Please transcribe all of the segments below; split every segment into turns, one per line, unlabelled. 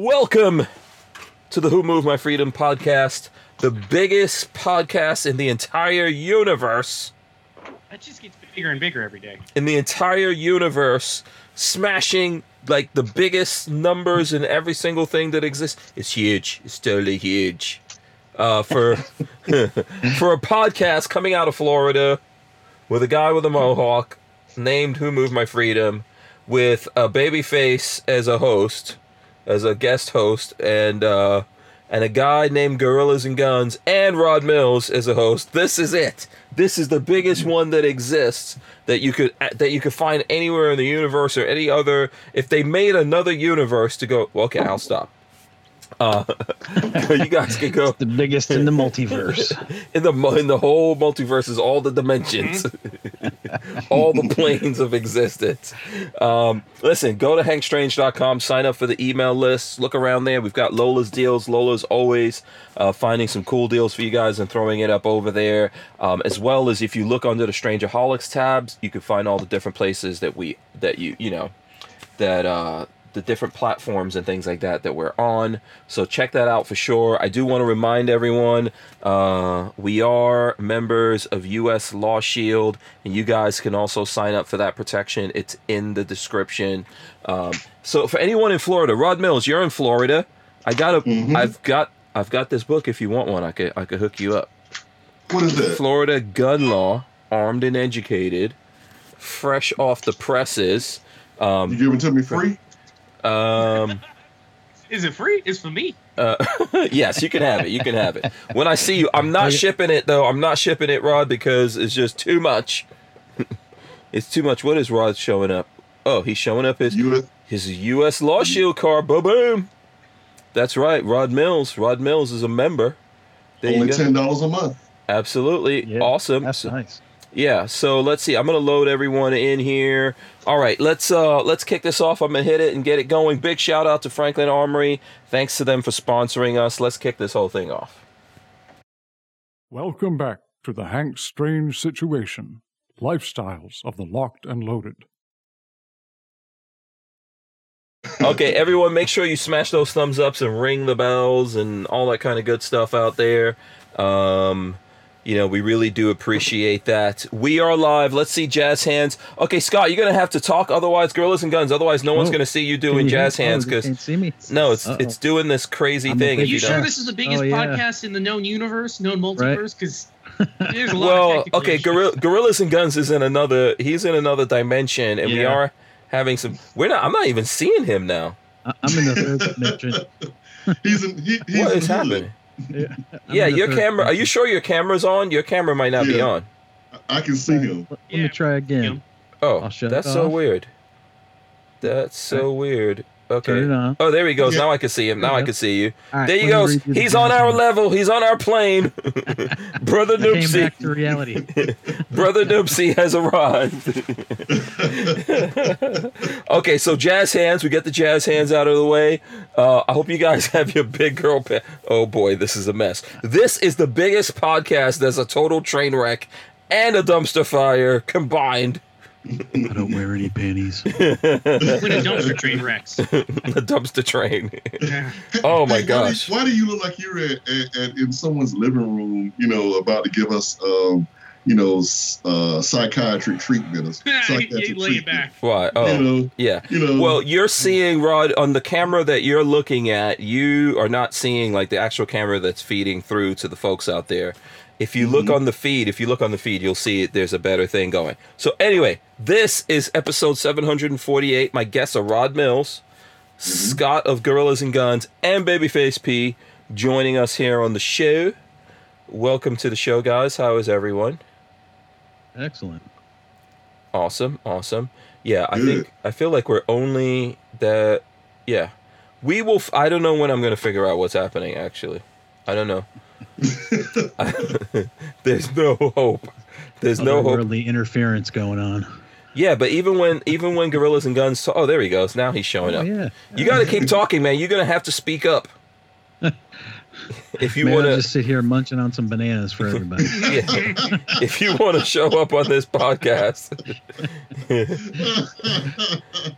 Welcome to the Who Moved My Freedom podcast, the biggest podcast in the entire universe.
That just gets bigger and bigger every day.
In the entire universe, smashing like the biggest numbers in every single thing that exists. It's huge. It's totally huge. Uh, for for a podcast coming out of Florida with a guy with a mohawk named Who Moved My Freedom, with a baby face as a host, as a guest host, and uh, and a guy named Gorillas and Guns and Rod Mills as a host. This is it. This is the biggest one that exists that you could that you could find anywhere in the universe or any other. If they made another universe to go, well, okay, I'll stop. Uh, you guys can go
the biggest in the multiverse.
in the mu- in the whole multiverse is all the dimensions, all the planes of existence. Um, listen, go to hankstrange.com, sign up for the email list, look around there. We've got Lola's deals. Lola's always uh, finding some cool deals for you guys and throwing it up over there. Um, as well as if you look under the Strangerholics tabs, you can find all the different places that we that you you know that. Uh, the different platforms and things like that that we're on. So check that out for sure. I do want to remind everyone uh, we are members of U.S. Law Shield, and you guys can also sign up for that protection. It's in the description. Um, so for anyone in Florida, Rod Mills, you're in Florida. I got a, have got, I've got this book. If you want one, I could, I could hook you up.
What is that?
Florida Gun Law, Armed and Educated, fresh off the presses. Um,
You giving it to me free?
um,
Is it free? It's for me.
Uh, yes, you can have it. You can have it. When I see you, I'm not shipping it though. I'm not shipping it, Rod, because it's just too much. it's too much. What is Rod showing up? Oh, he's showing up his
You
his U.S. Law Shield car. Boom, boom. That's right, Rod Mills. Rod Mills is a member. There
only
you go.
ten dollars a month.
Absolutely
Yeah,
awesome.
That's
So-
nice.
yeah, so let's see. I'm gonna load everyone in here. All right, let's uh let's kick this off. I'm gonna hit it and get it going. Big shout out to Franklin Armory. Thanks to them for sponsoring us. Let's kick this whole thing off.
Welcome back to the Hank Strange Situation Lifestyles of the Locked and Loaded.
Okay, everyone, make sure you smash those thumbs ups and ring the bells and all that kind of good stuff out there. Um, you know, we really do appreciate that. We are live. Let's see jazz hands. Okay, Scott, you're gonna have to talk. Otherwise, gorillas and guns. Otherwise, no one's
Oh.
gonna see you doing jazz hands
Oh,
because.
can't see me.
No, it's
Uh-oh.
it's doing this crazy
I'm a
thing.
big
if
Are you
don't-
sure this is the biggest
Oh, yeah.
podcast in the known universe, known multiverse? Because there's a lot. of
well
technical
okay
issues.
gorilla, gorillas and guns is in another he's in another dimension and we
Yeah.
are having some we're not i'm not even seeing him now
I- I'm in the third dimension.
He's in, he, he's
what
in
is
Hulu.
happening
Yeah, I'm
yeah
in the
your
third
camera are you
dimension.
sure your camera's on your camera might not be
Yeah.
on
I can see him.
Let, let
Yeah.
me try again.
oh
I'll shut it
that's so
off.
weird that's so weird
Turn it
okay
on.
oh there he goes
Yeah.
now i can see him now i
Yeah.
can see you
All right,
there you
let me
goes
redo the
he's on our
dimension.
level he's on our plane brother
I Came
noopsy
back to reality.
Brother Noopsy has arrived. okay, so jazz hands. We get the jazz hands out of the way. Uh, I hope you guys have your big girl. Pa- oh boy, this is a mess. This is the biggest podcast that's a total train wreck and a dumpster fire combined.
I don't wear any panties.
When a dumpster train wrecks.
The dumpster train.
Yeah.
Oh my
Hey, why do-
gosh.
Why do you look like you're at, at, at in someone's living room? You know, about to give us, um, you know, s- uh, psychiatric treatment. Or
you,
psychiatric
you lay it
treatment.
back.
Why?
You
Oh,
know,
yeah.
you know.
Well, you're seeing Rod on the camera that you're looking at. You are not seeing like the actual camera that's feeding through to the folks out there. If you look
Mhm.
on the feed, if you look on the feed, you'll see it, there's a better thing going. So anyway, this is episode 748. My guests are Rod Mills, Mm-hmm. Scott of Gorillas and Guns, and Babyface P joining us here on the show. Welcome to the show, guys. How is everyone?
Excellent.
Awesome, awesome. Yeah, I
Good.
think I feel like we're only that. Yeah, we will. F- I don't know when I'm gonna figure out what's happening. Actually, I don't know. There's no hope.
Oh,
There's no hope.
Otherworldly interference going on.
Yeah, but even when even when gorillas and guns. oh, there he goes. Now he's showing
Oh,
up.
yeah.
You got to keep talking, man. You're gonna have to speak up. if you
Maybe
want
I'll
to,
just sit here munching on some bananas for everybody.
Uh,
yeah, if you want to show up on this podcast,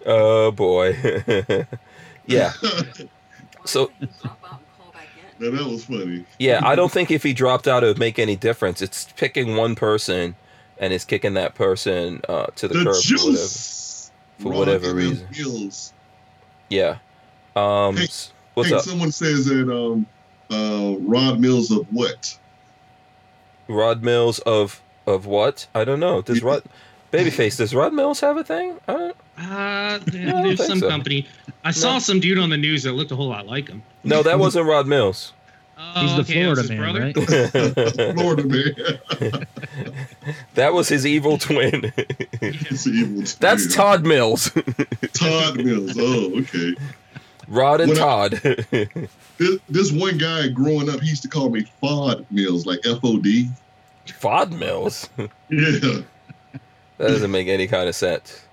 oh boy, yeah. So
Now that was funny.
yeah, I don't think if he dropped out it would make any difference. It's picking one person and it's kicking that person uh, to the,
The,
curb for whatever.
juice
for
Raw
whatever
and
reason.
Bills.
Yeah. Um,
Hey,
s- what's
hey,
up?
someone says that um, uh, Rod Mills of what?
Rod Mills of of what? I don't know. Does
You-
Rod Babyface? Does Rod Mills have a thing? I don't,
Uh, there-
I don't
there's
think
some
so.
company. I saw some dude on the news that looked a whole lot like him.
no, that wasn't Rod Mills.
Oh,
He's the
okay, that was
Florida man,
his brother?
right?
that
Florida man.
was his evil twin.
It's evil. to
That's
you.
Todd Mills.
Todd Mills. Oh, okay.
Rod and
When I-
Todd.
This, this one guy growing up, he used to call me Fod Mills, like F O D.
Fod Mills.
Yeah.
That doesn't make any kind of sense.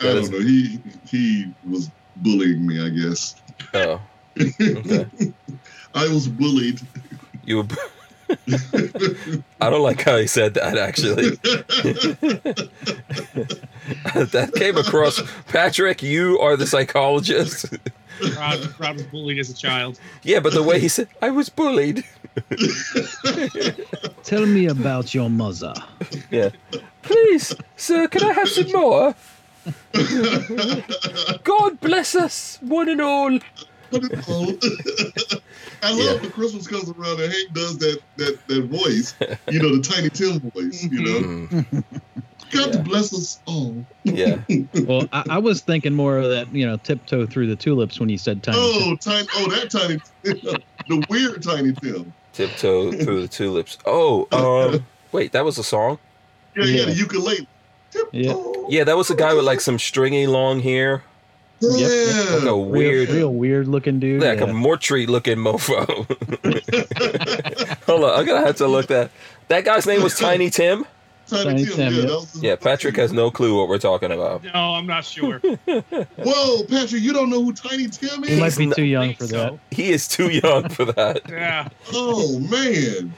I
That is-
don't know. He he was bullying me, I guess.
Oh, okay.
I was bullied.
You. were- I don't like how he said that. Actually, that came across. Patrick, you are the psychologist.
Rod, Rod was bullied as a child.
Yeah, but the way he said, I was bullied.
Tell me about your mother.
Yeah. Please, sir, can I have some more? God bless us, one and all.
I love when Christmas comes around and Hank does that that that voice, you know, the Tiny Tim voice, you know.
Mm,
God
Yeah.
bless us all.
yeah.
Well, I, I was thinking more of that, you know, tiptoe through the tulips when you said tiny.
Oh, tiny, oh, that Tiny Tim, the weird Tiny Tim.
Tiptoe through the tulips. Oh, um, wait, that was a song?
Yeah, yeah,
Yeah.
the ukulele.
Yeah.
Yeah, that was a guy with like some stringy long hair.
yeah.
Like a
Real-
weird,
real, weird looking dude.
like a
yeah.
mortuary looking mofo. Hold on, I'm going to have to look that. That guy's name was Tiny Tim?
Tiny
Tiny, Tim.
Tim,
yeah,
yeah.
that was his
Yeah, Patrick has no clue what we're talking about.
No, I'm not sure.
Whoa, Patrick, you don't know who Tiny Tim
He
is?
might be
He's
too young for that.
So,
He is too young for that.
yeah.
Oh man,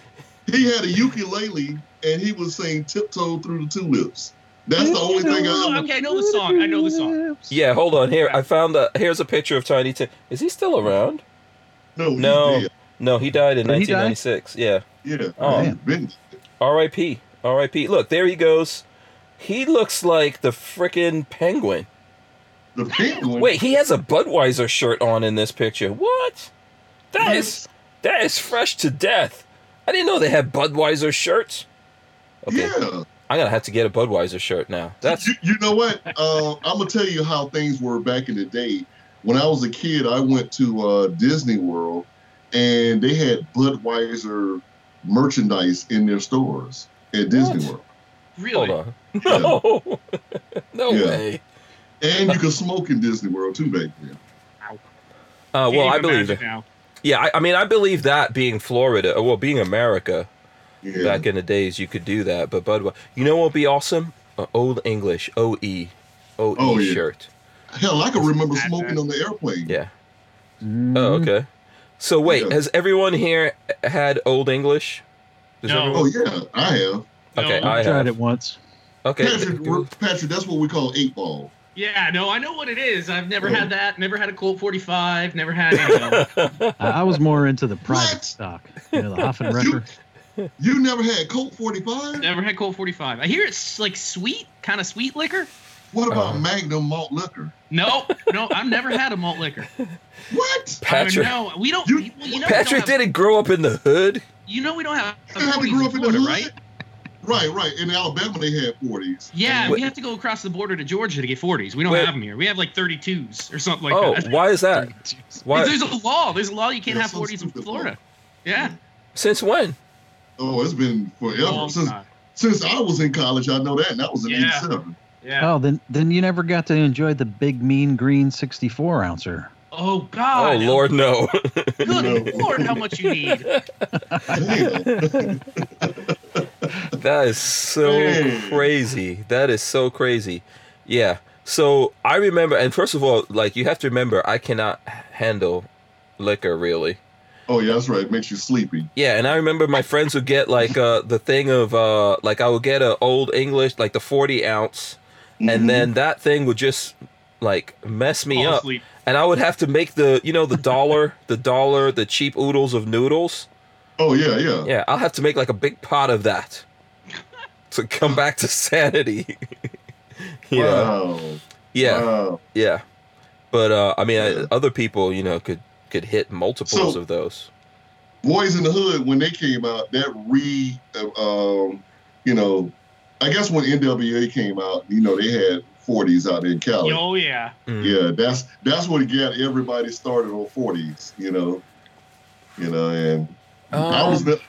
he had a ukulele and he was saying "Tiptoe Through the Tulips." That's the only thing I ever.
Okay, I know the song. I know the song.
Yeah, hold on. Here, I found a. Here's a picture of Tiny Tim. Is he still around?
No, he
No.
did.
No, he died in
Did he die?
1996. Yeah.
yeah.
Oh.
he's been-
R.I.P. R.I.P. Look, there he goes. He looks like the frickin' penguin.
the penguin.
Wait, he has a Budweiser shirt on in this picture. What? That is that is fresh to death. I didn't know they had Budweiser shirts. Okay,
Yeah,
I'm gonna have to get a Budweiser shirt now. That's
you, you know what? Uh, I'm gonna tell you how things were back in the day. When I was a kid, I went to uh, Disney World, and they had Budweiser merchandise in their stores at Disney
What? hold
World,
Really?
on. Uh, No, no
Yeah.
way.
and you could smoke in Disney World too back then.
Uh,
Can't
well, I
even
believe
imagine
it.
now.
Yeah, I, I mean, I believe that being Florida, uh, well, being America,
Yeah.
Back in the days, you could do that, but Budweiser. You know what would be awesome? A old English OE, OE
Oh, yeah.
E shirt.
Hell, I can remember smoking on the airplane.
Yeah. Oh,
Mm-hmm.
okay. So wait,
Yeah.
has everyone here had Old English? Does
No.
everyone-
Oh yeah, I have.
Okay,
No.
I
tried
have.
it once.
Okay.
Patrick, we're- Patrick, that's what we call eight ball.
Yeah, no, I know what it is. I've never
Yeah.
had that. Never had a Colt 45. Never had any of them.
I, I was more into the
What?
private stock, you know, the Hoffenrecker.
You never had Colt 45?
Never had Colt 45. I hear it's like sweet, kind of sweet liquor.
What about
Uh-huh.
Magnum malt liquor?
No, no, I've never had a malt liquor.
What?
Patrick.
No, we don't.
You-
You, you know
Patrick
we don't have,
didn't grow up in the hood.
You know we don't have.
You didn't have to
40s
grow
in
up in the
Florida,
hood?
right?
Right, right. In Alabama, they had 40s.
Yeah,
Wait.
we have to go across the border to Georgia to get 40s. We don't
Wait.
have them here. We have like 32s or something like
Oh,
that.
why is that? Why?
There's a law. There's a law you can't
Yeah,
have
so
40s in
stupid law.
Florida. Yeah.
Since when?
Oh, it's been forever.
Long
since
time.
since I was in college, I know that, and that was in
Yeah.
87.
Yeah.
Oh, then then you never got to enjoy the big mean green 64 ouncer.
Oh God.
Oh Lord, no.
Good Lord, how much you need.
Damn.
That is so
Hey.
crazy. That is so crazy. Yeah. So I remember, and first of all, like you have to remember, I cannot handle liquor really.
oh, yeah, that's right. It makes you sleepy.
Yeah, and I remember my friends would get like uh, the thing of uh, like I would get a old English, like the forty ounce,
Mhm.
and then that thing would just like mess me
Fall
up,
asleep.
and I would have to make the you know the dollar, the dollar, the cheap oodles of noodles.
Oh yeah, yeah.
Yeah, I'll have to make like a big pot of that to come back to sanity. you know?
Wow.
Yeah,
Wow.
yeah. But uh, I mean,
Yeah.
I, other people, you know, could could hit multiples
So-
of those.
Boys in the Hood when they came out, that re, uh, um, you know, I guess when NWA came out, you know, they had 40s out in Cali.
Oh yeah.
Mm.
Yeah, that's that's what got everybody started on 40s. You know, you know, and I was
Um,
ne-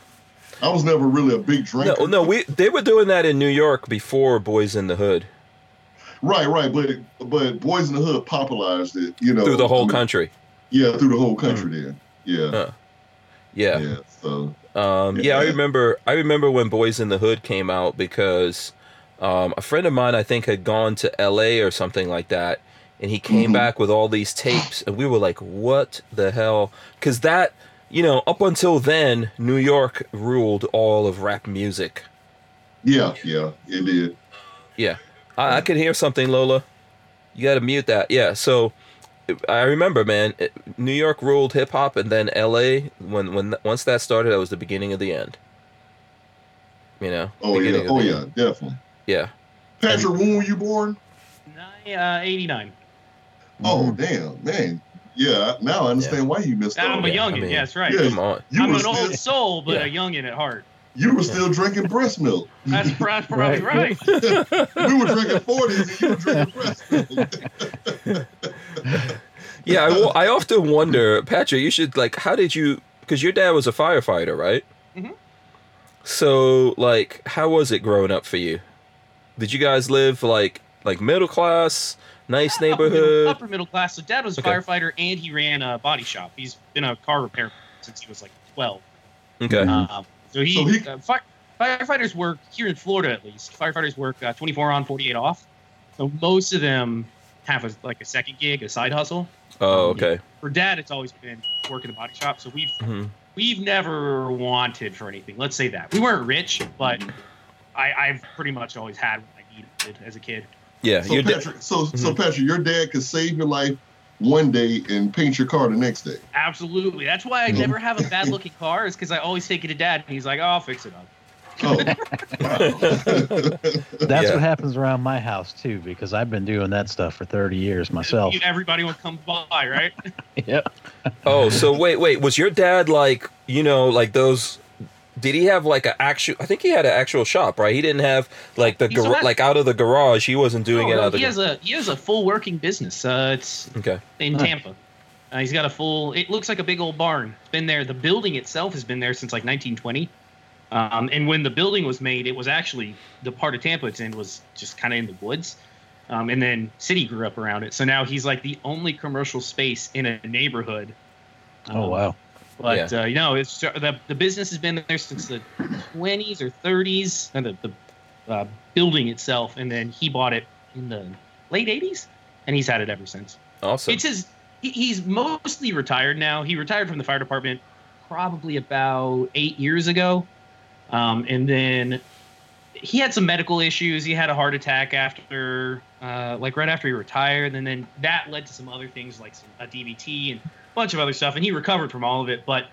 I was never really a big drinker.
no, no, we they were doing that in New York before Boys in the Hood
Right, right, but but Boys in the Hood popularized it. You know,
through the
I
whole
mean,
country. Mm.
Yeah, through the whole country. Then, yeah,
Yeah.
yeah. So
Um, yeah, I
Yeah.
remember. I remember when Boys in the Hood came out because um, a friend of mine, I think, had gone to L.A. or something like that, and he came
Mhm.
back with all these tapes, and we were like, "What the hell?" Because that, you know, up until then, New York ruled all of rap music.
yeah, yeah, it did.
I, I could hear something, Lola. You got to mute that. Yeah. So I remember, man. it- New York ruled hip hop, and then L.A. When when once that started, that was the beginning of the end. You know.
Oh
beginning
yeah,
of
oh
the
yeah, definitely.
Yeah.
Patrick, when were you born?
Nine, uh, 89.
Oh
Mm-hmm.
damn, man. Yeah, now I understand why you missed
I'm
out.
a
yeah,
youngin.
I mean,
yeah, that's right.
yeah.
Come on.
You
I'm
were
an old
still,
soul, but
Yeah.
a youngin at heart.
you were still drinking breast milk.
That's, that's probably
Right.
right.
we were drinking forties, and you were drinking breast milk.
Yeah, I, wa- I often wonder, Patrick, you should like, how did you? Because your dad was a firefighter, right?
Mhm.
So, like, how was it growing up for you? Did you guys live like like middle class, nice
Upper middle,
neighborhood?
upper middle class. So dad was a
Okay.
firefighter and he ran a body shop. He's been a car repair since he was like 12.
Okay.
Um, so he,
So he-
uh, fi- firefighters work here in Florida at least. Firefighters work uh, 24 on, 48 off. So most of them have a, like a second gig, a side hustle.
Oh, okay.
For dad, it's always been work in a body shop. So we've
Mhm.
we've never wanted for anything. Let's say that we weren't rich, but I, I've pretty much always had what I needed as a kid.
Yeah,
So
your da-
Patrick, so
Mm-hmm.
so Patrick, your dad could save your life one day and paint your car the next day.
Absolutely. That's why I
Mhm.
never have a bad looking car, is because I always take it to dad and he's like, oh, I'll fix it up.
Oh, wow.
Yeah.
what happens around my house too, because I've been doing that stuff for 30 years myself.
You- Everybody would come by, right?
yep.
Oh, so wait, wait. Was your dad like, you know, like those? Did he have like an actual? I think he had an actual shop, right? He didn't have like the
He's a
gar-
rep-
like out of the garage. He wasn't doing
No,
it
no,
out of the.
he has a he has a full working business. Uh, it's
okay.
in
Huh.
Tampa. Uh, he's got a full. It looks like a big old barn. It's been there. The building itself has been there since like 1920. Um, and when the building was made, it was actually the part of Tampa it's in was just kind of in the woods. Um, and then city grew up around it. So now he's like the only commercial space in a neighborhood.
Oh
Um,
wow.
But uh, you know, it's the the business has been there since the 20s or 30s, and the, the uh, building itself, and then he bought it in the late 80s, and he's had it ever since.
Awesome.
It's his. He, he's mostly retired now. He retired from the fire department probably about eight years ago, um, and then he had some medical issues. He had a heart attack after, uh, like right after he retired, and then that led to some other things like some, a DVT and a bunch of other stuff. And he recovered from all of it, but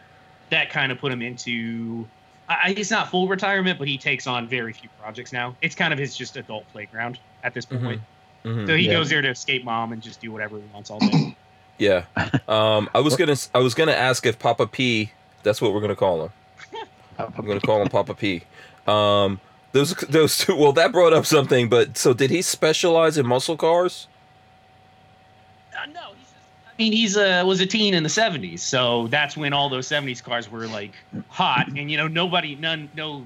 that kind of put him into. I, I- it's not full retirement, but he takes on very few projects now. It's kind of his just adult playground at this point.
Mhm. Mhm.
So he
Yeah.
goes there to escape mom and just do whatever he wants all day.
Yeah. Um, I was gonna I was gonna ask if Papa P. That's what we're gonna call him. I'm gonna call him Papa P. Um, those those two. Well, that brought up something. But so did he specialize in muscle cars?
Uh, no, he's just, I mean he's uh, was a teen in the '70s, so that's when all those '70s cars were like hot, and you know nobody, none, no,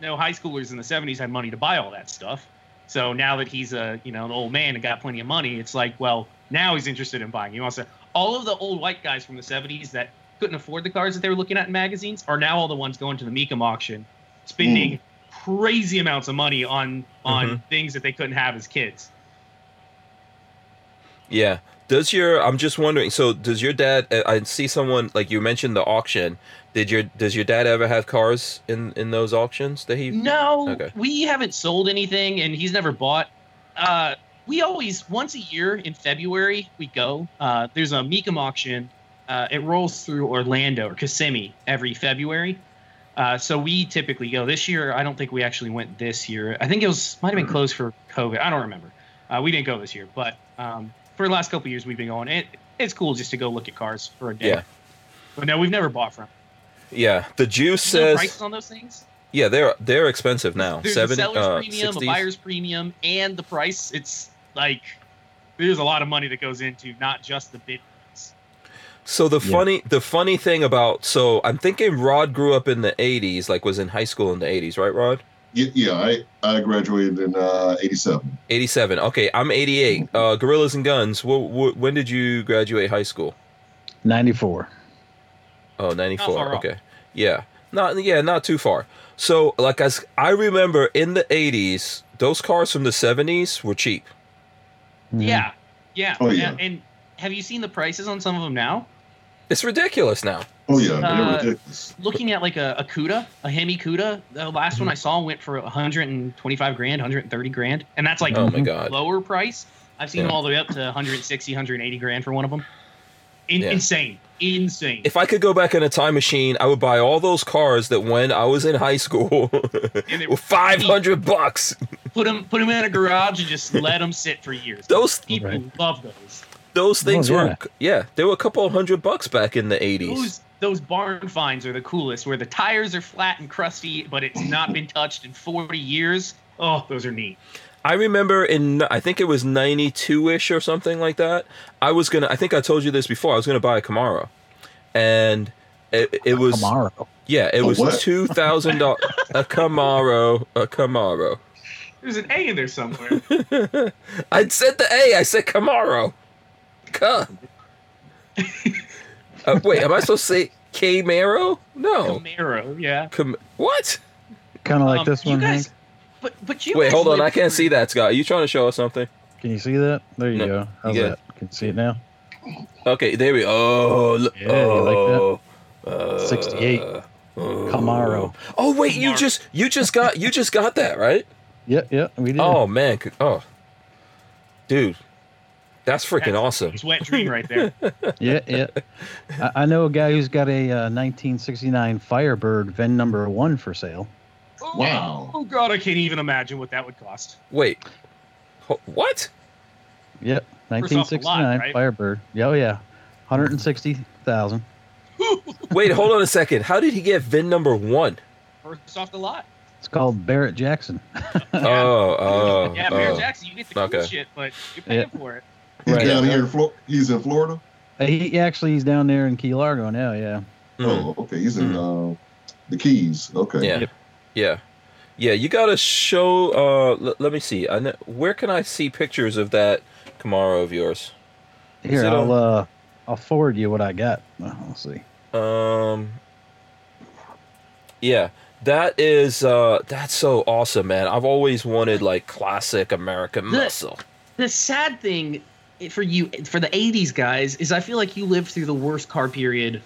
no high schoolers in the '70s had money to buy all that stuff. So now that he's a you know an old man and got plenty of money, it's like well now he's interested in buying. He wants to. All of the old white guys from the '70s that couldn't afford the cars that they were looking at in magazines are now all the ones going to the Mecum auction, spending crazy amounts of money on on things that they couldn't have as kids.
Yeah. Does your I'm just wondering. So does your dad? I- I see someone like you mentioned the auction. Did your does your dad ever have cars in in those auctions that he?
No,
Okay.
we haven't sold anything, and he's never bought. Uh, we always once a year in February we go. Uh, there's a Mecum auction. Uh, it rolls through Orlando or Kissimmee every February. Uh, so we typically go. This year, I don't think we actually went this year. I think it was might have been closed for COVID. I don't remember. Uh, we didn't go this year, but um, for the last couple of years we've been going. It it's cool just to go look at cars for a day.
Yeah.
But no, we've never bought from.
Yeah, the Jew
There's no
says.
prices on those things.
yeah, they're they're expensive now.
There's
Seven,
a seller's
uh,
premium,
60s.
a buyer's premium, and the price. It's like there's a lot of money that goes into not just the bid. price.
So the
Yeah.
funny the funny thing about so I'm thinking Rod grew up in the 80s, like was in high school in the 80s, right, Rod?
Yeah, yeah I, I graduated in uh, 87.
87. Okay, I'm 88.
Mm-hmm.
Uh, Gorillas and Guns. Wh- wh- when did you graduate high school?
94.
Oh, 94.
far off.
Okay. Yeah. Not yeah, not too far. So, like as I remember in the 80s, those cars from the 70s were cheap. Mm-hmm.
Yeah, yeah,
Oh,
yeah. And have you seen the prices on some of them now?
It's ridiculous now.
Oh, yeah.
Uh,
they're ridiculous.
Looking at like a, a Cuda, a Hemi Cuda, the last
Mm-hmm.
one I saw went for 125 grand, 130 grand, and that's like
Oh my god.
lower price. I've seen
Yeah.
them all the way up to 160, 180 grand for one of them. In-
Yeah.
Insane, insane.
If I could go back in a time machine, I would buy all those cars that when I was in high school
And they
were 500 bucks.
put them put them in a garage and just let them sit for years.
Those
people
Right.
love those.
those
Oh,
things
yeah.
were yeah, they were a couple hundred bucks back in the 80s.
Those those barn finds are the coolest, where the tires are flat and crusty, but it's not been touched in 40 years. Oh, those are neat.
I remember in I think it was 92ish or something like that. I was going to I think I told you this before. I was going to buy a Camaro. And it, it was
Camaro.
yeah, it
A
was
what?
$2,000 a Camaro, a Camaro.
There's an A in there somewhere.
I said the A, I said Camaro. Cuh. uh, wait, am I supposed to say Camaro? No.
Camaro, yeah.
Cam- what?
Kind of Oh. like
Um,
this
you
one.
guys-
Hank.
But but you
Wait,
guys
hold on.
lived
I can't
through-
see that, Scott. Are you trying to show us something?
Can you see that? There you
No,
go. How's
yeah.
that? Can you see it now?
Okay, there we Oh, look.
Yeah, you like that?
Uh,
68. Camaro.
Oh wait, you
Camaro.
just you just got you just got that right?
Yep, yep, we did.
Oh man, c- oh, dude, that's freaking
That's-
awesome.
It's wet dream right there.
Yeah, yeah. I, I know a guy who's got a uh, 1969 Firebird VIN number one for sale.
Wow.
Oh god, I can't even imagine what that would cost.
Wait, Ho- what?
Yep,
First off, a
1969
lot, right?
Firebird. Yeah, Oh yeah, 160,000.
Wait, hold on a second. How did he get VIN number one?
First off the lot.
It's called Barrett Jackson.
Oh, oh,
yeah, Mayor
oh.
Jackson, you get the cool
okay.
shit, but you're paying for it.
He's
Right.
down here in Florida. He's in Florida.
Uh, He he actually he's down there in Key Largo now. Yeah.
Mm,
Oh, okay. He's in uh, the Keys. Okay.
yeah, yeah, yeah. You gotta show. Uh, l- let me see. I know, where can I see pictures of that Camaro of yours?
Here,
it
I'll
on-
uh, I'll forward you what I got. Uh, Let's see.
Um. Yeah, that is uh that's so awesome, man. I've always wanted like classic American
The-
muscle.
the sad thing for you for the 80s guys is i feel like you lived through the worst car period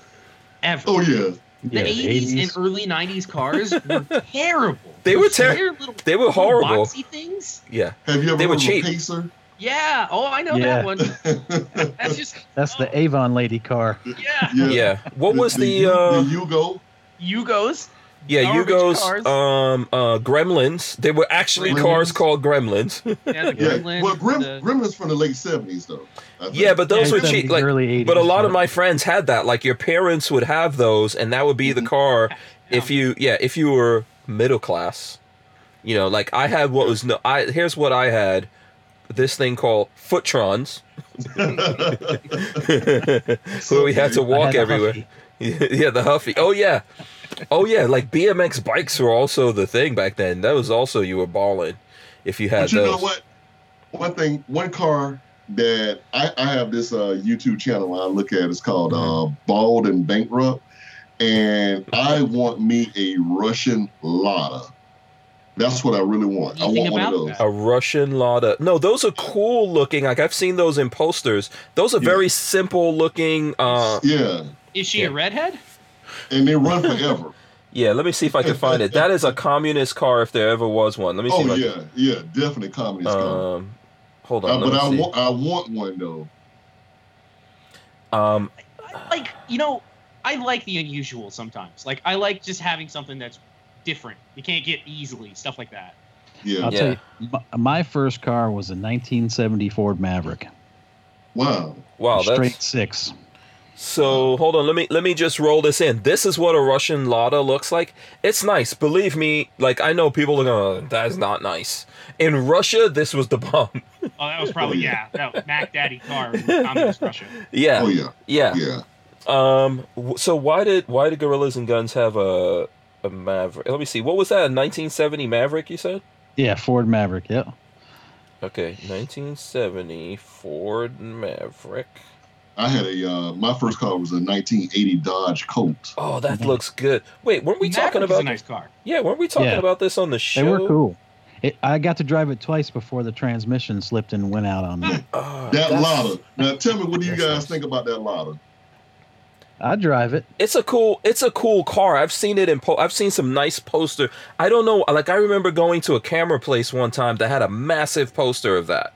ever
Oh, yeah.
the,
Yeah,
80s, and early 90s cars were terrible
They were
Those
ter-
weird little,
They were
little
horrible.
boxy things
Yeah.
Have you ever
They were
heard
cheap.
of a Pacer?
yeah oh i know
Yeah.
that one that's just
That's
oh,
the Avon lady car.
yeah
yeah, What was the,
U-
uh?
the Yugo?
yugos
yeah,
garbage
Yugo's
cars.
um uh Gremlins. They were actually cars
Gremlins?
called Gremlins.
yeah, the
Yeah.
Gremlins,
Well, Grim,
the-
Gremlins from the late seventies though. I think.
yeah, but those
Yeah,
were
70s,
cheap. Like,
early 80s,
but a lot of
yeah.
my friends had that. Like your parents would have those, and that would be
Mm-hmm.
the car if you yeah if you were middle class you know like i had what was no i here's what i had this thing called footrons where we had to
I
walk
had a
everywhere
Huffy.
yeah the huffy oh yeah oh yeah like bmx bikes were also the thing back then that was also you were balling if you had
but you
those
know what? One thing, one car that I, I have this uh, YouTube channel I look at is called uh,
Mm-hmm.
Bald and Bankrupt, and I want me a Russian Lada. That's what I really want. I
Anything
want one of
about
those.
that?
a russian lada no those are cool looking like i've seen those in posters those are
Yeah.
very simple looking uh
Yeah,
is she a
Yeah.
redhead
and they run forever.
Yeah, let me see if I can find it. That is a communist car if there ever was one. Let me see.
oh
if I
yeah, yeah, definitely comedy.
can, um, Hold on.
Uh,
let
but
me
I
see.
want I want one though.
um,
I like you know i like the unusual sometimes like i like just having something that's different you can't get easily stuff like that
Yeah.
Uh,
I'll tell you, my, my first car was a 1970 Ford Maverick,
Wow.
wow, Oh, that's
straight six.
So hold on, let me let me just roll this in. This is what a Russian Lada looks like. It's nice, believe me. Like I know people are gonna, that's not nice. In Russia, this was the bomb.
oh that was probably yeah
yeah.
that mac daddy car in communist russia
Oh
Yeah,
yeah.
yeah.
Yeah.
Um. w- So why did why did Gorillas and Guns have a a Maverick? Let me see. What was that? A 1970 Maverick? You said?
Yeah, Ford Maverick. Yeah.
Okay, 1970 Ford Maverick.
I had a uh, my first car was a 1980 Dodge Colt.
Oh, that
Nice.
looks good. Wait, weren't we talking
Maverick is
about?
a nice car
Yeah, weren't we talking
Yeah.
about this on the show?
They were cool. It, I got to drive it twice before the transmission slipped and went out on me.
Ah,
That
that's-
Lada. Now tell me, what do you
That's
guys
nice.
think about that Lada?
I drive it.
it's a cool it's a cool car i've seen it in po- i've seen some nice poster i don't know like i remember going to a camera place one time that had a massive poster of that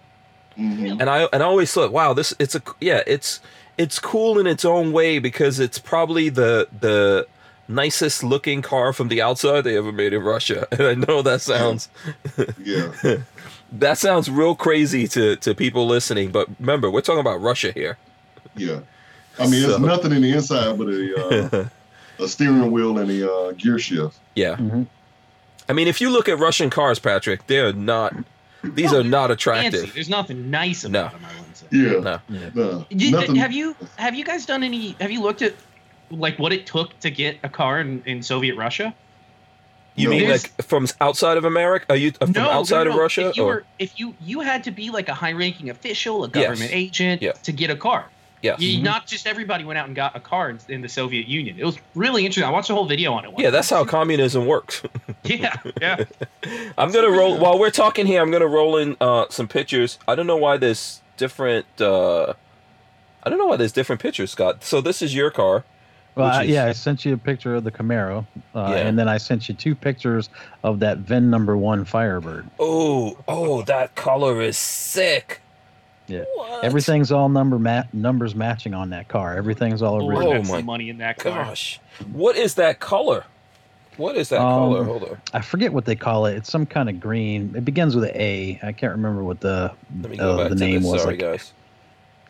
Mhm.
and i and i always thought wow this it's a yeah it's it's cool in its own way because it's probably the the nicest looking car from the outside they ever made in russia and i know that sounds
Yeah.
that sounds real crazy to to people listening but remember we're talking about russia here
Yeah. I mean,
So-
there's nothing in the inside but a uh, a steering wheel and a uh, gear shift.
yeah
Mm-hmm.
Mhm.
i mean if you look at russian cars patrick they're not these are not
Fancy.
attractive
there's nothing nice about them i wouldn't say
Yeah.
No.
No,
You-
nothing.
have you have you guys done any have you looked at like what it took to get a car in, in soviet russia
You
No.
mean
There's-
like from outside of America? Are you uh, from
no,
outside
no,
of
no.
Russia?
if you,
or-
were, if you you had to be like a high-ranking official a
Yes.
government agent
Yeah. Mm-hmm.
to get a car
yes.
You, Not just everybody went out and got a car in, in the Soviet Union. It was really interesting. I watched a whole video on it. once.
Yeah, that's how communism works.
Yeah, yeah. Oh,
I'm gonna roll while we're talking here. I'm gonna roll in uh, some pictures. I don't know why there's different. Uh, I don't know why there's different pictures, Scott. So this is your car.
Well,
Which
I-
is-
yeah, I sent you a picture of the Camaro, uh,
Yeah.
and then I sent you two pictures of that VIN number one Firebird.
Oh, oh, that color is sick.
Yeah.
What?
Everything's all number ma- numbers matching on that car. Everything's all
Lord,
Oh
original.
that's
my
the money in that car.
Gosh, what is that color? What is that
Um,
color? Hold on.
I forget what they call it. It's some kind of green. It begins with an A. I can't remember what the
Let me go
uh,
back
the
to
name
this.
was.
Sorry,
like,
guys.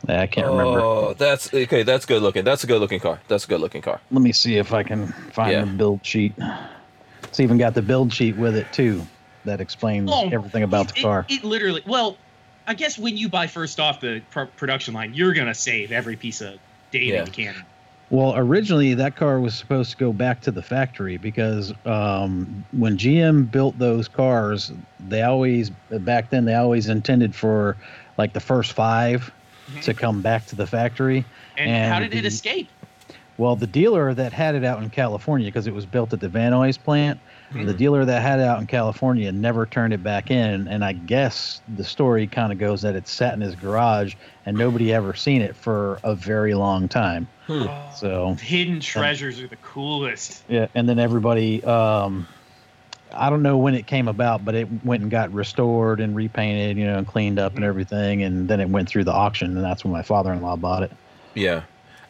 I can't
oh,
remember.
that's okay. That's good looking. That's a good looking car. That's a good looking car.
Let me see if I can find
Yeah.
the build sheet. It's even got the build sheet with it too. That explains
Oh,
everything about
It-
the car.
It, literally. Well, I guess when you buy first off the pr- production line, you're gonna save every piece of data
Yeah.
you can.
Well, originally that car was supposed to go back to the factory because um, when GM built those cars, they always back then they always intended for like the first 5 to come back to the factory.
Mm-hmm. And,
And
how did it
the-
escape?
Well, the dealer that had it out in California because it was built at the Vanoise plant,
Mm-hmm.
the dealer that had it out in California never turned it back in. And I guess the story kind of goes that it sat in his garage and nobody ever seen it for a very long time. So
Hidden treasures are the coolest.
yeah, and then everybody. Um, I don't know when it came about, but it went and got restored and repainted, you know, and cleaned up
Mm-hmm.
and everything. And then it went through the auction, and that's when my father-in-law bought it.
Yeah.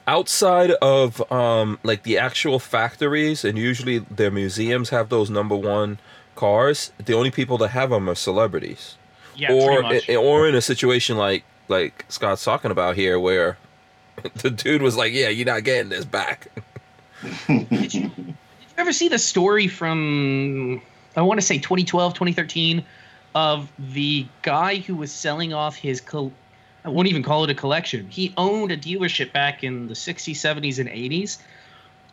Outside of um like the actual factories and usually their museums have those number one cars, the only people that have them are celebrities.
Yeah, pretty
or
much.
or in a situation like like Scott's talking about here where the dude was like, "Yeah, you're not getting this back."
did, you, did you ever see the story from I want to say 2012, 2013 of the guy who was selling off his col- I won't even call it a collection. He owned a dealership back in the 60s, 70s and 80s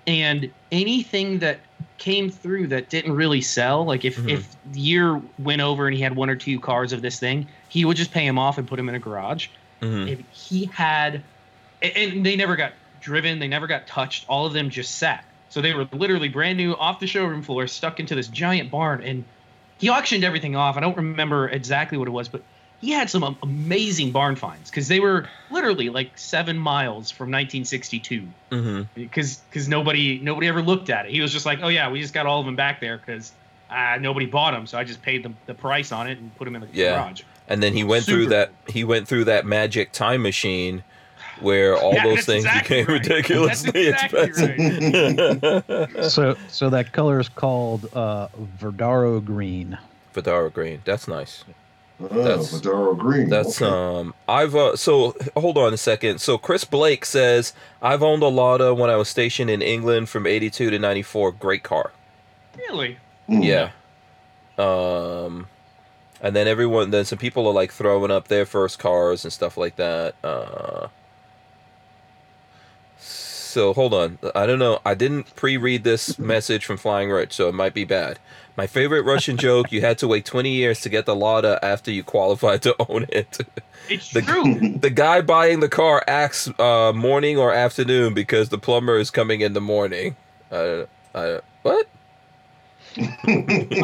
and anything that came through that didn't really sell, like if
Mhm.
if the year went over and he had one or two cars of this thing, he would just pay him off and put him in a garage
Mhm.
if he had and- and they never got driven they never got touched all of them just sat so they were literally brand new off the showroom floor stuck into this giant barn and he auctioned everything off i don't remember exactly what it was but he had some am- amazing barn finds because they were literally like seven miles from 1962
Mhm.
because because nobody nobody ever looked at it he was just like oh yeah we just got all of them back there because uh, nobody bought them so i just paid them the price on it and put them in the
Yeah.
garage
and then he went through
Super
that he went through that magic time machine where all
Yeah,
those
that's
things
exactly
became
right.
ridiculously
That's exactly
expensive.
So so that color is called uh, Verdaro green.
Vidara Green, that's nice.
Oh,
That's-
Maduro Green.
That's
okay.
um I've uh, so hold on a second. So Chris Blake says I've owned a Lada when I was stationed in England from 82 to 94. Great car.
Really?
Mm.
Yeah. Um and then everyone then some people are like throwing up their first cars and stuff like that. Uh so hold on. I don't know. I didn't pre-read this message from Flying Rich, so it might be bad. My favorite Russian joke, you had to wait 20 years to get the Lada after you qualified to own it.
It's
The-
true.
the guy buying the car acts uh, morning or afternoon because the plumber is coming in the morning. Uh, uh, what?
I'm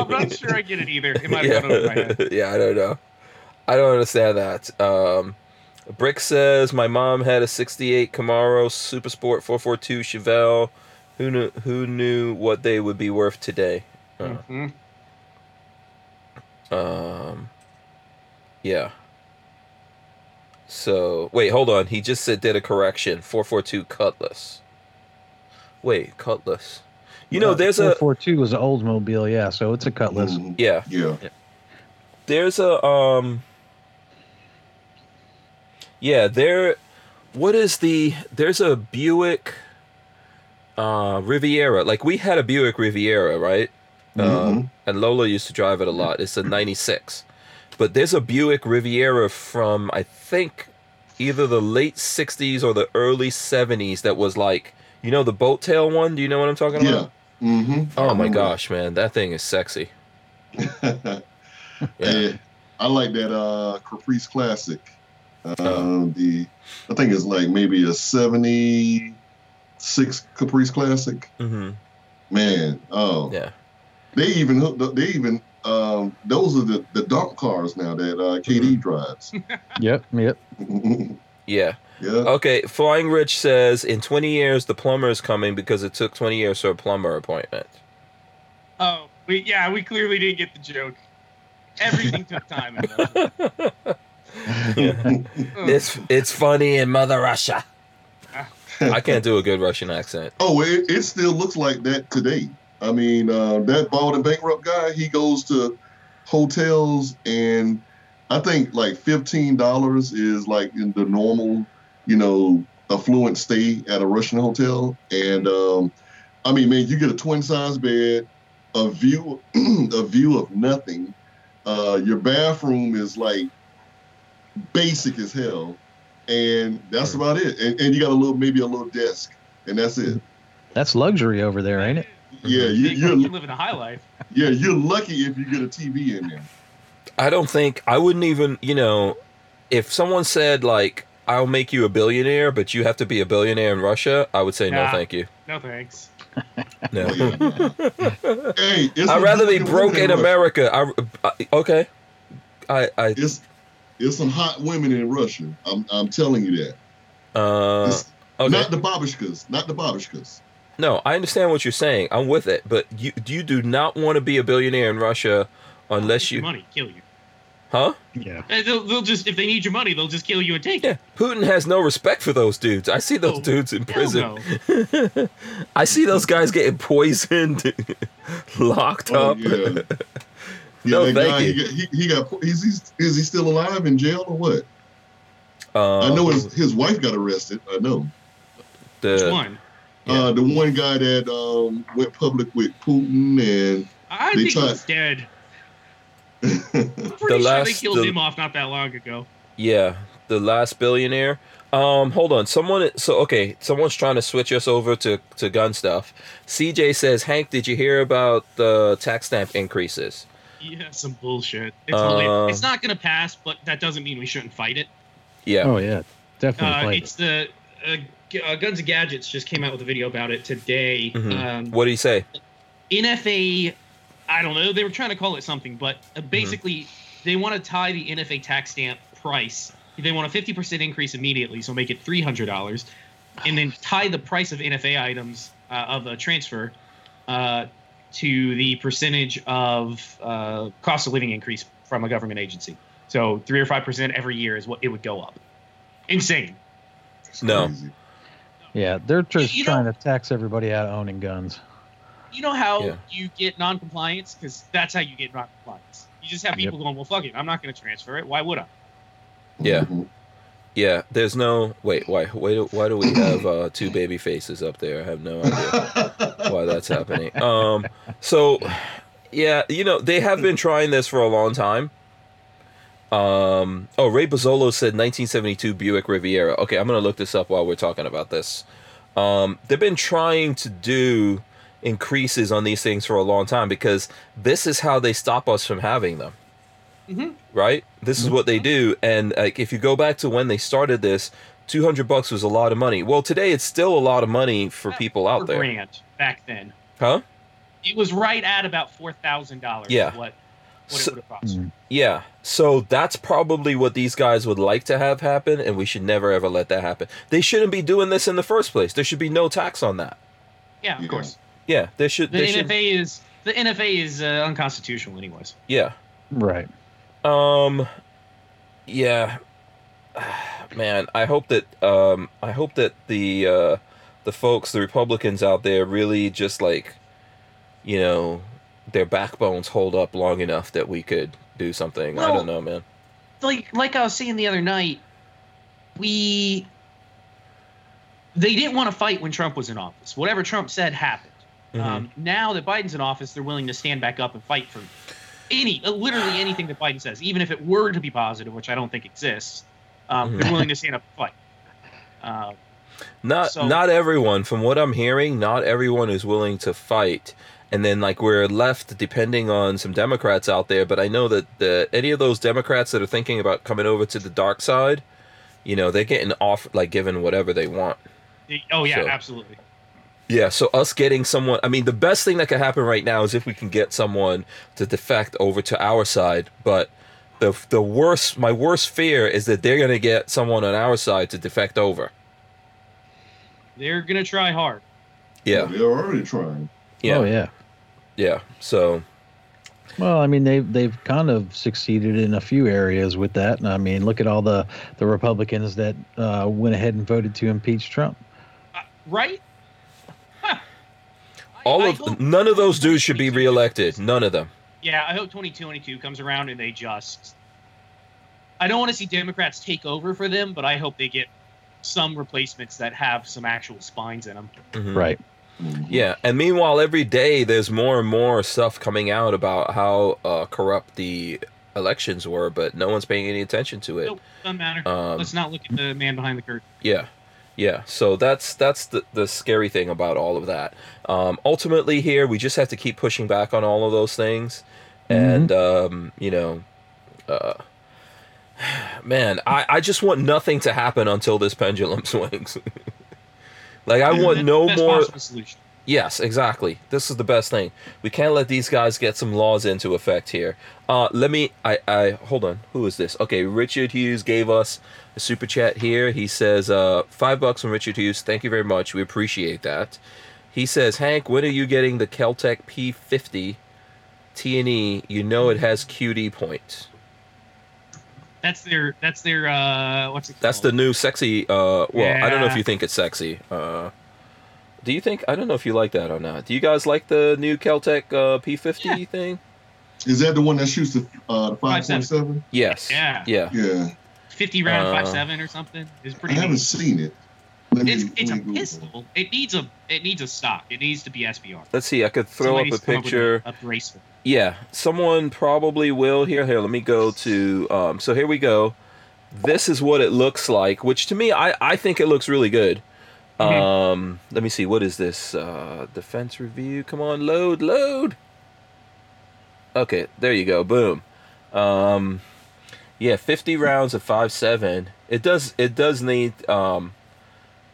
not sure I get it either. It might have gone over my
yeah.
head.
yeah, I don't know. I don't understand that. Um, Brick says my mom had a '68 Camaro Super Sport 442 Chevelle. Who knew? Who knew what they would be worth today? Uh,
Mhm.
um, yeah. So wait, hold on. He just said did a correction. 442 Cutlass. Wait, Cutlass. You
Uh,
know, there's a Mm-hmm.
442 was an Oldsmobile, yeah. So it's a Cutlass.
Mhm.
yeah.
Yeah.
there's a um yeah there what is the there's a buick uh riviera like we had a buick riviera right
Mm-hmm.
um, and lola used to drive it a lot it's a 96 but there's a buick riviera from i think either the late 60s or the early 70s that was like you know the boat tail one do you know what i'm talking
Yeah.
about
Mm-hmm.
oh my gosh man that thing is sexy yeah
And I like that uh, Caprice Classic. Um,
Oh.
The I think it's like maybe a '76 Caprice Classic.
hmm
Man, oh,
yeah
they even hooked up. They even um, those are the the dump cars now that uh, KD drives.
Yep, yep.
Mm-hmm. yeah
yeah,
Okay, Flying Rich says in 20 years the plumber is coming because it took 20 years for a plumber appointment.
Oh, we, yeah, we clearly didn't get the joke. Everything took time. Mm. in Russia. Ugh.
It's it's funny in Mother Russia. I can't do a good Russian accent.
Oh, it, it still looks like that today. I mean, uh, that bald and bankrupt guy, he goes to hotels and I think like $15 is like in the normal, you know, affluent stay at a Russian hotel. And um, I mean, man, you get a twin size bed, a view, a view of nothing. Uh, your bathroom is like basic as hell. And that's about it. And, and you got a little, maybe a little desk and that's it.
That's luxury over there, ain't it?
Yeah, you,
you,
you're
living a high life.
yeah you're lucky if you get a TV in there.
I don't think I wouldn't even, you know, if someone said like I'll make you a billionaire but you have to be a billionaire in Russia, I would say no
Nah.
thank you.
No thanks.
No.
hey, it's
I'd
some
rather be
good
broke
women
in
Russia.
America. I, I okay. I I
It's it's some hot women in Russia. I'm I'm telling you that.
uh
It's
okay.
Not the babushkas. Not the babushkas.
No, I understand what you're saying. I'm with it, but you you do not want to be a billionaire in Russia unless you,
money kill you.
huh?
Yeah.
Uh, They'll, they'll just if they need your money, they'll just kill you and take it.
Yeah, Putin has no respect for those dudes. I see those
Oh,
dudes in
Hell
prison. Uh,
no.
I see those guys getting poisoned, locked
Oh,
up.
yeah. Yeah,
No, thank
that guy,
you.
He got, he, he got is he is he still alive in jail or what?
Um,
I know his his wife got arrested. I know.
Which
the,
one?
Yeah.
Uh, the one guy that um, went public with Putin and
I
They
think
tried-
he's dead. I'm pretty sure they
last-
killed
the-
him off not that long ago.
yeah, the last billionaire. Um, hold on, someone. So okay, someone's trying to switch us over to to gun stuff. CJ says, Hank, did you hear about the tax stamp increases?
Yeah, some bullshit. It's,
Uh,
hilarious. it's not gonna pass, but that doesn't mean we shouldn't fight it.
Yeah.
Oh yeah, definitely.
Uh,
fight
it's the uh, G- uh, Guns and Gadgets just came out with a video about it today.
Mhm.
Um,
What do you say?
NFA, I don't know. They were trying to call it something, but uh, basically, they want to tie the NFA tax stamp price. They want a 50% increase immediately, so make it $300, and then tie the price of NFA items uh, of a transfer uh, to the percentage of uh, cost of living increase from a government agency. So three or five percent every year is what it would go up. Insane.
It's
No.
crazy.
Yeah, they're just
You know-
trying to tax everybody out of owning guns.
You know how
Yeah.
you get non-compliance because that's how you get non-compliance. You just have people going, "Well, fuck it, I'm not going to transfer it. Why would I?"
Yeah.
Mhm.
Yeah, there's no wait. Why? Why do, why do we have uh, two baby faces up there? I have no idea
Mm-hmm.
why that's happening. Um, so yeah, you know they have been trying this for a long time. Um, oh, Ray Bozzolo said 1972 Buick Riviera. Okay, I'm gonna look this up while we're talking about this. Um, they've been trying to do increases on these things for a long time because this is how they stop us from having them
Mhm.
right this is what they do and like if you go back to when they started this 200 bucks was a lot of money well today it's still a lot of money for people
Four
out there
grand back then.
huh
It was right at about four thousand dollars.
Yeah.
What? What
So-
it would have cost.
Yeah. So that's probably what these guys would like to have happen, and we should never ever let that happen. They shouldn't be doing this in the first place. There should be no tax on that.
Yeah, of
Yeah.
course.
Yeah, there should.
The
They
NFA
should
is the NFA is uh, unconstitutional, anyways.
yeah.
Right.
Um. Yeah. Man, I hope that um, I hope that the uh, the folks, the Republicans out there, really just like, you know, their backbones hold up long enough that we could do something. I
Well,
don't know, man.
like like I was saying the other night, we they didn't want to fight when Trump was in office. Whatever Trump said happened.
Mhm.
Um, now that Biden's in office, they're willing to stand back up and fight for any uh, literally anything that Biden says, even if it were to be positive, which I don't think exists. Um,
Mhm.
They're willing to stand up and fight. Uh,
Not
So-
not everyone, from what I'm hearing, not everyone is willing to fight. And then like we're left depending on some Democrats out there, but I know that the any of those Democrats that are thinking about coming over to the dark side, you know, they're getting off like given whatever they want.
they- oh yeah,
So-
absolutely.
Yeah, so us getting someone I mean the best thing that could happen right now is if we can get someone to defect over to our side, but the the worst my worst fear is that they're gonna get someone on our side to defect over.
They're gonna try hard.
Yeah.
They're already trying.
Yeah.
Oh yeah.
Yeah. So
Well, I mean they've they've kind of succeeded in a few areas with that. I mean, look at all the the Republicans that uh, went ahead and voted to impeach Trump.
right? Huh. I-
All
I
of
hope-
none of those dudes should be reelected. None of them.
Yeah, I hope 2022 comes around and they just. I don't want to see Democrats take over for them, but I hope they get some replacements that have some actual spines in them.
Mhm.
Right.
Mhm.
Yeah, and meanwhile, every day there's more and more stuff coming out about how uh, corrupt the elections were, but no one's paying any attention to it.
Nope, doesn't matter.
Um,
Let's not look at the man behind the curtain.
yeah, yeah. So that's that's the the scary thing about all of that. Um, ultimately, here we just have to keep pushing back on all of those things, and um, you know, uh, man, I I just want nothing to happen until this pendulum swings. like I want
That's
no
the best
more.
possible solution.
Yes, exactly. This is the best thing. We can't let these guys get some laws into effect here. Uh, let me. I. I. Hold on. Who is this? Okay, Richard Hughes gave us a super chat here. He says, uh, five bucks from Richard Hughes. Thank you very much. We appreciate that. He says, Hank, when are you getting the Keltec P50 T&E? E? You know it has QD point.
That's their. That's their. Uh, what's it called?
That's the new sexy. Uh, well, I don't know if
Yeah.
you think it's sexy. Uh, do you think? I don't know if you like that or not. Do you guys like the new Caltech uh, P50
Yeah.
thing?
Is that the one that shoots the uh,
Five
five
seven.
point seven?
Yes.
Yeah.
Yeah.
Yeah,
50 round
Uh,
five seven or something. It's
I
pretty. neat.
haven't seen it. Let me-
It's
let
it's a
me Google it.
pistol. It needs a it needs a stock. It needs to be SBR.
Let's see. I could throw
Somebody's
up a
come with
picture.
a, a bracelet.
Yeah, someone probably will. Here, here. Let me go to. Um, so here we go. This is what it looks like, which to me, I, I think it looks really good.
Mhm.
Um, let me see. What is this? Uh, defense review. Come on, load, load. Okay, there you go. Boom. Um, yeah, fifty rounds of five seven. It does. It does need um,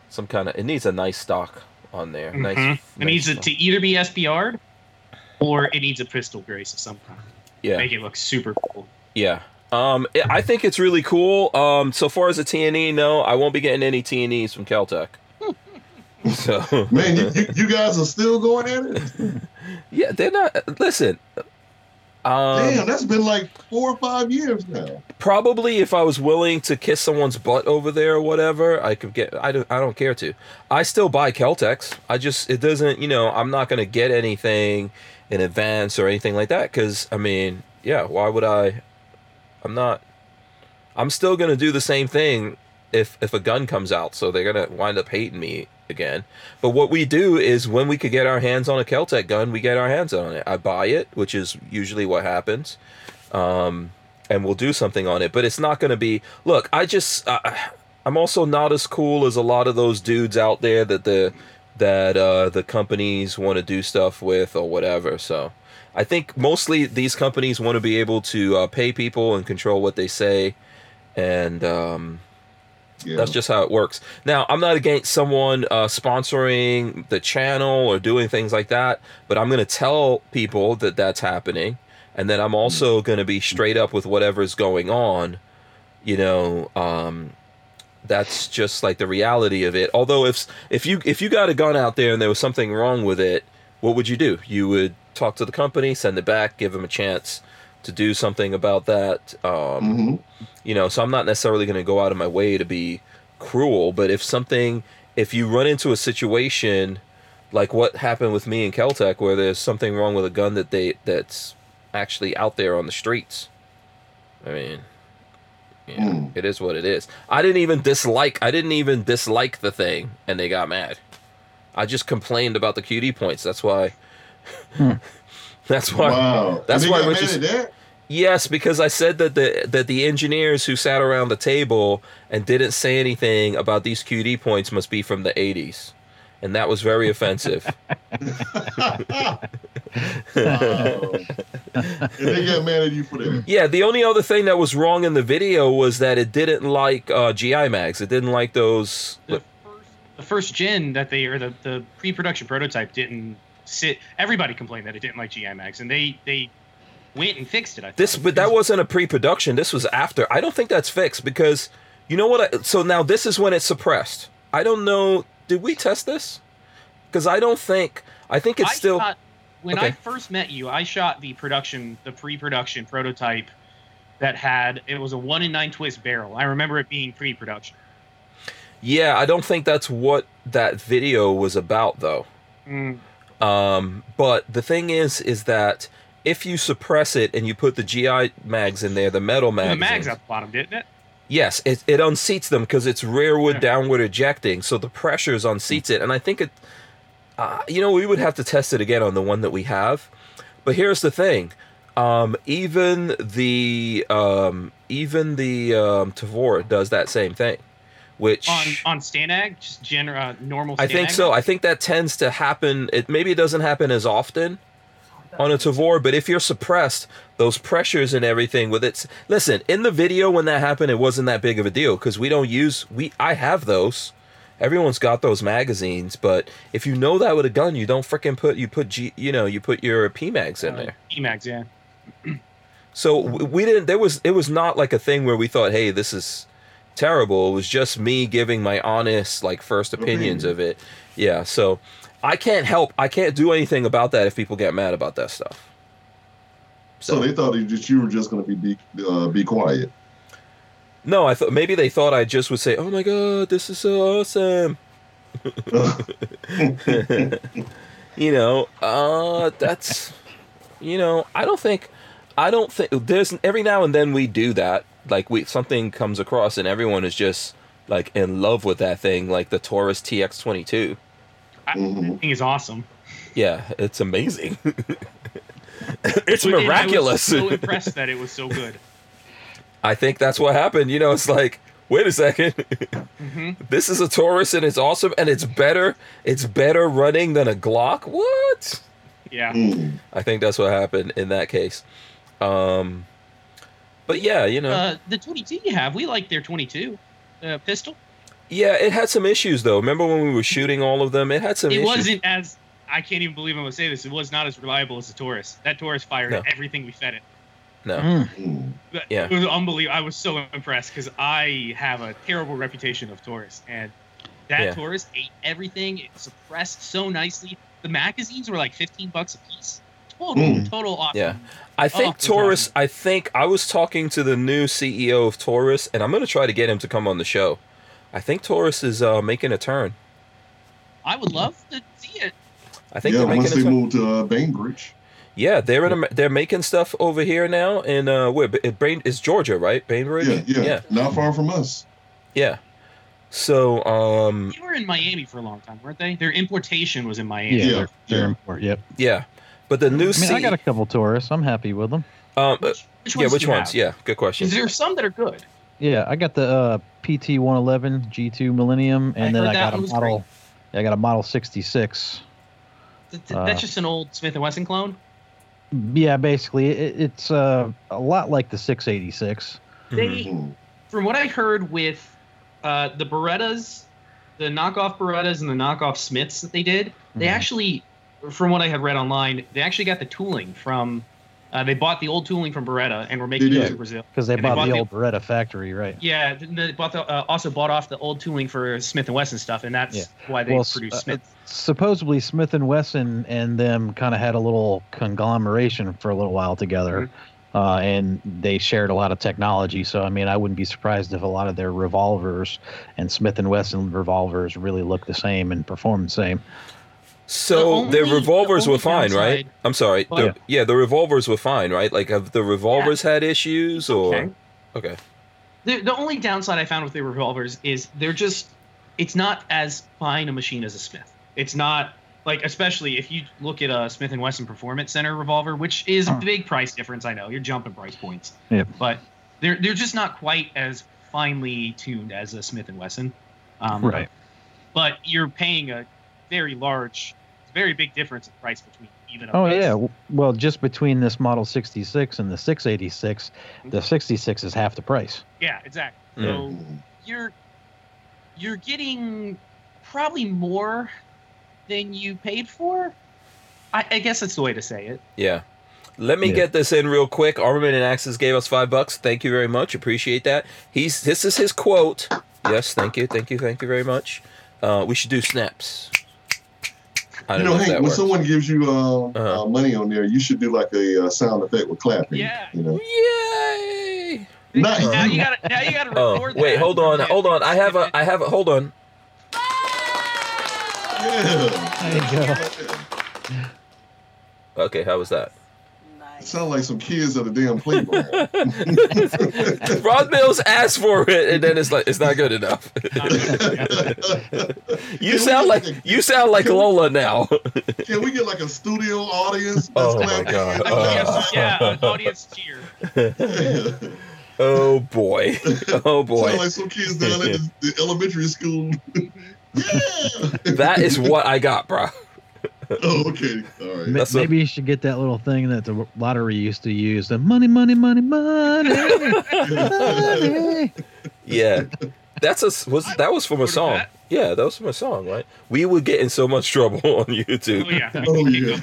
some kind of. It needs a nice stock on there. Nice.
Mhm. It
nice
needs it
stock.
to either be SBR or it needs a pistol brace of some kind.
Yeah.
Make it look super cool.
Yeah. Um, i I think it's really cool. Um, so far as a TNE, no, I won't be getting any TNEs from Caltech. so
Man, you, you, you guys are still going at it.
yeah, they're not. Listen, Um,
Damn, that's been like four or five years now.
probably if I was willing to kiss someone's butt over there or whatever, I could get. I don't. I don't care to. I still buy Keltex. I just it doesn't. You know, I'm not gonna get anything in advance or anything like that. Cause I mean, yeah, why would I? I'm not. I'm still gonna do the same thing if if a gun comes out. So they're gonna wind up hating me again. But what we do is when we could get our hands on a Keltec gun, we get our hands on it. I buy it, which is usually what happens. Um, and we'll do something on it. But it's not going to be. Look, I just uh, I'm also not as cool as a lot of those dudes out there that the that uh, the companies want to do stuff with or whatever. So I think mostly these companies want to be able to uh, pay people and control what they say, and um,
Yeah.
that's just how it works. Now, I'm not against someone uh, sponsoring the channel or doing things like that, but I'm going to tell people that that's happening. And then I'm also going to be straight up with whatever's going on. You know, um, that's just like the reality of it. Although, if if you if you got a gun out there and there was something wrong with it, what would you do? You would talk to the company, send it back, give them a chance to do something about that. Um,
hmm
you know so i'm not necessarily going to go out of my way to be cruel but if something if you run into a situation like what happened with me in Keltec where there's something wrong with a gun that they that's actually out there on the streets i mean yeah,
Mm.
it is what it is i didn't even dislike i didn't even dislike the thing and they got mad i just complained about the qd points that's why that's why
Wow.
That's
And they
why
got
we're
mad
just-
at that?
Yes, because I said that the that the engineers who sat around the table and didn't say anything about these QD points must be from the 80s. And that was very offensive.
Wow. and they got mad at you for that.
yeah, the only other thing that was wrong in the video was that it didn't like uh, GI mags. It didn't like those.
the first, the first gen that they or the, the pre-production prototype didn't sit. Everybody complained that it didn't like GMX, and they they went and fixed it. I
This,
thought.
but that wasn't a pre-production. This was after. I don't think that's fixed because you know what? I, so now this is when it's suppressed. I don't know. Did we test this? Because I don't think. I think it's
I uh,
still.
shot- when I
Okay.
first met you, I shot the production, the pre-production prototype that had it was a one in nine twist barrel. I remember it being pre-production.
Yeah, I don't think that's what that video was about, though.
Mm,
Um, but the thing is, is that if you suppress it and you put the GI mags in there, the metal
the
mags,
mags at the bottom, didn't it?
yes, it, it unseats them because it's rearward
Yeah.
downward ejecting, so the pressures unseats it. And I think it, uh, you know, we would have to test it again on the one that we have. But here's the thing: um, even the um, even the um, Tavor does that same thing, which
On on Stanag, just general uh, normal. Stanag?
I think so. I think that tends to happen. It maybe it doesn't happen as often on a Tavor, but if you're suppressed, those pressures and everything with it. Listen, in the video when that happened, it wasn't that big of a deal because we don't use we. I have those. Everyone's got those magazines, but if you know that with a gun, you don't frickin' put you put G, you know you put your P mags in there.
Emags, yeah.
So w- we didn't. There was it was not like a thing where we thought, hey, this is terrible. It was just me giving my honest like first opinions of it. Yeah. So I can't help. I can't do anything about that if people get mad about that stuff.
So they thought that you were just going to be be, uh, be quiet.
No, I thought maybe they thought I just would say, "Oh my god, this is so awesome." you know, uh that's you know, I don't think I don't think there's every now and then we do that. Like we something comes across and everyone is just like in love with that thing, like the Taurus TX22.
I,
Mhm.
that thing is awesome.
Yeah, it's amazing. it's
But it-
miraculous.
I was so impressed that it was so good.
I think that's what happened. You know, it's like, wait a second.
hmm
this is a Taurus and it's awesome and it's better it's better running than a Glock. What?
Yeah.
Mm.
I think that's what happened in that case. Um but yeah, you know.
Uh, the 22 you have, we like their 22 uh, pistol.
yeah, it had some issues though. Remember when we were shooting all of them? It had some
It
issues.
wasn't as I can't even believe I'm gonna say this. It was not as reliable as the Taurus. That Taurus fired
No.
at everything we fed it. Mm-hmm.
no.
Mm.
Mm.
That-
Yeah.
It was unbelievable. I was so impressed because I have a terrible reputation of Taurus, and that
Yeah.
Taurus ate everything. It suppressed so nicely. The magazines were like 15 bucks a piece. Total,
Mm.
total awesome.
Yeah. I think
it's
Taurus. I think I was talking to the new CEO of Taurus, and I'm going to try to get him to come on the show. I think Taurus is uh, making a turn.
I would love to see it.
I think
Yeah,
they're making
once
a
they
turn.
moved to uh, Bainbridge.
Yeah, they're in. A, they're making stuff over here now, and uh, where Ba- Bain, it's Georgia, right? Bainbridge.
Yeah, yeah,
yeah,
Not far from us.
yeah. So, um,
They were in Miami for a long time, weren't they? Their importation was in Miami.
Yeah,
Yeah,
they're, they're
yeah.
important. Yep.
yeah, but the new
I mean, I
CEO
got a couple Taurus. I'm happy with them.
um, uh,
Which, which
yeah,
ones
which
do you
ones?
have?
Yeah, good question.
'Cause there are some that are good.
Yeah, I got the uh, PT 111 G2 Millennium, and
I
then
heard that
I got a
one was
model. Yeah, I got a model 66.
Th- th-
Uh,
That's just an old Smith and Wesson clone.
Yeah, basically, it, it's uh, a lot like the 686. Mm-hmm.
Mhm.
They,
Mm,
from what I heard with uh, the Berettas, the knockoff Berettas and the knockoff Smiths that they did, they
Mhm.
actually, from what I had read online, they actually got the tooling from. Uh, they bought the old tooling from Beretta and were making
They
it
did.
in Brazil.
Because they,
And they
bought
bought
the
the-
old Beretta factory, right?
Yeah, th- they bought the, uh, also bought off the old tooling for Smith and Wesson stuff, and that's
Yeah.
why they
Well, s-
produced
uh,
Smith.
Supposedly, Smith and Wesson and them kind of had a little conglomeration for a little while together, uh, and they shared a lot of technology. So, I mean, I wouldn't be surprised if a lot of their revolvers and Smith and Wesson revolvers really look the same and perform the same.
So
The
their
only-
revolvers
the
were
only
fine, right?
downside-
I'm sorry.
Oh,
the,
yeah.
yeah. the revolvers were fine, right? Like have the revolvers had issues or
Okay.
okay.
The, the only downside I found with the revolvers is they're just, it's not as fine a machine as a Smith. It's not like, especially if you look at a Smith and Wesson Performance Center revolver, which is a big price difference. I know you're jumping price points,
Hmm. Yep.
but they're they're just not quite as finely tuned as a Smith and Wesson. Um, But you're paying a very large, very big difference in price between even. a
Oh
base-
yeah. W- Well, just between this model 66 and the 686, the 66 is half the price.
yeah, exactly.
Mm.
So you're you're getting probably more than you paid for. I, I guess that's the way to say it.
Yeah. Let me
Yeah.
get this in real quick. Armament and Axis gave us five bucks. Thank you very much. Appreciate that. He's this is his quote. Yes, thank you, thank you, thank you very much. Uh, we should do snaps. I
You
don't know,
know,
if
Hank,
that
when
works.
someone gives you uh,
Uh-huh.
uh, money on there, you should do like a uh, sound effect with clapping.
Yeah.
You know,
Yay!
Not
Now
you.
you gotta now you gotta
Oh
record.
wait,
that.
hold on, hold on. I have a, I have a. Hold on.
Yeah.
There you go.
Okay, how was that?
Sound like some kids at a damn playground.
Rod Mills asked for it, and then it's like it's not good enough.
Can we
You sound like
get
you sound like Lola now.
a- Can we get like a studio audience?
Oh, my
clapping?
God. Uh,
An audience, yeah, an audience cheer.
Oh boy, oh
Sound
boy,
like some kids down at the, the elementary school. yeah.
that is what I got, bro.
Oh, okay. All right.
Ma-
That's a-
Maybe you should get that little thing that the lottery used to use. The money, money, money, money, money.
Yeah, that's a was that was from a song. Yeah, that was from a song, right? We would get in so much trouble on
Oh
YouTube.
yeah.
Oh yeah.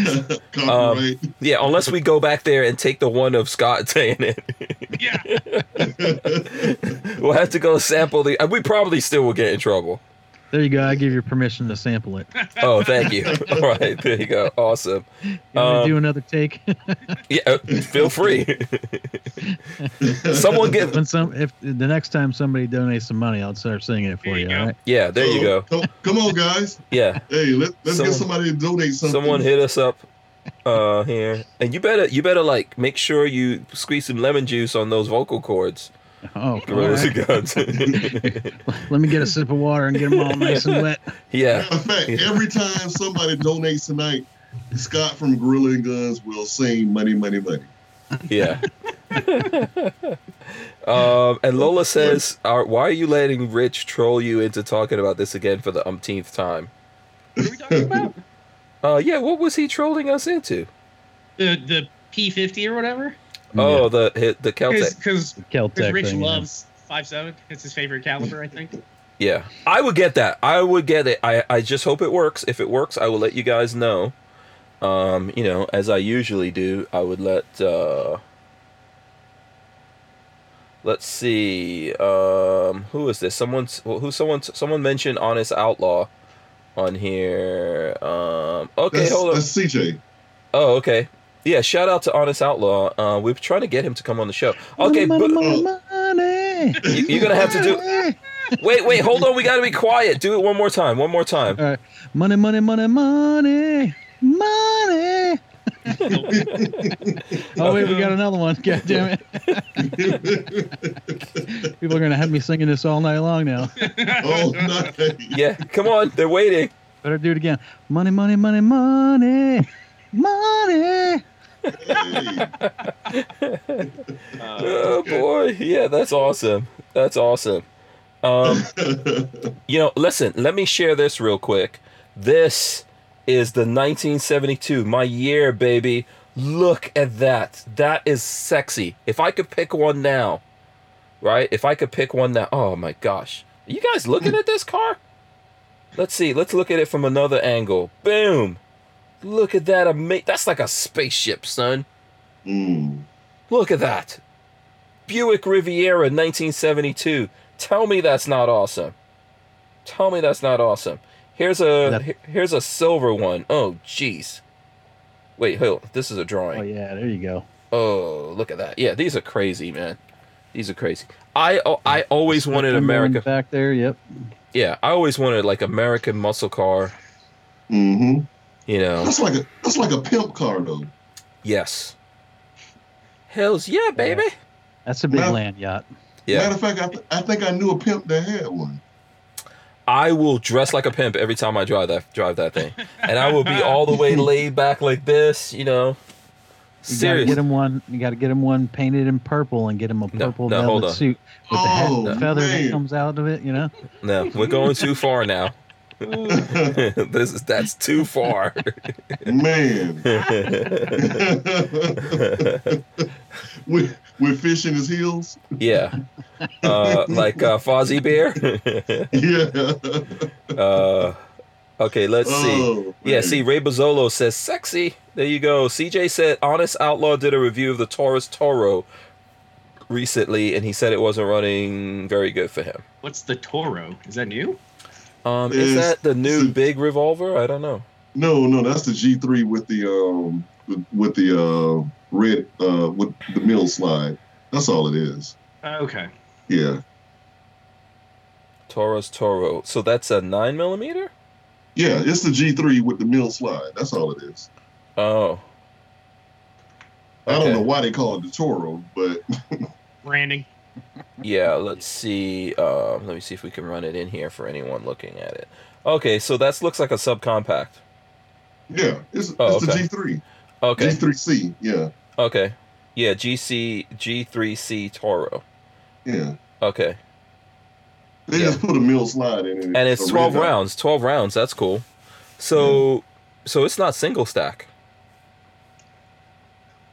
Copyright.
Yeah, unless we go back there and take the one of Scott saying it,
yeah.
we'll have to go sample the. We probably still will get in trouble.
There you go. I give you permission to sample it. You
Oh, thank you. All right, there you go. Awesome.
want to
Um,
do another take?
Yeah, uh, feel free. um, Someone give.
when some, if the next time somebody donates some money, I'll start singing it for
There
you.
you
All right.
Yeah, there you go.
Come, come on, guys.
Yeah,
Hey, let, let's
Someone-
get somebody to donate something.
someone hit us up uh here, and you better you better like make sure you squeeze some lemon juice on those vocal cords.
Oh, all
Gorillas
right.
and guns.
let me get a sip of water and get them all nice and wet.
yeah,
In fact, every time somebody donates tonight, Scott from Gorilla and Guns will sing "Money, Money, Money."
yeah. um, and Lola says, "Are- "Why are you letting Rich troll you into talking about this again for the umpteenth time?"
What are we talking about?
Uh, yeah, what was he trolling us into?
The the P fifty or whatever.
Oh, the hit- the Caltech.
Because
Yeah, Caltech
Rich
thing, yeah.
loves five seven. It's his favorite caliber, I think.
Yeah, I would get that. I would get it. I, I just hope it works. If it works, I will let you guys know. Um, you know, as I usually do, I would let. Uh, let's see. Um, who is this? Someone's who? Someone? Someone mentioned Honest Outlaw on here. Um, okay,
That's,
hold on.
that's CJ.
Oh, okay. Yeah, shout out to Honest Outlaw. Uh, we we're trying to get him to come on the show. Okay,
money,
but
money, money.
you- you're gonna have to do. Wait, wait, hold on. We gotta be quiet. Do it one more time. One more time.
All right. Money, money, money, money, money. Oh wait, we got another one. God damn it! People are gonna have me singing this all night long now.
oh, nice.
Yeah, come on. They're waiting.
Better do it again. Money, money, money, money, money.
Hey.
Oh boy, yeah, that's awesome. That's awesome. Um, you know, listen. Let me share this real quick. This is the 1972, my year, baby. Look at that. That is sexy. If I could pick one now, right? If I could pick one now. Oh my gosh, Are you guys looking at this car? Let's see. Let's look at it from another angle. Boom. Look at that. Ama- that's like a spaceship, son.
Mm.
Look at that. Buick Riviera 1972. Tell me that's not awesome. Tell me that's not awesome. Here's a
That-
he- here's a silver one. Oh jeez. Wait, hold. This is a drawing.
Oh yeah, there you go.
Oh, look at that. Yeah, these are crazy, man. These are crazy. I al- I always wanted
Remember when
America.
back there. Yep.
Yeah, I always wanted like American muscle car,
hmm
you know.
That's like a that's like a pimp car though.
Yes. Hells yeah, baby.
That's a big
Well-
land yacht.
Yeah.
Matter of fact, I, th- I think I knew a pimp that had one.
I will dress like a pimp every time I drive that drive that thing, and I will be all the way laid back like this, you know.
You gotta get
Seriously,
him one. You gotta get him one painted in purple and get him a
No,
purple
no, hold
velvet
on.
suit with the hat and
Oh,
the feather
man.
that comes out of it. You know.
no, we're going too far now. this is that's too far.
Man, with with fish in his heels.
yeah, uh, like uh, Fozzie Bear.
Yeah.
uh, okay, let's see.
Oh,
Yeah,
man.
see, Ray Bozzolo says sexy. There you go. CJ said Honest Outlaw did a review of the Taurus Toro recently, and he said it wasn't running very good for him.
What's the Toro? Is that new?
Um, is
Is-
that the new
is-
big revolver? I don't know.
No, no, that's the G three with the um with the uh red uh with the middle slide. That's all it is.
Uh, okay.
Yeah.
Toro's Toro. So that's a nine millimeter.
Yeah, it's the G three with the middle slide. That's all it is.
Oh,
I
Okay.
don't know why they call it the Toro, but
Branding.
yeah. Let's see. Um, let me see if we can run it in here for anyone looking at it. Okay, so that looks like a subcompact.
yeah, it's,
Oh,
it's
okay.
the G three. G
Okay.
three C. Yeah,
Okay. Yeah. GC G3C Toro.
yeah.
Okay.
They
Yeah.
just put a middle slide in it.
And it's
a
twelve
red dot.
rounds. Twelve rounds. That's cool.
Hmm.
So, so it's not single stack.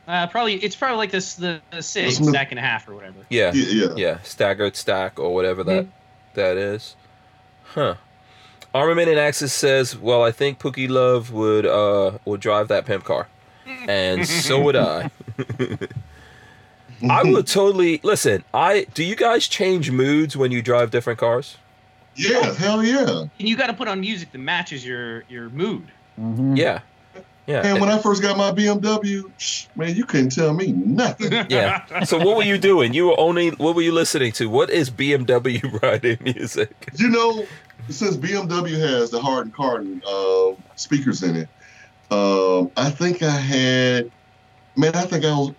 Uh, probably it's probably like this the, the six
Listen to-
stack and a half or whatever.
Yeah.
Yeah, yeah.
yeah staggered stack or whatever that that is huh armament and axis says well i think pookie love would uh would drive that pimp car and so would i i would totally listen i do you guys change moods when you drive different cars
Yeah, hell yeah.
And you got to put on music that matches your your mood.
Mm-hmm.
yeah yeah
And when I first got my BMW, shh, man, you couldn't tell me nothing.
yeah so what were you doing you were only what were you listening to what is bmw riding music
you know, since BMW has the Hardin Cardin uh, speakers in it, um, I think I had, man, I think I was,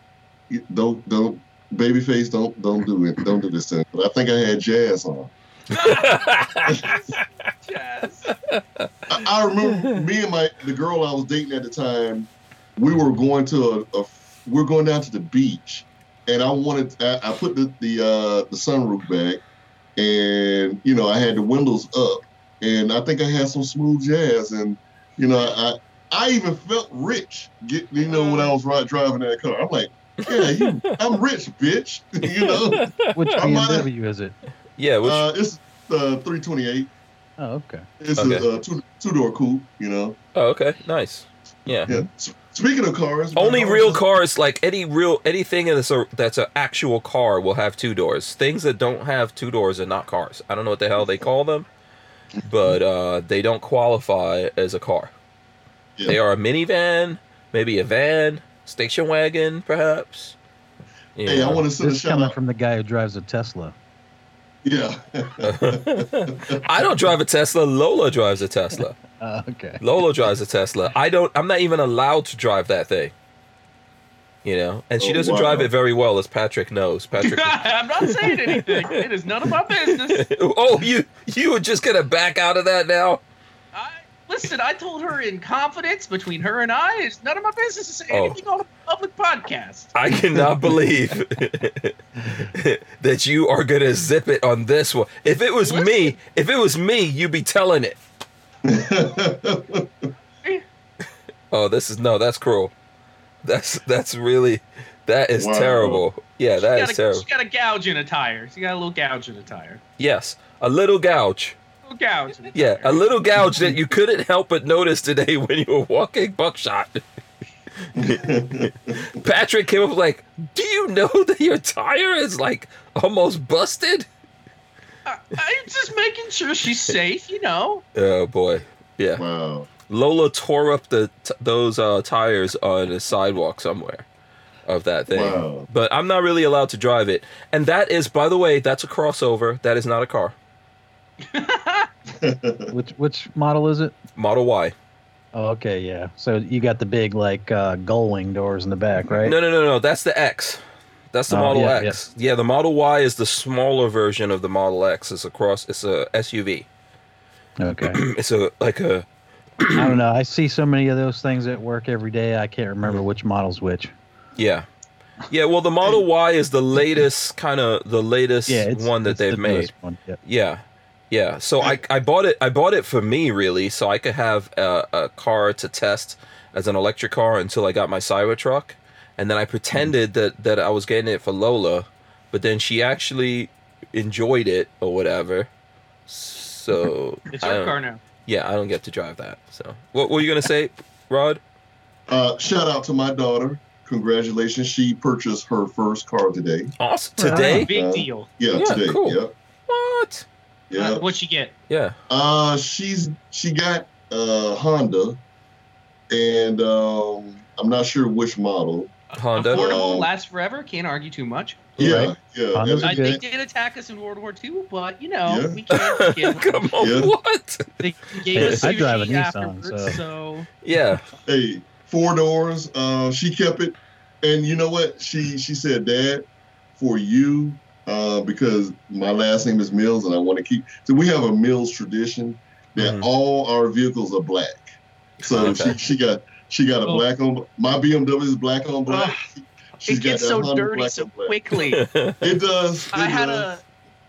don't, don't, babyface, don't, don't do it, don't do this thing. But I think I had jazz on.
Yes.
I, I remember me and my the girl I was dating at the time. We were going to a, a we are going down to the beach, and I wanted I, I put the the uh, the sunroof back, and you know I had the windows up, and I think I had some smooth jazz, and you know I I, I even felt rich. Get you know when I was right driving that car, I'm like. Yeah, you, I'm rich, bitch. you know,
Which
I might have-
BMW is it?
yeah which,
uh, it's uh, 328.
Oh, okay.
It's
Okay.
a uh, two two door coupe. You know,
oh, okay nice yeah
Yeah. S- Speaking of cars, my
Only
car
real
just-
cars, like any real anything that's a that's an actual car, will have two doors. Things that don't have two doors are not cars. I don't know what the hell they call them, but uh, they don't qualify as a car.
Yeah.
They are a minivan. maybe a van, station wagon, perhaps. You
Hey, I
know.
want to send a
This is
shout
coming
out.
from the guy who drives a Tesla.
Yeah.
I don't drive a Tesla. Lola drives a Tesla.
Uh, okay.
Lola drives a Tesla. I don't. I'm not even allowed to drive that thing. You know, and she
Oh,
doesn't
wow.
drive it very well, as Patrick knows. Patrick.
I'm not saying anything. It is none of my business.
oh, you you were just gonna back out of that now?
I, listen, I told her in confidence between her and I, it's none of my business to say
Oh. Ah,
anything on a public podcast.
I cannot believe that you are gonna zip it on this one. If it was me, if it was me, you'd be telling it. Oh, this is no, that's cruel. That's that's really that is
Wow.
terrible. Yeah, that
she,
is
got a,
terrible.
she got a gouge in a tire. She got a little gouge in a tire.
Yes, a little gouge.
Little gouge. In a
Yeah, a
tire.
little gouge that you couldn't help but notice today when you were walking buckshot. Patrick came up like, "Do you know that your tire is like almost busted?"
I, I'm just making sure she's safe, you know.
Oh boy, yeah.
wow.
Lola tore up the t- those uh, tires on a sidewalk somewhere of that thing.
Wow.
But I'm not really allowed to drive it, and that is, by the way, that's a crossover. That is not a car.
Which which model is it?
Model Y.
Oh, okay, yeah. So you got the big like uh, gull wing doors in the back, right?
No, no, no, no. That's the X. That's the
Oh,
Model
yeah,
X. Yeah. the Model Y is the smaller version of the Model X. It's a cross. It's a SUV.
Okay.
It's a like a
I don't know. I see so many of those things at work every day. I can't
Mm-hmm.
remember which model's which.
yeah, yeah. Well, the Model Y is the latest kind of the latest
Yeah, it's
one that
it's
they've
the
made.
newest one, yeah.
Yeah, yeah. So I I bought it. I bought it for me really, so I could have a, a car to test as an electric car until I got my Cybertruck, and then I pretended that that I was getting it for Lola, but then she actually enjoyed it or whatever. So
It's
I
her
don't-
car now.
Yeah, I don't get to drive that. So what were you gonna say, Rod?
Uh, shout out to my daughter. Congratulations. She purchased her first car today.
Awesome
That's a
today.
big
Uh,
deal.
Yeah,
Yeah,
today.
cool.
Yep.
What?
Yeah.
Uh, what'd she get?
Yeah.
Uh, she's she got uh Honda, and um, I'm not sure which model.
Honda.
Affordable,
Uh,
lasts forever. Can't argue too much.
Yeah,
Right.
yeah.
Honda's
I,
a
and-
they
good-
did attack us in World War II, but you know
Yeah.
we can't. We can't.
Come on,
Yeah.
what?
They gave us
I
sushi
drive a Nissan,
afterwards,
so-
so
Yeah.
hey, four doors. Uh, she kept it, and you know what? She she said, "Dad, for you, uh, because my last name is Mills, and I want to keep." So we have a Mills tradition that
Mhm.
all our vehicles are black. So
Okay.
she, she got she got a
Oh. Ah,
black on my BMW is black on black. She's
it gets
that
so
Honda
dirty
black
so
on black.
quickly.
It does. It
I had
does.
a.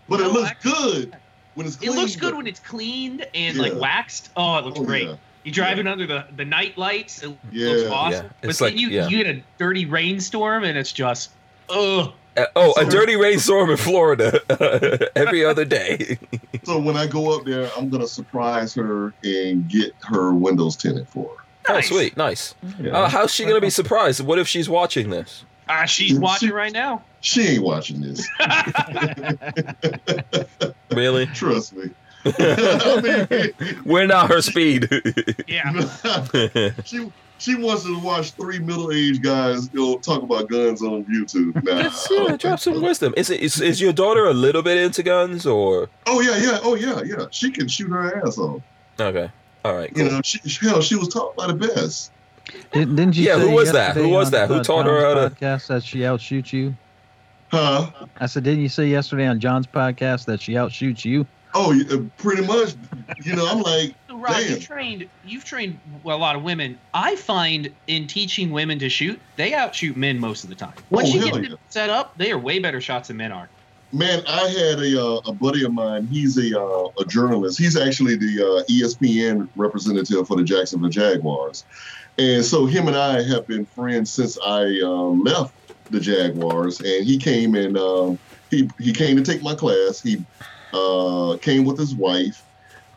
But it
no,
looks
actually-
good when it's
It
clean.
looks good when it's cleaned and
Yeah.
like waxed. Oh, it looks
Oh,
great.
yeah.
You drive it under the the night lights. It
Yeah.
looks awesome.
Yeah.
But
It's
then
like-
you
yeah.
you get a dirty rainstorm and it's just ugh.
Uh, oh, a
So-
dirty rainstorm in Florida uh, every other day.
So when I go up there, I'm gonna surprise her and get her windows tinted for her.
Oh,
Nice.
sweet, nice.
Yeah.
Uh, how's she gonna be surprised? What if she's watching this?
Ah, she's watching right now.
She ain't watching this.
Really?
Trust me. I mean,
We're not her speed.
Yeah.
she she wants to watch three middle aged guys you know, talk about guns on YouTube. Nah,
Just,
I don't
yeah,
think
drop some
so.
wisdom. Is, it, is is your daughter a little bit into guns or?
Oh yeah, yeah, oh yeah, yeah. She can shoot her ass off.
Okay, all right.
You know, she, hell, she was taught by the best.
Didn't, didn't you?
Yeah,
say
who was that?
yesterday
Who was
on,
that? Who
uh,
taught her
John's
how to-
Podcast that she outshoots you.
Huh?
I said, didn't you say yesterday on John's podcast that she outshoots you?
Oh, yeah, pretty much. You know, I'm like,
So, Rob, you
Damn.
trained you've trained a lot of women. I find in teaching women to shoot, they outshoot men most of the time. Once
Oh,
you
hell
get them
yeah.
set up, they are way better shots than men are.
Man, I had a uh, a buddy of mine. He's a uh, a journalist. He's actually the uh, ESPN representative for the Jacksonville Jaguars, and so him and I have been friends since I uh, left the Jaguars. And he came and um, he he came to take my class. He uh, came with his wife,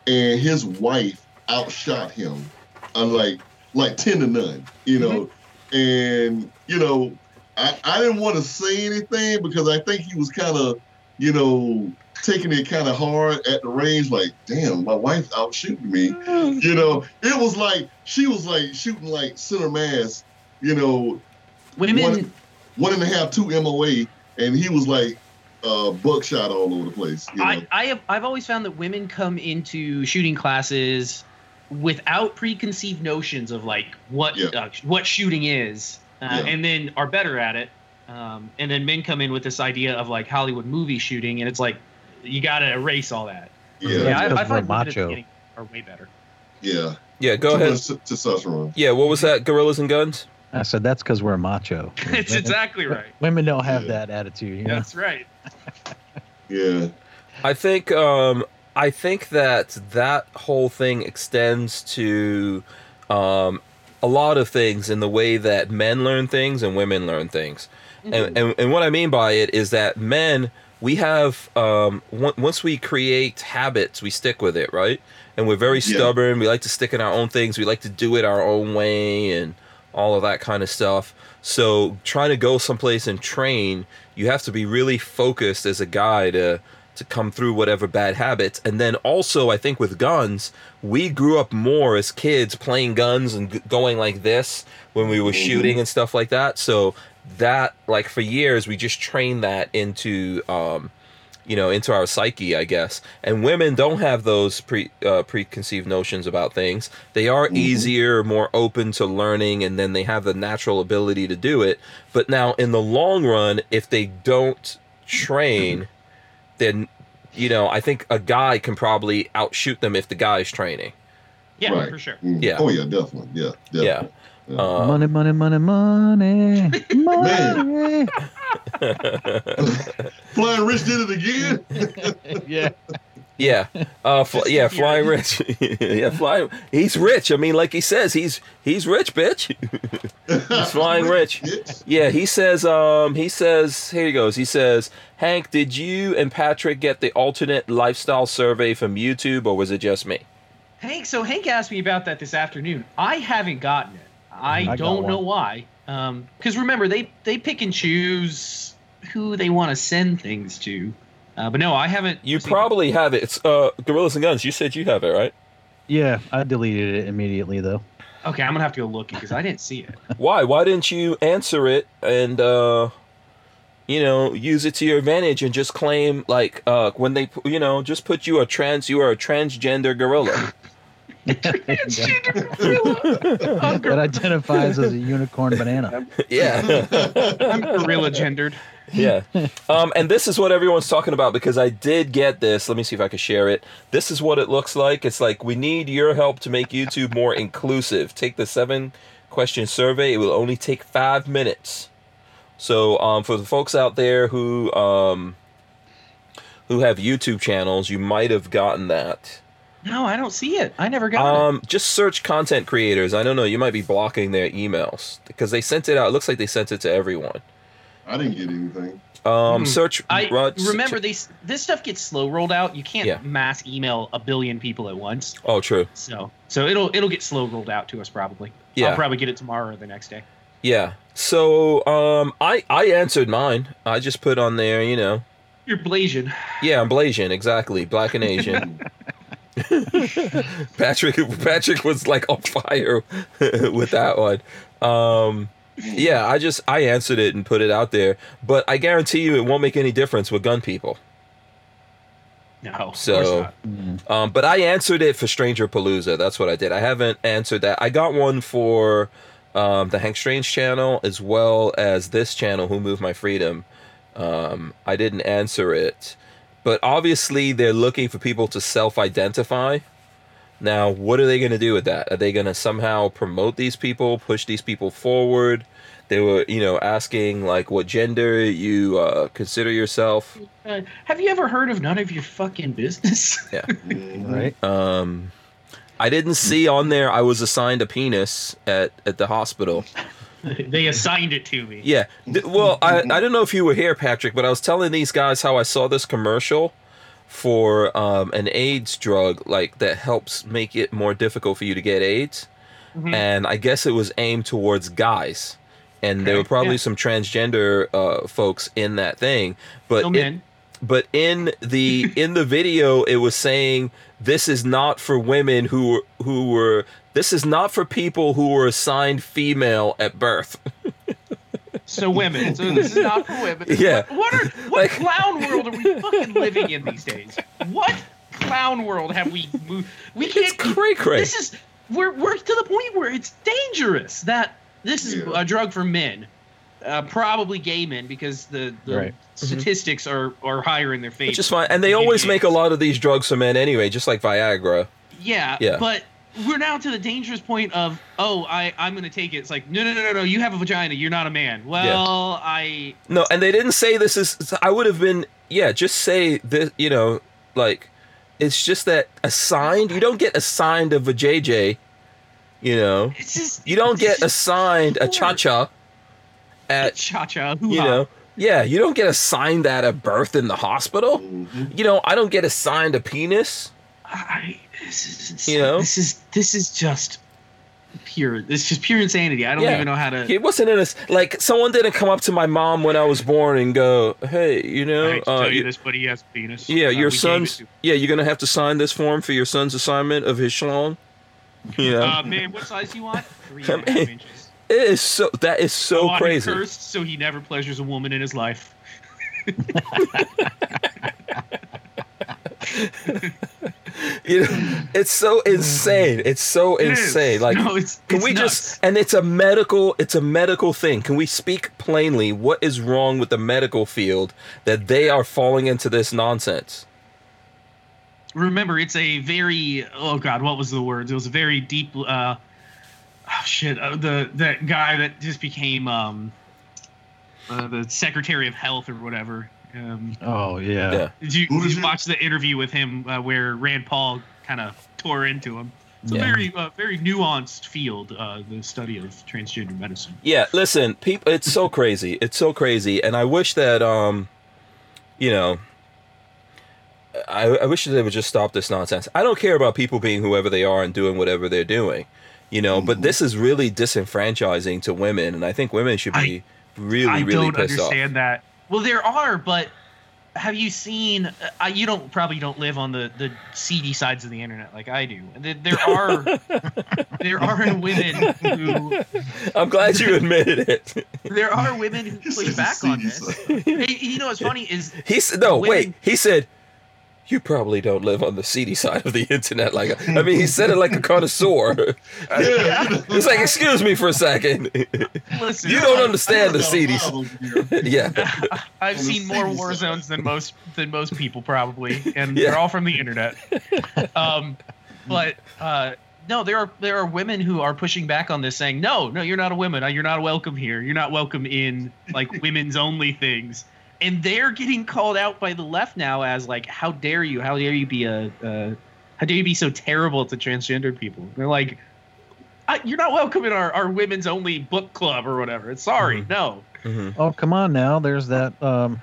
and his wife outshot him, uh, like like ten to none. You know, and you know I, I didn't want to say anything because I think he was kind of, you know, taking it kind of hard at the range. Like, damn, my wife
Mm.
out shooting me. You know, it was like she was like shooting like center mass you know,
Women,
One- one and a half, two MOA, and he was like uh, buckshot all over the place. You know?
I, I have I've always found that women come into shooting classes without preconceived notions of like what
Yeah.
uh, what shooting is, uh,
Yeah.
and then are better at it. Um, and then men come in with this idea of like Hollywood movie shooting, and it's like you got to erase all that.
yeah,
That's
yeah.
Yeah, I, I
'cause
find
we're
women at the
macho.
beginning are way better.
Yeah, go
Too
ahead.
much t- testosterone.
Yeah, what was that? Gorillas and guns.
I said that's because we're macho.
That's
Women-
exactly right.
Women don't have
Yeah.
that attitude. You know?
That's right.
Yeah,
I think um, I think that that whole thing extends to um, a lot of things in the way that men learn things and women learn things. And, and and what I mean by it is that men we have um, on- once we create habits, we stick with it, right? And we're very
Yeah.
stubborn. We like to stick in our own things. We like to do it our own way and all of that kind of stuff. So trying to go someplace and train, you have to be really focused as a guy to to come through whatever bad habits. And then also, I think with guns, we grew up more as kids playing guns and g- going like this when we were
Mhm.
shooting and stuff like that. So that like for years we just trained that into um you know into our psyche i guess and women don't have those pre uh, preconceived notions about things they are
Mhm.
easier more open to learning and then they have the natural ability to do it but now in the long run if they don't train
Mm-hmm.
then you know i think a guy can probably outshoot them if the guy's training
Yeah,
Right.
for sure.
Mm.
Yeah.
Oh yeah, definitely. Yeah, definitely.
Yeah.
Yeah.
um,
money, money, money, money, money.
Flying Rich did it again.
yeah,
Yeah. Uh, fl-
Just
yeah,
to hear
flying
it.
rich. yeah, flying. He's rich. I mean, like he says, he's he's rich, bitch. He's flying rich.
Yes.
Yeah, he says. Um, he says. Here he goes. He says, Hank, did you and Patrick get the alternate lifestyle survey from YouTube, or was it just me?
Hank, so Hank asked me about that this afternoon. I haven't gotten it. I,
I got
don't
one.
know why. Because remember, they they pick and choose who they want to send things to. Uh, but no, I haven't.
You
received-
probably have it. It's uh, gorillas and guns. You said you have it, right?
yeah. I deleted it immediately though.
Okay, I'm gonna have to go look because I didn't see it.
Why? Why didn't you answer it and uh, you know use it to your advantage and just claim like uh, when they pu- you know just put you a trans you are a transgender gorilla.
that identifies as a unicorn banana.
yeah.
I'm gorilla gendered.
yeah. Um, and this is what everyone's talking about because I did get this. Let me see if I can share it. This is what it looks like. It's like we need your help to make YouTube more inclusive. Take the seven question survey. It will only take five minutes. So um, for the folks out there who um, who have YouTube channels, you might have gotten that.
No, I don't see it. I never got it.
Um, just search content creators. I don't know. You might be blocking their emails because they sent it out. It looks like they sent it to everyone.
I didn't get anything.
Um,
Hmm.
search.
I
Rod-
remember these. This stuff gets slow rolled out. You can't
Yeah.
mass email a billion people at once.
Oh, true.
So so it'll it'll get slow rolled out to us probably.
Yeah.
I'll probably get it tomorrow or the next day.
Yeah. So um, I I answered mine. I just put on there, you know.
You're Blasian.
Yeah, I'm Blasian, exactly. Black and Asian. Patrick Patrick was like on fire with that one. Um, yeah, I just I answered it and put it out there, but I guarantee you it won't make any difference with gun people.
No. of
So-
course not.
Mm.
Um, but I answered it for Stranger Palooza. That's what I did. I haven't answered that. I got one for um, the Hank Strange channel as well as this channel, Who Moved My Freedom. Um, I didn't answer it. But obviously, they're looking for people to self identify. Now, what are they going to do with that? Are they going to somehow promote these people, push these people forward? They were, you know, asking like what gender you uh, consider yourself.
Uh, have you ever heard of none of your fucking business?
right.
Right?
Um, I didn't see on there. I was assigned a penis at at the hospital.
they assigned it to me.
Yeah. Th- Well, I I don't know if you were here, Patrick, but I was telling these guys how I saw this commercial for um, an AIDS drug like that helps make it more difficult for you to get AIDS,
Mhm.
and I guess it was aimed towards guys. And there
Okay,
were probably
yeah.
some transgender uh, folks in that thing, but
No
it-
men.
but in the in the video it was saying this is not for women who who were This is not for people who were assigned female at birth.
So women.
So this is not for women.
Yeah.
What are what
Like-
clown world are we fucking living in these days? What clown world have we moved? We
It's
can't.
cray cray.
This is we're we're to the point where it's dangerous that this is
Yeah.
a drug for men, uh, probably gay men because the, the
Right.
statistics are are higher in their favor.
Mm-hmm. Which is fine. And they always make a lot of these drugs for men anyway, just like Viagra.
Yeah,
Yeah.
But we're now to the dangerous point of oh I I'm gonna take it. It's like no no no no no you have a vagina you're not a man. Well I
No, and they didn't say this is. I would have been, yeah, just say this, you know, like, it's just that assigned. You don't get assigned a vajayjay, you know.
it's just
You don't
it's
get
just-
assigned a cha cha at,
cha cha
you know, yeah, you don't get assigned that at birth in the hospital.
Mhm.
You know, I don't get assigned a penis.
I, this is insane.
You know?
this is this is just pure. This is just pure insanity. I don't
Yeah.
even know how to.
It wasn't in a s- like someone didn't come up to my mom when I was born and go, "Hey, you know,
I hate to
uh,
tell you
you-
this, but he has a penis.
yeah,
Uh, we
your
gave it
son's
to him.
yeah, you're gonna have to sign this form for your son's assignment of his schlong." You know,
Uh, man, what size you want? Three and a
I
half
mean,
inches.
it is so that is so
Oh, I'm
crazy.
Cursed, so he never pleasures a woman in his life.
You know, it's so insane. It's so
It is.
insane. Like,
no, it's,
can
it's
we
nuts.
just and it's a medical it's a medical thing. Can we speak plainly? What is wrong with the medical field that they are falling into this nonsense?
remember? It's a very oh god, what was the words? It was a very deep. Uh, oh shit, uh, the that guy that just became um, uh, the secretary of health or whatever. Um,
Oh yeah.
Yeah.
Did you,
Who
did
is
you
it?
watch the interview with him uh, where Rand Paul kind of tore into him? It's a
Yeah.
very, uh, very nuanced field, uh, the study of transgender medicine.
Yeah, listen, people, it's so crazy. It's so crazy, and I wish that um, you know, I, I wish that they would just stop this nonsense. I don't care about people being whoever they are and doing whatever they're doing, you know.
Mm-hmm.
But this is really disenfranchising to women, and I think women should be really,
I
really
don't
pissed
understand that. Well, there are, but have you seen? Uh, I- you don't probably don't live on the the seedy sides of the internet like I do. And There, there are there are women who
off. I'm glad you admitted it.
there are women who
This
push
is
back on
serious.
this. Hey, you know what's funny is
He said, "No, wait."
Women-
He said. You probably don't live on the seedy side of the internet, like I mean, he said it like a connoisseur.
Yeah, you know,
It's like, excuse me for a second.
listen,
You don't
I-
understand the
I got a lot
seedy. side.
of them here.
Yeah.
I've
On the
seen more
city
war
side.
zones than most than most people probably, and
Yeah.
they're all from the internet. Um, but uh, no, there are there are women who are pushing back on this, saying, "No, no, you're not a woman. Uh, You're not welcome here. You're not welcome in like women's only things." And they're getting called out by the left now as like, "How dare you? How dare you be a uh, how dare you be so terrible to transgender people?" they're like, I, "You're not welcome in our our women's only book club or whatever." It's sorry,
Mhm.
no.
Mhm.
Oh come on now. There's that um,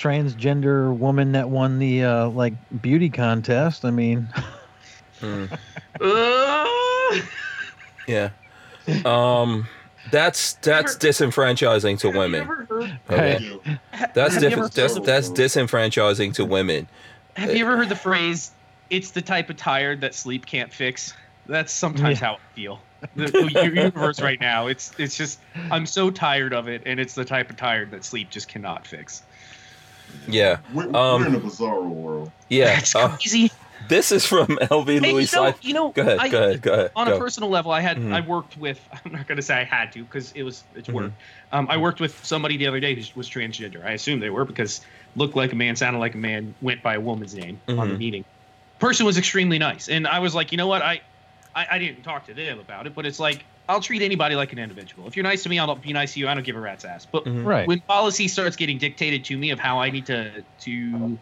transgender woman that won the uh, like beauty contest. I mean,
Mm.
Mm-hmm. Uh,
Yeah. Um that's that's disenfranchising to women.
Have you ever heard,
Okay.
Yeah.
That's
have you
different.
ever-
That's that's disenfranchising to women.
have you ever heard the phrase, it's the type of tired that sleep can't fix? That's sometimes how I feel. The, the universe right now, it's it's just I'm so tired of it, and it's the type of tired that sleep just cannot fix.
Yeah.
We're,
Um,
we're in a bizarre world.
Yeah.
That's
Uh,
crazy.
this is from LV
And you
Louis
know,
Life.
you know,
Go ahead.
I-
go ahead. Go ahead.
on
go.
a personal level, I had
Mhm.
I worked with. I'm not going to say I had to because it was it's
Mhm.
work. Um, I worked with somebody the other day who was transgender. I assume they were because looked like a man, sounded like a man, went by a woman's name on the
Mhm.
meeting. Person was extremely nice, and I was like, you know what, I, I, I didn't talk to them about it, but it's like I'll treat anybody like an individual. If you're nice to me, I'll be nice to you. I don't give a rat's ass. But
Mhm.
right.
when policy starts getting dictated to me of how I need to to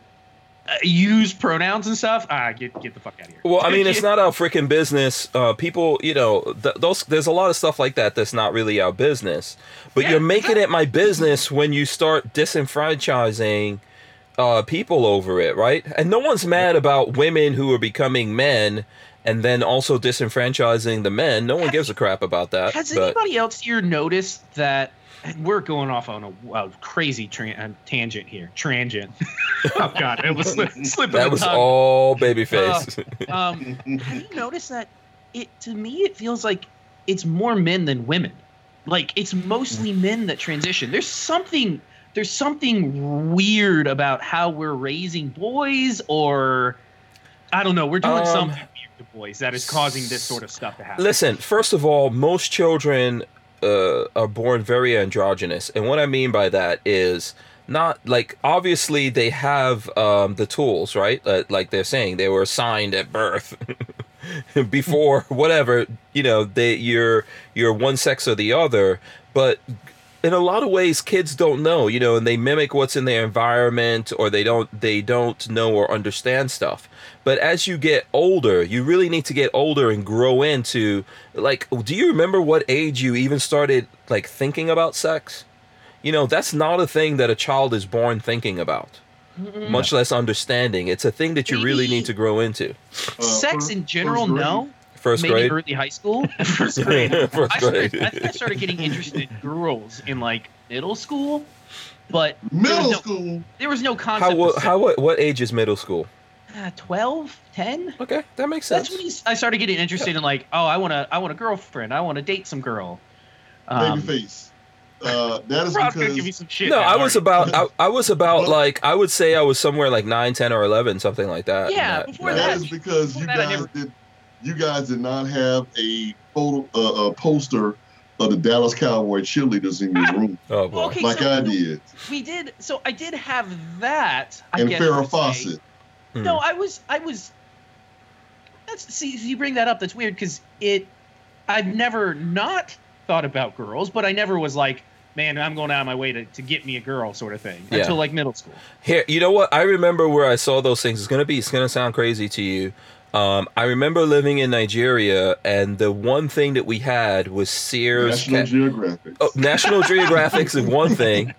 uh, use pronouns and stuff, ah, get get the fuck out of here.
Well, I mean, it's
Yeah.
not our freaking business. Uh, people, you know, th- those there's a lot of stuff like that that's not really our business. But
Yeah,
you're making it my business when you start disenfranchising uh, people over it, right? And no one's mad about women who are becoming men and then also disenfranchising the men. No one gives a crap about that.
Has
Uh, but
anybody else here noticed that and we're going off on a, a crazy tran- uh, tangent here? Tangent. oh God, it was slip, slipping.
that
the
was
tongue.
all babyface.
Uh,
Um, have you noticed that it to me it feels like it's more men than women. Like it's mostly men that transition. There's something there's something weird about how we're raising boys or I don't know, we're doing
Um,
something weird to boys that is causing this sort of stuff to happen.
Listen, first of all, most children uh, are born very androgynous, and what I mean by that is not like obviously they have um, the tools, right? Uh, like they're saying, they were assigned at birth. before whatever you know they you're you're one sex or the other but in a lot of ways kids don't know you know and they mimic what's in their environment or they don't they don't know or understand stuff but as you get older you really need to get older and grow into like do you remember what age you even started like thinking about sex you know that's not a thing that a child is born thinking about
Mm-mm.
much less understanding it's a thing that you really
Maybe-
need to grow into
Uh,
Sex
first-
in general,
first grade.
no.
first
Maybe
grade
early high school. First grade.
First
I, started,
grade.
I think I started getting interested in girls in like middle school, but there
Middle
was no,
school.
there was no concept.
how
of
what,
sex.
how what, what age is middle school
Ah, 12, 10?
okay that makes sense
That's when he's- I started getting interested in like, oh, I want to, I want a girlfriend. I want to date some girl. Um,
Babyface. Uh, that is
Rob's gonna give me
because
some shit.
no
now,
i was
aren't
about I, I was about
Well-
like i would say i was somewhere like 9 10 or 11 something like that
Yeah,
in
before
in
that
that-
is because
before
you
that I
guys
never-
did. You guys did not have a photo, uh, a poster of the Dallas Cowboy cheerleaders in your room
oh
you?
boy
Ah, Okay,
like
so
I did,
we did. So I did have that. I
and
guess
Farrah
you'd say.
Fawcett.
Hmm.
No, I was I was That's see if you bring that up that's weird cuz it I've never not thought about girls, but I never was like, man, I'm going out of my way to, to get me a girl sort of thing
Yeah.
until like middle school.
Here, you know what? I remember where I saw those things. It's gonna be. It's gonna sound crazy to you. Um, I remember living in Nigeria, and the one thing that we had was Sears.
National
Ca-
Geographic.
oh, National Geographic's is one thing.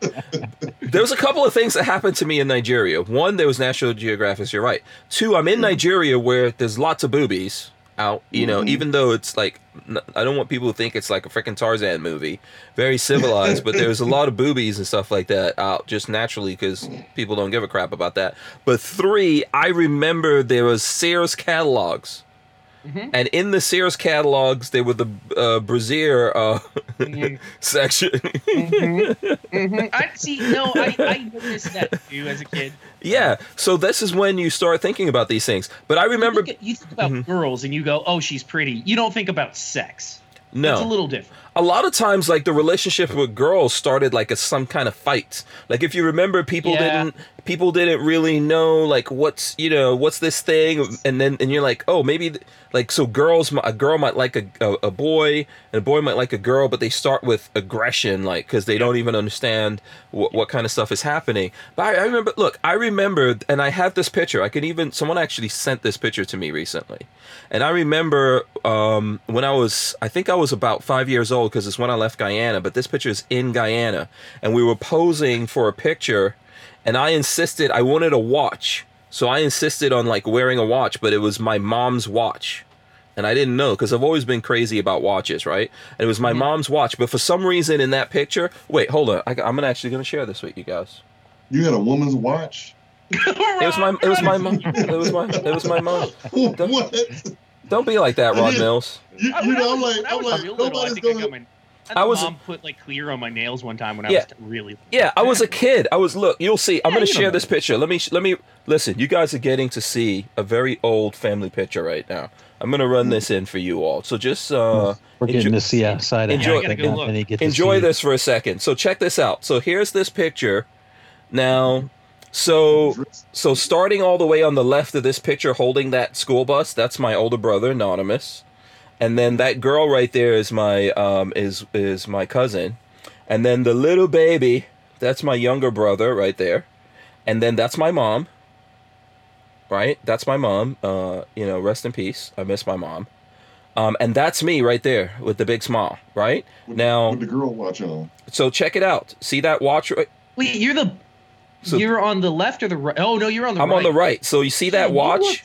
There was a couple of things that happened to me in Nigeria. One, there was National Geographic. You're right. Two, I'm in Nigeria where there's lots of boobies out. You know,
Mhm.
even though it's like n- I don't want people to think it's like a freaking Tarzan movie. Very civilized, but there's a lot of boobies and stuff like that out just naturally because people don't give a crap about that. But three, I remember there was Sears catalogs.
Mhm.
And in the Sears catalogs, there were the uh, Brazier uh, section.
I see no, I, I noticed that too as a kid.
Yeah, so this is when you start thinking about these things. But I remember
you, think- you think about
Mhm.
girls and you go, "Oh, she's pretty." You don't think about sex. It's a
no,
little different.
a lot of times like the relationship with girls started like as some kind of fight. Like if you remember, people
Yeah.
didn't people didn't really know like what's you know what's this thing, and then and you're like oh maybe th- like so girls mi- a girl might like a a, a boy and a boy might like a girl, but they start with aggression like because they don't even understand wh- what kind of stuff is happening. But I, I remember look I remember and I have this picture. I can even someone actually sent this picture to me recently. And I remember um, when I was, I think I was about five years old because it's when I left Guyana, but this picture is in Guyana. And we were posing for a picture, and I insisted, I wanted a watch. So I insisted on like wearing a watch, but it was my mom's watch. And I didn't know because I've always been crazy about watches, right? And it was my mom's watch. But for some reason in that picture, wait, hold on. I, I'm gonna actually going to share this with you guys.
You had a woman's watch.
It was my, it was my mom. It was my, it was my mom.
what?
Don't-
You,
Don't be like that, Rod
Yeah.
Mills.
you
I- when I
know, I'm
was-
like,
when I
I'm
was
like,
real little, I
nobody's
think I
gonna.
got my.
I
I
was-
was mom put like clear on my nails one time when I
Yeah.
was really.
Yeah, I was a kid. I was look. You'll see. I'm
Yeah,
gonna
you don't
share
know.
this picture. Let me let me listen. You guys are getting to see a very old family picture right now. I'm gonna run this in for you all. So just uh,
We're getting
enjoy-
to see outside.
enjoy-
I
Yeah, I
think
gotta go
not many get to
enjoy
see-
this for a second. So check this out. So here's this picture. Now, so so starting all the way on the left of this picture, holding that school bus, that's my older brother, Anonymous, and then that girl right there is my um, is is my cousin, and then the little baby, that's my younger brother right there, and then that's my mom. Right, that's my mom. Uh, you know, rest in peace. I miss my mom. Um, and that's me right there with the big smile. Right now,
With the girl watch on.
so check it out. See that watch? Right?
Wait, you're the.
So-
you're on the left or the right? Oh no, you're on the
I'm
right.
on the right. So you see that
You
watch?
look-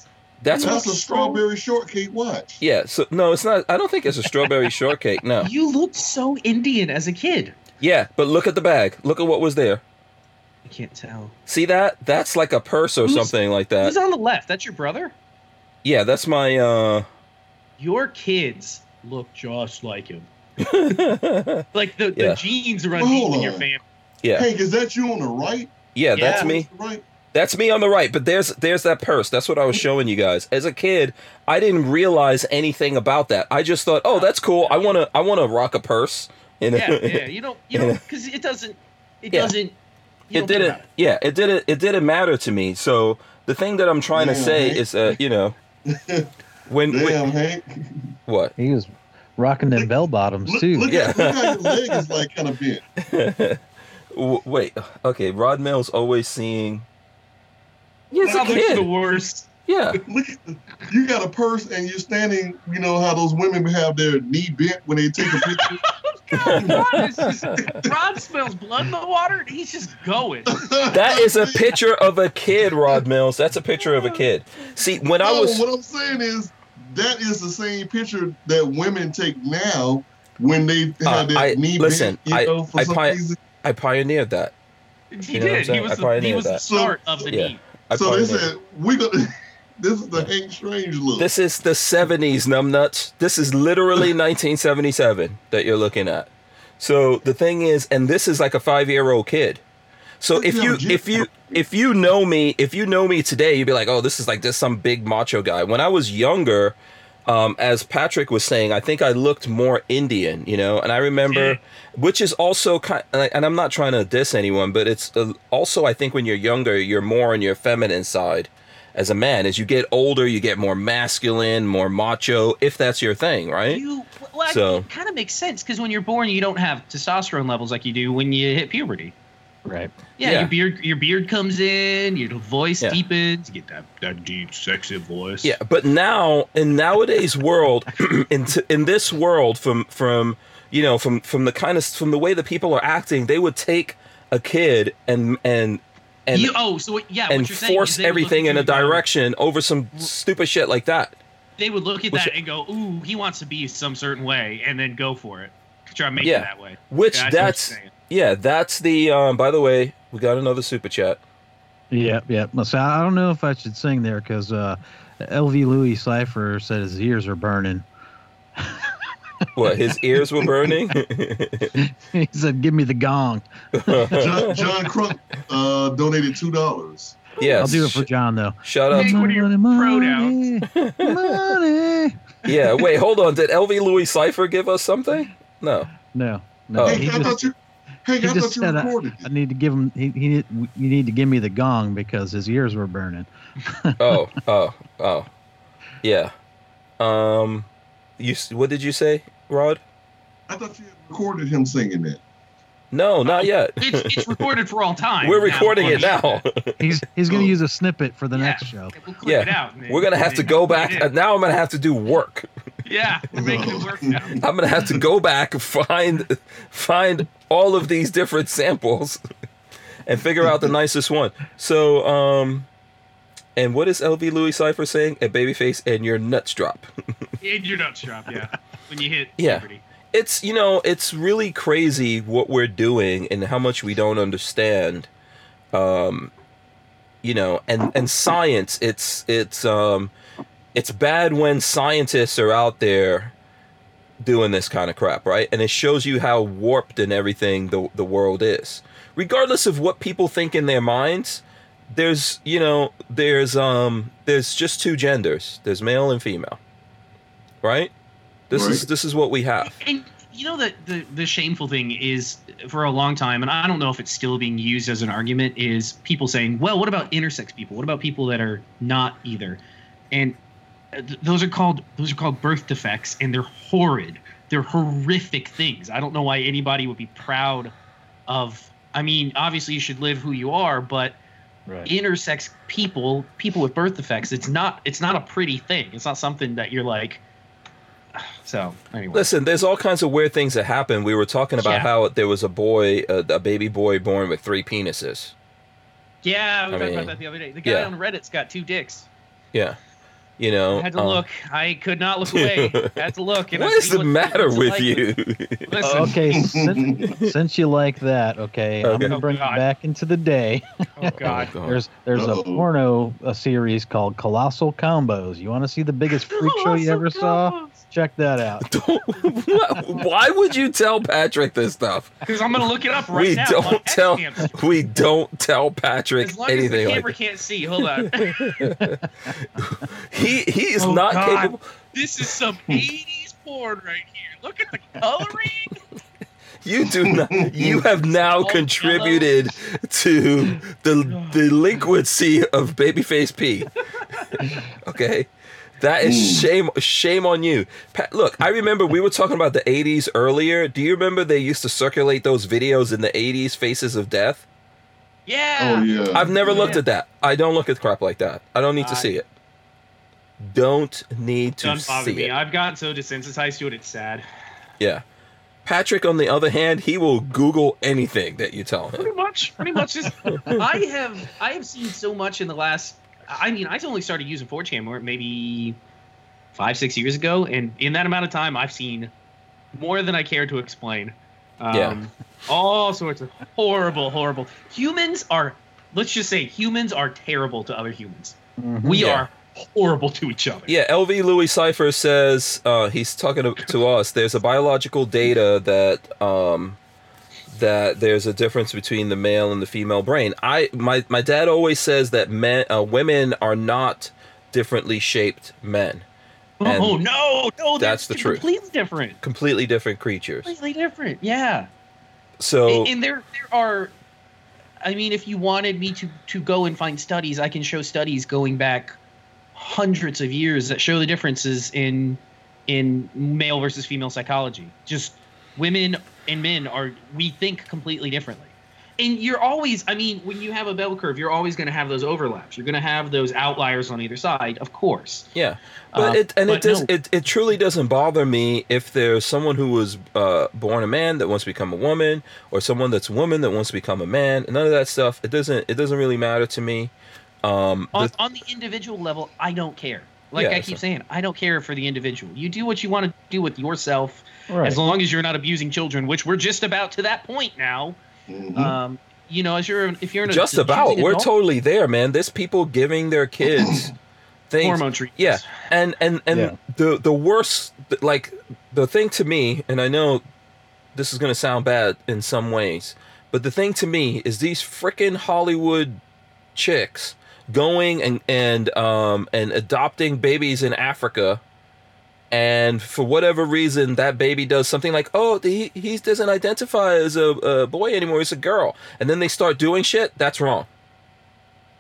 That's
That's
what.
a strawberry shortcake watch.
Yeah. So no, it's not. I don't think it's a strawberry shortcake. No.
You looked so Indian as a kid.
Yeah, but look at the bag. Look at what was there.
I can't tell.
See that? That's like a purse or
Who's-
Uh, something like that.
Who's on the left? That's your brother.
Yeah, that's my. uh
your kids look just like him.
yeah,
Like the,
Yeah.
the genes run
Well,
deep
hold
in your
on.
family.
Hank, is that you on the right?
that's
Yeah.
me.
Right.
That's me on the right. But there's there's that purse. That's what I was showing you guys. As a kid, I didn't realize anything about that. I just thought, oh, that's cool. I wanna I wanna rock a purse. And
Yeah, yeah. You don't, you
Yeah.
don't, because it doesn't, it
Yeah.
doesn't.
it
You don't think
didn't
about it.
yeah it didn't it didn't matter to me so the thing that i'm trying to
Yeah,
say
right.
is uh you know when, when
Damn, Hank.
what
He was rocking them bell bottoms
Look,
too.
look,
Yeah.
at, look how your leg is like kind of bent.
W- wait okay rod mill's always seeing yeah it's a
Mother's the
kid
worst.
yeah
Look, at the- you got a purse and you're standing. You know how those women have their knee bent when they take a picture.
God, Rod, is just, Rod smells blood in the water, and he's just going.
that is a picture of a kid rod mills that's a picture of a kid see when i
No,
was
what I'm saying is that is the same picture that women take now when they have
Uh,
that
I-
knee
listen,
bent. You
I-
know, for
I
some
pi-
reason.
i pioneered that
He
You know what I'm
did. He
saying? I
was, the,
probably
he
knew
was the
that.
start of the
Yeah.
knee.
I
so they
pioneered.
said we gonna. this is the Hank Strange look.
this is the 70s numbnuts this is literally 1977 that you're looking at so the thing is and this is like a five-year-old kid so if you if you if you know me if you know me today you'd be like oh this is like this some big macho guy when i was younger um, as patrick was saying i think i looked more indian you know and i remember which is also kind and, I, and i'm not trying to diss anyone but it's uh, also i think when you're younger you're more on your feminine side as a man as you get older you get more masculine more macho if that's your thing right
You, well,
So-
so. it kind of makes sense because when you're born, you don't have testosterone levels like you do when you hit puberty.
Right.
Yeah,
Yeah.
your beard, your beard comes in, your voice
Yeah.
deepens, you get that, that deep, sexy voice.
Yeah, but now in nowadays world, in t- in this world, from from you know from from the kind of from the way that people are acting, they would take a kid and and and
you, oh, so what, yeah,
and
what you're saying is
force
they would look
everything
at
in
you
a
and go-
direction over some stupid shit like that.
They would look at
Which-
that and go, "Ooh, he wants to be some certain way," and then go for it. Try to make
Yeah.
it that way.
Which
Yeah, I see what you're
that's
saying.
yeah, that's the um. By the way, we got another super chat.
Yep, yep. Well, So I don't know if I should sing there because uh, LV Louis Cipher said his ears are burning.
What his ears were burning.
he said, "Give me the gong."
John, John Crump uh, donated two dollars.
yes,
I'll do it for
sh-
John though.
shout out.
Hey,
to-
what are your
money, money.
yeah, wait, hold on. Did LV Louis Cipher give us something? No.
No, no.
Oh.
Hank,
he
I thought
just,
you. Hank,
he
I
just
thought you
said, uh,
recorded. it.
I need to give him. He, he need, you need to give me the gong because his ears were burning.
oh, oh, oh, yeah. Um, you s- what did you say, Rod?
I thought you had recorded him singing that.
No,
Oh,
not yet.
It's, it's recorded for all time.
We're
now
recording
on
it
the
now.
internet.
He's he's gonna
Oh.
use a snippet for the
Yeah.
next show.
We'll clip
Yeah.
it out. and then-
We're gonna have
and
to
then
go
put it
back.
in.
and Now I'm gonna have to do work.
Yeah, we're making it work now.
I'm gonna have to go back and find find all of these different samples and figure out the nicest one. So, um, and what is LV Louis Cipher saying? A babyface and your nuts drop.
In your nuts drop, yeah. When you hit
Yeah.
puberty.
it's you know it's really crazy what we're doing and how much we don't understand um you know and and science it's it's um it's bad when scientists are out there doing this kind of crap right and it shows you how warped and everything the the world is regardless of what people think in their minds there's you know there's um there's just two genders there's male and female right this is
Right.
this is what we have
And you know that the, the shameful thing is for a long time, and I don't know if it's still being used as an argument, is people saying, well, what about intersex people? What about people that are not either? And uh, th- those are called those are called birth defects, and they're horrid. They're horrific things. I don't know why anybody would be proud of. I mean, obviously you should live who you are, but
Right.
intersex people, people with birth defects, it's not it's not a pretty thing. It's not something that you're like. So anyway.
Listen, there's all kinds of weird things that happen. We were talking about
Yeah.
how there was a boy, a, a baby boy born with three penises.
Yeah, we
I
talked
mean,
about that the other day. The guy
yeah.
on Reddit's got two dicks.
Yeah. You know,
I had to
um,
look. I could not look away. I had to look. And I
what is
see
the
what-
matter
what's it
with
like
you?
Listen,
Okay, since, since you like that, okay, I'm
Okay.
gonna bring
Oh,
it
God.
back into the day.
oh god.
Oh,
There's there's
Uh-oh.
a porno a series called Colossal Combos. You want to see the biggest freak show you ever saw? Check that out.
Don't- what- Why would you tell Patrick this stuff?
Because I'm gonna look it up right
we
now. on
don't tell.
Xcamp.
We don't tell Patrick
As long as the
anything like
camera
that.
can't see, hold on.
He he is
Oh,
not
God.
capable.
this is some 80s porn right here. Look at the
Oh,
coloring.
You do not. You have now
All
contributed to the delinquency of Babyface P. Okay, that is shame. Shame on you. Pat, look, I remember we were talking about the '80s earlier. Do you remember they used to circulate those videos in the '80s, Faces of Death?
Yeah.
Oh yeah.
I've never looked at that. I don't look at crap like that. I don't need to
I-
see it. Don't need to
Doesn't bother
see
me.
it.
I've gotten so desensitized to it, it's sad.
Yeah. Patrick, on the other hand, he will Google anything that you tell him.
Pretty much. Pretty much. Just, I have I have seen so much in the last. I mean, I only started using 4chan more- maybe five, six years ago, and in that amount of time, I've seen more than I care to explain. Um,
Yeah.
All sorts of horrible, horrible. Humans are. Let's just say humans are terrible to other humans. We
Mm-hmm. Yeah.
are horrible to each other.
Yeah, LV Louis Cipher says uh, he's talking to, to us. There's a biological data that um, that there's a difference between the male and the female brain. I my my dad always says that men uh, women are not differently shaped men, And
Oh no, no, they're
that's the truth.
Completely different.
completely different creatures.
Completely different. Yeah.
So
And- and there there are i mean if you wanted me to to go and find studies i can show studies going back hundreds of years that show the differences in in male versus female psychology just women and men are we think completely differently and you're always i mean when you have a bell curve you're always going to have those overlaps you're going to have those outliers on either side of course
yeah, but
Uh,
it and it
but
does
no.
it, it truly doesn't bother me if there's someone who was uh, born a man that wants to become a woman, or someone that's a woman that wants to become a man. None of that stuff. It doesn't it doesn't really matter to me. Um,
on,
the-
on the individual level, I don't care. Like
Yeah,
I keep
so-
saying, I don't care for the individual. You do what you want to do with yourself,
Right.
as long as you're not abusing children, which we're just about to that point now.
Mhm.
uh,
Um, you know, as you're if you're in a,
Mm-hmm. just
choosing
about we're
adult,
totally there man there's people giving their kids things
hormone treatments.
yeah and and and
Yeah.
the the worst like the thing to me and i know this is going to sound bad in some ways but the thing to me is these freaking hollywood chicks going and and um and adopting babies in africa and for whatever reason that baby does something like oh he, he doesn't identify as a, a boy anymore he's a girl and then they start doing shit that's wrong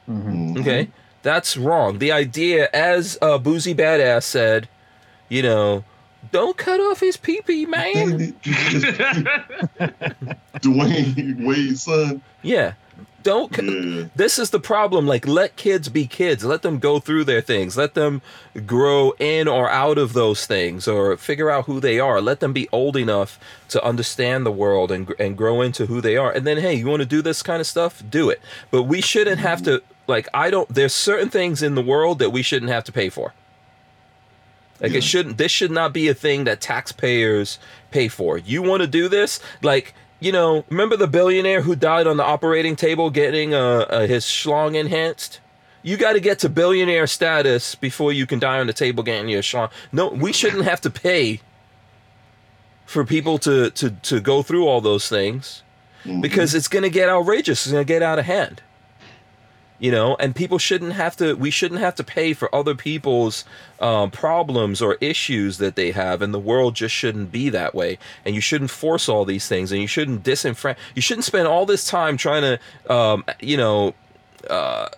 Mhm.
Mhm.
Okay, that's wrong. The idea, as uh, Boozy Badass said, you know, don't cut off his pee pee, man.
Dwayne Wade's son.
yeah, don't. Cu-
Yeah.
This is the problem. Like, let kids be kids. Let them go through their things. Let them grow in or out of those things, or figure out who they are. Let them be old enough to understand the world and gr- and grow into who they are. And then, hey, you want to do this kind of stuff? Do it. But we shouldn't have to. Like, I don't. There's certain things in the world that we shouldn't have to pay for. Like
Yeah.
it shouldn't. This should not be a thing that taxpayers pay for. You want to do this? Like you know, remember the billionaire who died on the operating table getting uh, uh, his schlong enhanced? You got to get to billionaire status before you can die on the table getting your schlong. No, we shouldn't have to pay for people to to to go through all those things
Mhm.
because it's going to get outrageous. It's going to get out of hand. You know, and people shouldn't have to. We shouldn't have to pay for other people's um, problems or issues that they have, and the world just shouldn't be that way. And you shouldn't force all these things, and you shouldn't disenfranchise. You shouldn't spend all this time trying to, um, you know, uh,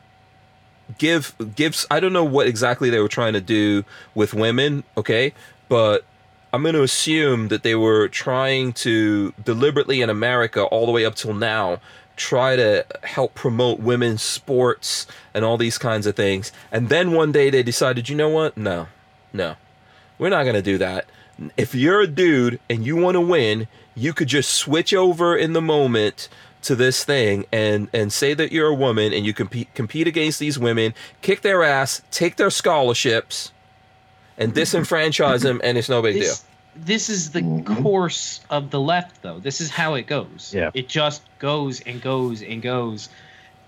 give gives. I don't know what exactly they were trying to do with women, okay, but I'm going to assume that they were trying to deliberately in America all the way up till now try to help promote women's sports and all these kinds of things. And then one day they decided, you know what? No, no, we're not going to do that. If you're a dude and you want to win, you could just switch over in the moment to this thing and and say that you're a woman and you compete compete against these women, kick their ass, take their scholarships, and disenfranchise them, and it's no big deal.
this, this is the
Mhm.
course of the left, though. This is how it goes.
Mm-hmm. Yeah.
It just goes and goes and goes,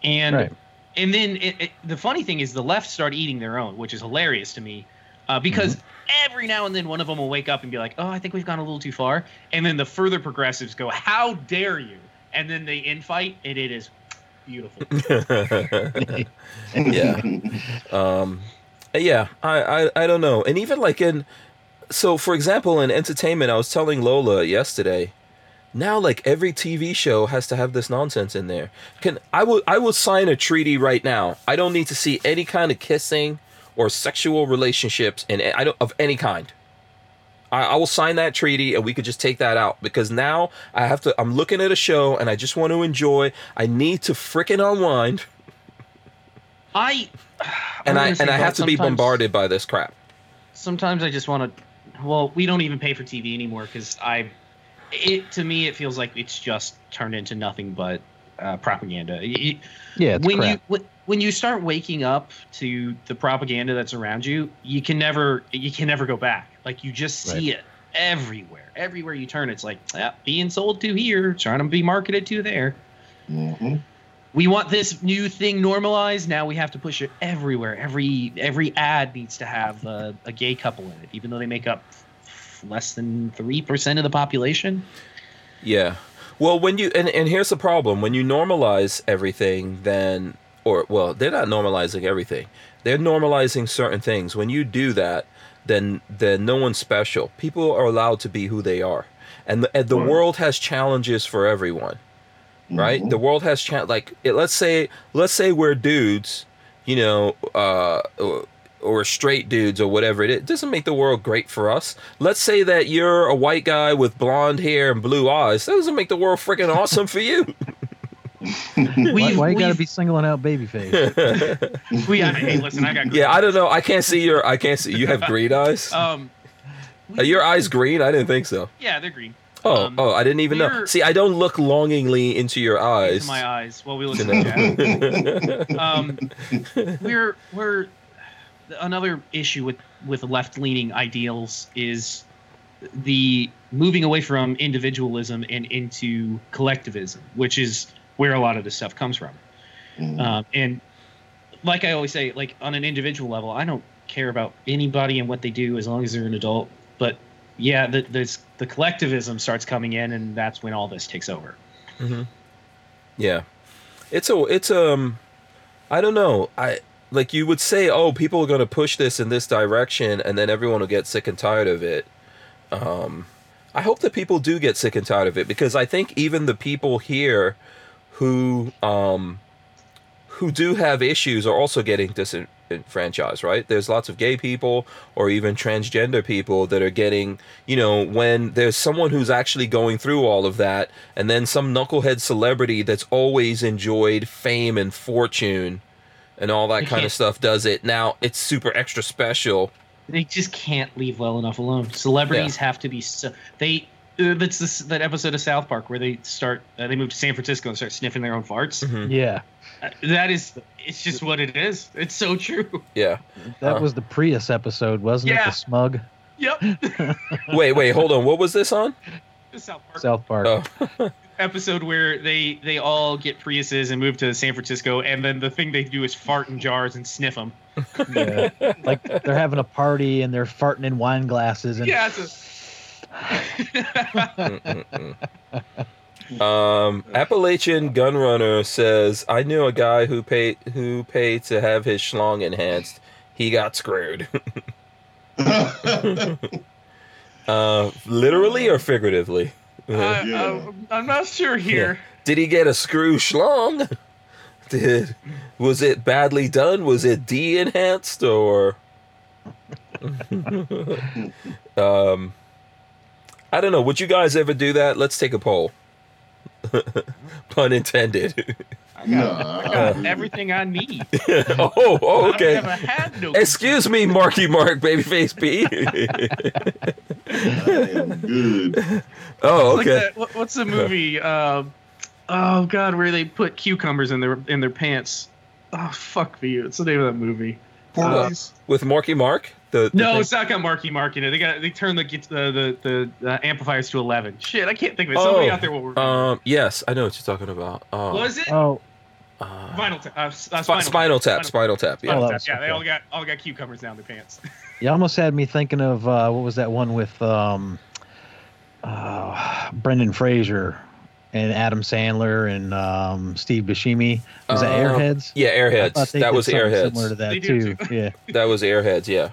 and
Right.
and then it, it, the funny thing is the left start eating their own, which is hilarious to me. uh, because
Mm-hmm.
every now and then one of them will wake up and be like, "Oh, I think we've gone a little too far," and then the further progressives go, "How dare you!" and then they infight, and it is beautiful.
yeah. Um, yeah, I, I, I don't know. And even like in, so for example, in entertainment, I was telling Lola yesterday, now like every TV show has to have this nonsense in there. Can I will I will sign a treaty right now. I don't need to see any kind of kissing or sexual relationships and I don't of any kind. I, I will sign that treaty and we could just take that out because now I have to I'm looking at a show and I just want to enjoy. I need to freaking unwind
I I'm
and I
gonna
and
say
I
that
have to be
sometimes-
bombarded by this crap.
Sometimes I just want to. Well, we don't even pay for TV anymore because I. It to me, it feels like it's just turned into nothing but uh, propaganda. It-
Yeah, it's
when
crap.
you when, when you start waking up to the propaganda that's around you, you can never you can never go back. Like you just see it everywhere. Everywhere you turn, it's like "Ah, being sold to here, trying to be marketed to there.
hmm
We want this new thing normalized. Now we have to push it everywhere. Every every ad needs to have a, a gay couple in it, even though they make up f- less than three percent of the population.
Yeah. Well, when you and, and here's the problem: when you normalize everything, then or well, they're not normalizing everything; they're normalizing certain things. When you do that, then then no one's special. People are allowed to be who they are, and the, and the
Right.
world has challenges for everyone, right?
Mm-hmm.
The world has cha- like it, let's say let's say we're dudes, you know, uh, or, or straight dudes or whatever it is. It doesn't make the world great for us. Let's say that you're a white guy with blonde hair and blue eyes. That doesn't make the world freaking awesome for you.
why,
We've-
Hmm. why you gotta
we've-
be singling out babyface?
yeah,
We, I, hey, listen, I got
I don't know. I can't see your. I can't see. You have green eyes.
um. we-
Are your eyes green? I didn't think so.
yeah, they're green.
Oh,
Um,
oh, I didn't even know.
we're-
See, I don't look longingly into your eyes.
into my eyes while we
to
listen to chat.
know.
Um, we're we're another issue with with left leaning ideals is the moving away from individualism and into collectivism, which is where a lot of this stuff comes from.
Mm-hmm.
Uh,
Um, and like I always say, like on an individual level, I don't care about anybody and what they do as long as they're an adult. But yeah, the, this, the collectivism starts coming in, and that's when all this takes over.
Yeah, it's a it's um, I don't know. I like you would say, oh, people are going to push this in this direction, and then everyone will get sick and tired of it. Um, I hope that people do get sick and tired of it because I think even the people here who um who do have issues are also getting disenfranchised, right? There's lots of gay people or even transgender people that are getting, you know, when there's someone who's actually going through all of that, and then some knucklehead celebrity that's always enjoyed fame and fortune and all that
You
kind of
can't-
stuff does it. Now it's super extra special.
they just can't leave well enough alone. Celebrities have to be so they. Uh, that's this, that episode of South Park where they start uh, they move to San Francisco and start sniffing their own farts.
Mhm.
yeah,
Uh, that is, it's just what it is. It's so true.
Yeah.
that
Uh.
was the Prius episode, wasn't it?
Yeah.
The smug
Yep.
Wait, wait, hold on. What was this on?
South Park
South Park.
Oh,
episode where they they all get Priuses and move to San Francisco, and then the thing they do is fart in jars and sniff them.
Yeah. like they're having a party and they're farting in wine glasses and
Yeah. It's a...
Mm-mm-mm. um, Appalachian Gunrunner says, "I knew a guy who paid who paid to have his schlong enhanced. He got screwed. uh, literally or figuratively?
Uh,
Uh,
I,
Yeah.
I'm- I'm not sure here.
Did he get a screw schlong? Did was it badly done? Was it de enhanced or? um, I don't know. Would you guys ever do that? Let's take a poll. Pun intended.
I got,
Nah,
I
I
got
don't do it.
everything I need.
oh, oh,
I've never
okay.
had no.
Excuse me, Marky Mark, Babyface P.
I am good.
oh,
It's Like
okay.
that, what, what's the movie? Um oh God, where they put cucumbers in their in their pants? Oh fuck me! It's the name of that movie. Uh,
Porkies?
With Marky Mark, the, the
No,
thing-
it's not got Marky Mark in it. They got they turned the get- the the, the uh, amplifiers to eleven. Shit, I can't think of it.
Oh,
Somebody out there will. remember.
Um, yes, I know what you're talking about. Um,
was it?
oh
Uh,
Vinyl tap. Uh, s- uh,
Spi- spinal
spinal,
tap, spinal tap. Yeah.
Spinal
Oh, that
tap.
was
Yeah, they
okay.
all got all got cucumbers down their pants.
You almost had me thinking of uh, what was that one with um, uh, Brendan Fraser and Adam Sandler and um, Steve Buscemi. Was that
Uh,
Airheads?
Yeah,
I thought
Airheads.
they
That
did
was
something
Airheads.
Similar to that
Oh. They do
too. yeah.
That was Airheads. Yeah.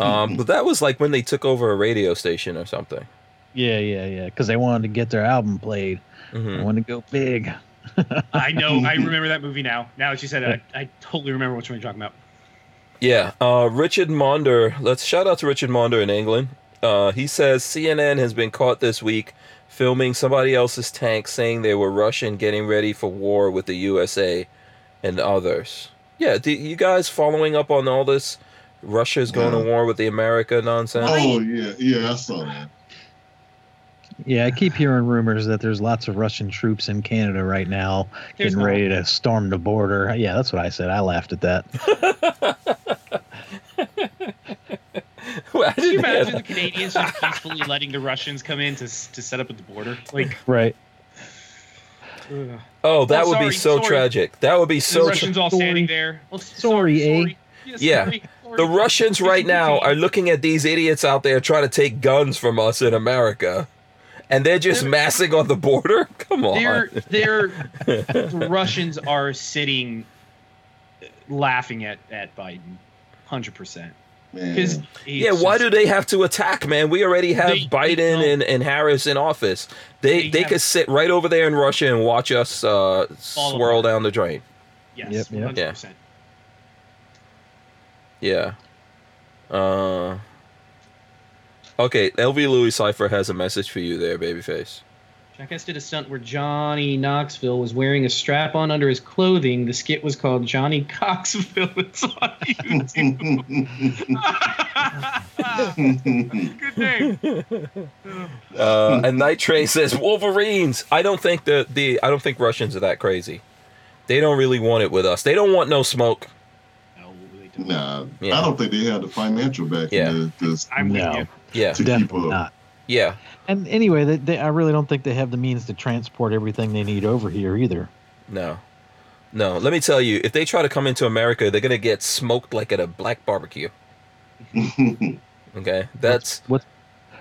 Um, but that was like when they took over a radio station or something.
Yeah, yeah, yeah. Because they wanted to get their album played. They
Mhm.
wanted to go big.
I know. I remember that movie now. Now that you said it, I, I totally remember which one you're talking about.
Yeah, uh, Richard Monder. Let's shout out to Richard Monder in England. Uh, he says CNN has been caught this week filming somebody else's tank, saying they were Russian, getting ready for war with the USA and others. Yeah, do you guys following up on all this? Russia's going to war with the America nonsense.
Oh yeah, yeah, I saw that.
Yeah, I keep hearing rumors that there's lots of Russian troops in Canada right now
There's
getting
not.
ready to storm the border. Yeah, that's what I said. I laughed at that.
Well, I
Can
didn't
you
hear
imagine the Canadians just peacefully letting the Russians come in to s- to set up at the border? Like,
Right.
ugh.
Oh, that
Oh,
would
sorry,
be so
sorry.
tragic. That would be
the
so. Tra-
Russians all standing there. Well, s-
Sorry, eh?
Yeah.
Yeah.
sorry, sorry.
the Russians right now are looking at these idiots out there trying to take guns from us in America, and they're just
They're-
massing on the border. Come on.
They're they're the Russians are sitting, uh, laughing at at Biden, hundred percent.
Man.
Because
yeah, why do they have to attack, man? We already have
They- they
Biden
don't.
and, and Harris in office. They
They
they,
have-
could sit right over there in Russia and watch us uh,
All of
swirl
them.
down the drain.
Yes,
Yep, yep.
hundred percent.
Yeah. Uh. Okay, LV Louis Cipher has a message for you there, babyface.
Jackass did a stunt where Johnny Knoxville was wearing a strap on under his clothing. The skit was called Johnny Coxville. It's on YouTube.
Good name.
Uh, and Night Train says Wolverines. I don't think the the I don't think Russians are that crazy. They don't really want it with us. They don't want no smoke.
No, they don't.
nah,
Yeah.
I don't think they had the financial backing
Yeah.
to, to,
I'm with
No.
you.
Yeah,
to keep
Definitely
up.
not.
yeah.
And anyway, they, they, I really don't think they have the means to transport everything they need over here either.
No. No, let me tell you, if they try to come into America, they're gonna get smoked like at a black barbecue. Okay, that's
What's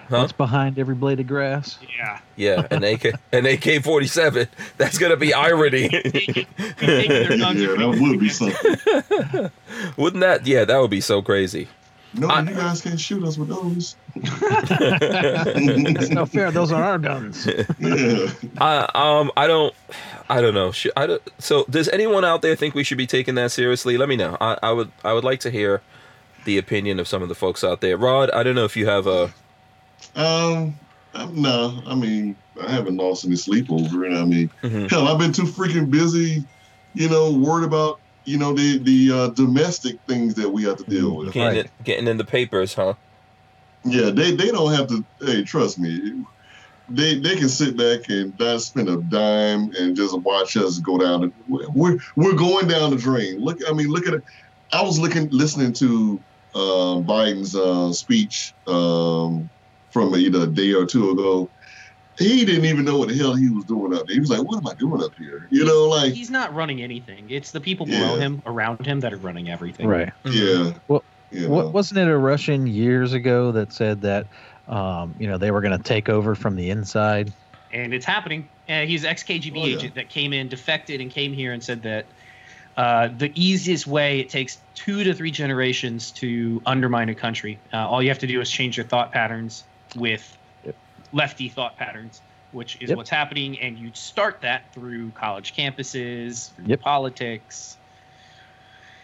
Huh?
what's behind every blade of grass?
Yeah.
yeah, an AK, an AK forty seven. That's gonna be irony.
their
yeah,
guns
yeah,
are-
that would be something.
Wouldn't that? Yeah, that would be so crazy.
No,
I-
you guys can't shoot us with those.
That's no fair. Those are our guns.
yeah.
I um I don't I don't know. Sh- I don't, so does anyone out there think we should be taking that seriously? Let me know. I, I would I would like to hear the opinion of some of the folks out there. Rod, I don't know if you have a
Um, I'm, no, I mean, I haven't lost any sleep over it. I mean,
Mhm.
hell, I've been too freaking busy, you know, worried about, you know, the the uh, domestic things that we have to deal with.
getting, it, getting in the papers, huh?
Yeah, they they don't have to. Hey, trust me, they they can sit back and not spend a dime and just watch us go down. The, we're we're going down the drain. Look, I mean, look at it. I was looking listening to uh, Biden's uh, speech um, from either a day or two ago. He didn't even know what the hell he was doing up there. He was like, "What am I doing up here?" You know, like,
He's not running anything. It's the people below
Yeah.
him, around him, that are running everything.
Right.
yeah,
Well,
you
What,
know.
wasn't it a Russian years ago that said that, um, you know, they were going to take over from the inside?
and it's happening. And he's ex KGB
Oh, yeah.
agent that came in, defected, and came here and said that uh, the easiest way it takes two to three generations to undermine a country. Uh, all you have to do is change your thought patterns with
Yep.
lefty thought patterns, which is
Yep.
what's happening. And you start that through college campuses, through
Yep.
politics,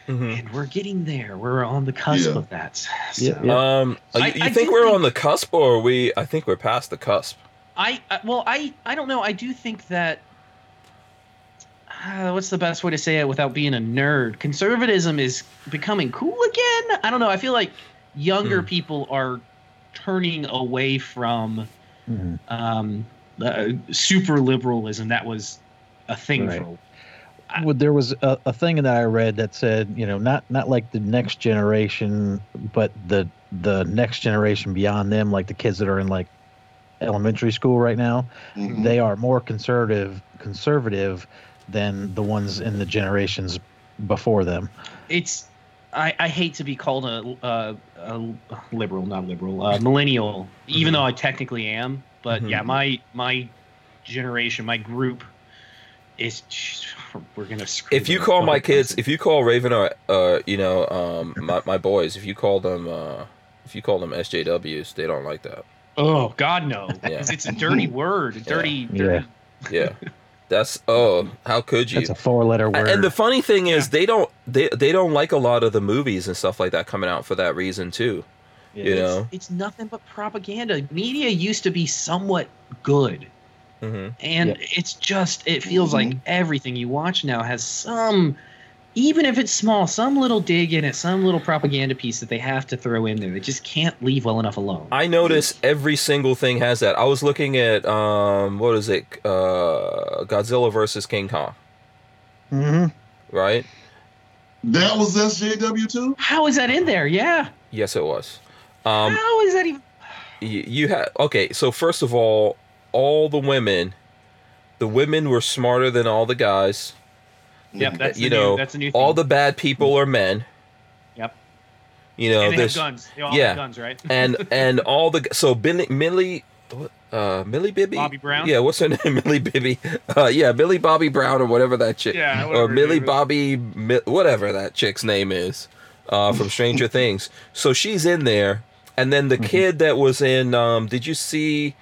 Mhm.
and we're getting there. We're on the cusp
Hmm. Yeah.
of that. So,
Yeah, yeah.
Um,
I-
you, you
I
think
do
we're
think-
on the cusp, or are we? I think we're past the cusp.
I uh, well, I I don't know. I do think that uh, what's the best way to say it without being a nerd? Conservatism is becoming cool again. I don't know. I feel like younger
Hmm.
people are turning away from
Mhm.
um, uh, super liberalism that was a thing
Right.
for. a while.
Well, there was a, a thing that I read that said, you know, not not like the next generation, but the the next generation beyond them, like the kids that are in like elementary school right now,
Mhm.
they are more conservative conservative than the ones in the generations before them.
It's I, I hate to be called a, a, a liberal, not liberal, a millennial, even though I technically am. But yeah, my my generation, my group is we're gonna. Screw
If you
them
call
up.
my kids, if you call Raven or uh, you know, um, my my boys, if you call them, uh, if you call them SJWs, they don't like that.
oh God no,
Yeah,
'Cause it's a dirty word, a dirty,
Yeah.
dirty.
yeah. That's oh, how could you?
That's a four-letter
A-
word.
And the funny thing is, they don't they they don't like a lot of the movies and stuff like that coming out for that reason too. You
it's,
know.
it's nothing but propaganda. Media used to be somewhat good.
hmm
and
Yep.
it's just it feels like everything you watch now has some even if it's small some little dig in it some little propaganda piece that they have to throw in there they just can't leave well enough alone
I notice every single thing has that. I was looking at um, what is it? Uh, Godzilla versus King Kong,
hmm
right?
That was SJW too.
how is that in there yeah
Yes, it was. Um,
how is that even
you, you had okay so first of all all the women the women were smarter than all the guys
yep that's
you
the
know,
new, that's the new
all the
thing.
bad people are men
Yep.
you know
and they have
there's
guns they all
yeah.
have guns right
and and all the so Billy, Millie uh Millie Bibby
Bobby Brown?
yeah what's her name Millie Bibby uh yeah Millie Bobby Brown or whatever that chick
yeah
or
whatever it
Millie
is.
Bobby, Mi- whatever that chick's name is, uh, from Stranger Things. So she's in there, and then the
Mm-hmm.
kid that was in. Um, did you see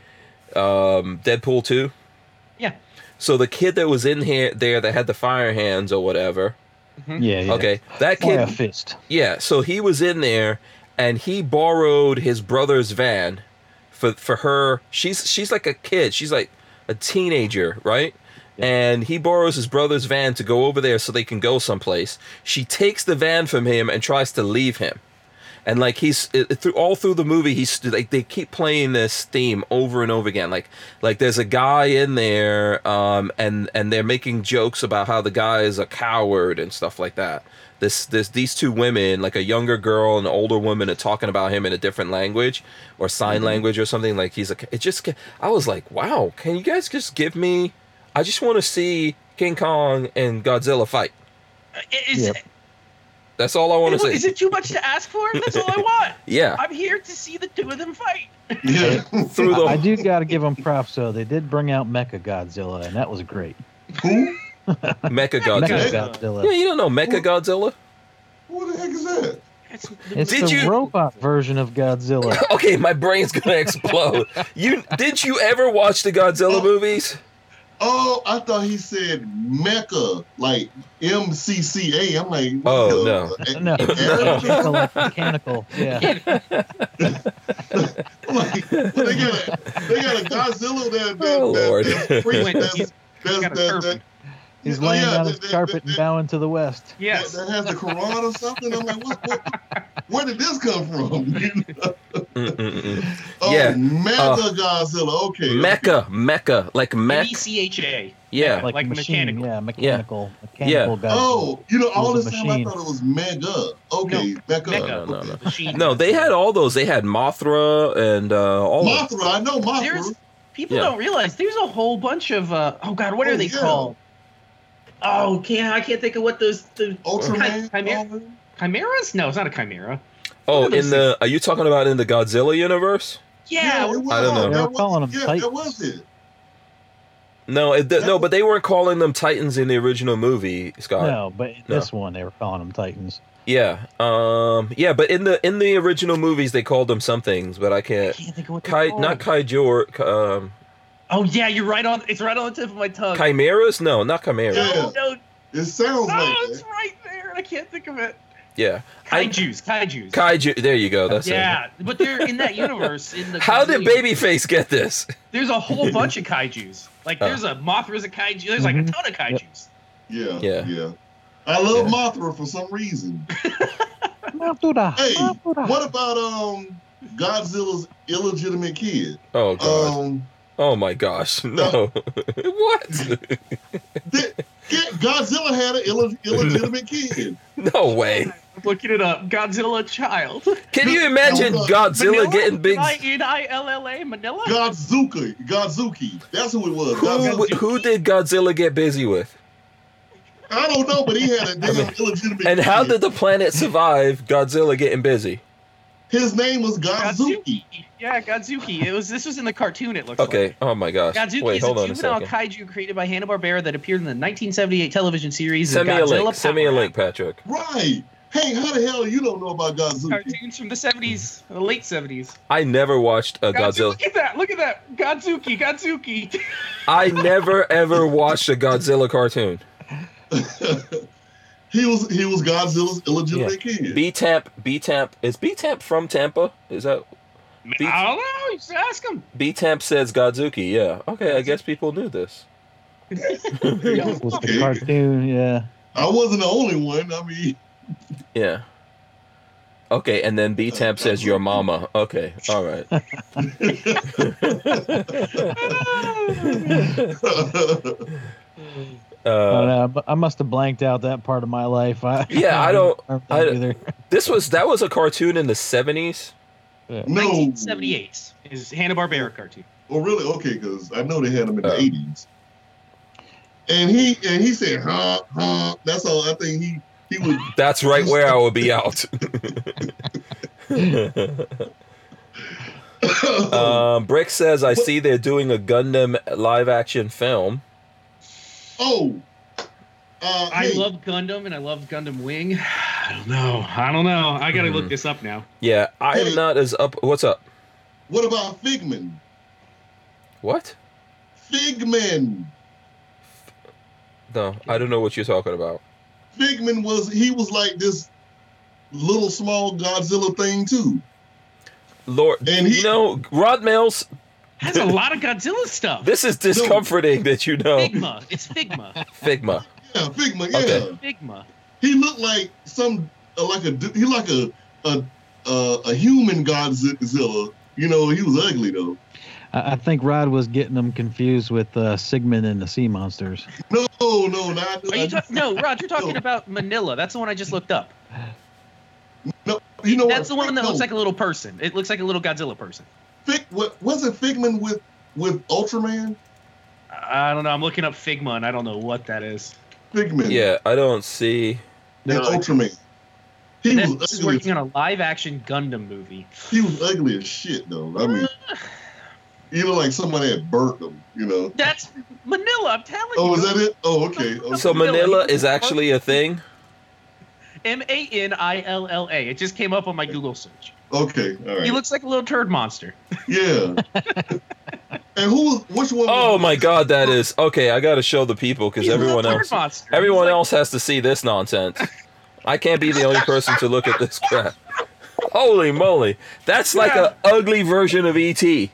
um, Deadpool two?
Yeah.
So the kid that was in here there that had the fire hands or whatever.
Mm-hmm.
Yeah, yeah.
Okay, that
Fire
kid.
fist.
Yeah. So he was in there, and he borrowed his brother's van for for her. She's she's like a kid. She's like a teenager, right? And he borrows his brother's van to go over there so they can go someplace. She takes the van from him and tries to leave him. And like he's it, it- through all through the movie, he's like they keep playing this theme over and over again. Like like there's a guy in there, um, and and they're making jokes about how the guy is a coward and stuff like that. This this these two women, like a younger girl and an older woman, are talking about him in a different language or sign
Mm-hmm.
language or something. Like he's a ca- it just ca- I was like, wow, can you guys just give me? I just want to see King Kong and Godzilla fight.
is,
Yep.
That's all I want to
is
see.
it too much to ask for that's all i want
Yeah,
i'm here to see the two of them fight
Yeah.
through the
I do got to give them props though. They did bring out Mecha Godzilla, and that was great.
Who?
Mecha
Mecha
Godzilla.
Godzilla.
Yeah, you don't know Mecha Godzilla.
Who the heck is that?
It's-
It's
Did
the
you-
robot version of Godzilla.
Okay, my brain's gonna explode. You did you ever watch the Godzilla movies?
Oh, I thought he said Mecca, like M C C A. I'm like, what
Oh,
the-
no, mechanical, like mechanical. Yeah,
I'm like, well, they got a they got a Godzilla that that,
Oh,
that-
Lord.
that's free-
Wait,
that's-
he's
that's-
got a
that-
turban.
he's
Oh,
laying
yeah,
down
that-
his
that-
carpet
that-
and bowing to the west.
yes
that, that has the Quran or something. I'm like, what, what, where did this come from?
Mm-mm-mm.
oh,
Yeah.
Mecca
Uh,
Godzilla. Okay,
Mecha, Mecha, like mech.
E E-C-H-A.
Yeah,
Like,
Like
machine,
mechanical.
yeah, mechanical, mechanical Godzilla.
Oh, you know, all
It was
this
a
time I
machine.
thought it was Mega. Okay, Mecca.
Mecca.
no, no.
Machine.
no, they had all those. They had Mothra and uh, all. of-
Mothra. I know Mothra.
There's people
Yeah.
don't realize there's a whole bunch of uh, oh god, what
Oh,
are they
yeah.
called? Oh, can't I can't think of what those the
Oh.
Chim-
Ultraman.
Chimera?
all them.
chimeras? No, it's not a chimera.
oh,
Look at
in
those
the are you talking about in the Godzilla universe?
Yeah,
it was.
I don't know.
They were
That was-
calling them
yeah, that
Titans.
was it.
No, it, th- no, but they weren't calling them Titans in the original movie, Scott.
no, but
No.
this one they were calling them Titans.
Yeah, um, yeah, but in the in the original movies they called them some things, but I
I
can't.
can't think of what they're
Chi,
called.
not Kaijor, um,
Oh yeah, you're right on. It's right on the tip of my tongue.
chimeras? No, not chimeras.
Yeah.
no, no,
It sounds
no,
like
it's
that.
right there. I can't think of it.
Yeah. I-
Kaiju's, kaiju's.
Kaiju. There you go. That's it.
yeah, but they're in that universe. In the
How did
Godzilla
Babyface get this?
There's a whole bunch of kaiju's. Like
Oh. Mm-hmm.
there's a Mothra's a kaiju. There's like a
Mhm.
ton of kaiju's.
Yeah,
Yeah.
yeah, I love
Yeah.
Mothra for some reason.
Mafura,
Hey,
Mafura.
What about um Godzilla's illegitimate kid?
Oh god.
Um,
oh my gosh. No. what?
th- yeah, Godzilla had an Ill- illegitimate kid.
no way.
I'm looking it up. Godzilla child.
Can you imagine
No,
Godzilla getting big?
I N I L L A Manila.
Godzuki, Godzuki. That's who it was.
Who,
Godzuki.
who did Godzilla get busy with?
I don't know, but he had a damn illegitimate.
And how
kid.
did the planet survive Godzilla getting busy?
his name was
Godzuki.
Godzuki?
Yeah, Godzuki. It was this was in the cartoon. It looks
Okay. Oh my gosh.
Like. Godzuki
Wait,
is
hold
a
on a
juvenile
second.
kaiju created by Hanna Barbera that appeared in the 1978 television series
Send me a
Godzilla
link. Send me a
Power
link, Patrick.
Right. Hey, how the hell you don't know about
Up.
Godzuki?
Cartoons from the 70s, the late 70s.
I never watched a Godzilla.
Look at that! Look at that! Godzuki, Godzuki.
I never ever watched a Godzilla cartoon.
he was he was Godzilla's illegitimate kid.
B Tamp, B Tamp is B Tamp from Tampa? Is that
I don't know. You should ask him.
B Tamp says Godzuki? Yeah. Okay, I guess people knew this.
It was
Okay.
the cartoon, yeah.
I wasn't the only one. I mean,
Yeah. Okay, and then B Tamp says your mama. Okay, all right.
Ah.
I
Uh,
don't know, but I must have blanked out that part of my life. I,
Yeah, I don't-
remember
I-
that either.
this was that was a cartoon in the seventies.
no.
1978 is Hanna Barbera cartoon.
Oh, really? Okay, because I know they had him in the
Uh.
eighties. And he and he said, "Huh, huh." That's all. I think he he would.
That's right where I would be out. um, Brick says, "I see they're doing a Gundam live action film."
oh, uh,
I
hey,
love Gundam and I love Gundam Wing. I don't know. I don't know. I
Mm-hmm.
gotta look this up now.
Yeah, I am not as up. What's up?
What about Figman?
What?
Figman.
No, I don't know what you're talking about.
Figman was he was like this little small Godzilla thing too.
Lord,
And he-
you know, Rod Mills,
Has a lot of Godzilla stuff.
this is discomforting that you know
Figma. It's Figma.
Figma.
Yeah, Figman. Yeah,
Okay.
Figma.
he looked like some uh, like a du- he like a a a, a human Godzilla. You know, he was ugly though.
I, I think Rod was getting them confused with uh, Sigmund and the Sea Monsters.
No, no, not
Are you ta- no, Rod, you're talking about Manila. That's the one I just looked up.
you know
That's the
what?
one that
No,
looks like a little person. It looks like a little Godzilla person.
Fig, what, wasn't Figman with with Ultraman?
I don't know. I'm looking up Figma and I don't know what that is.
Figman,
Yeah, I don't see.
and
No, I-
Ultraman. He
This
was
is
ugly.
working on a live action Gundam movie.
as- He was ugly as shit though. I mean, you know, like somebody had burnt him. You know.
That's Manila, I'm telling
Oh,
you.
is that it? Oh, okay. okay.
So Manila is actually a thing.
M A N I L L A. It just came up on my Google search.
Okay, all
He
right.
looks like a little turd monster.
yeah. and who? was- Which one?
Oh
was,
my God, that is okay. I gotta show the people because
He's a little
everyone
turd
else,
monster. He's
everyone
like-
else has to see this nonsense. I can't be the only person to look at this crap. Holy moly, that's like a ugly version of ET.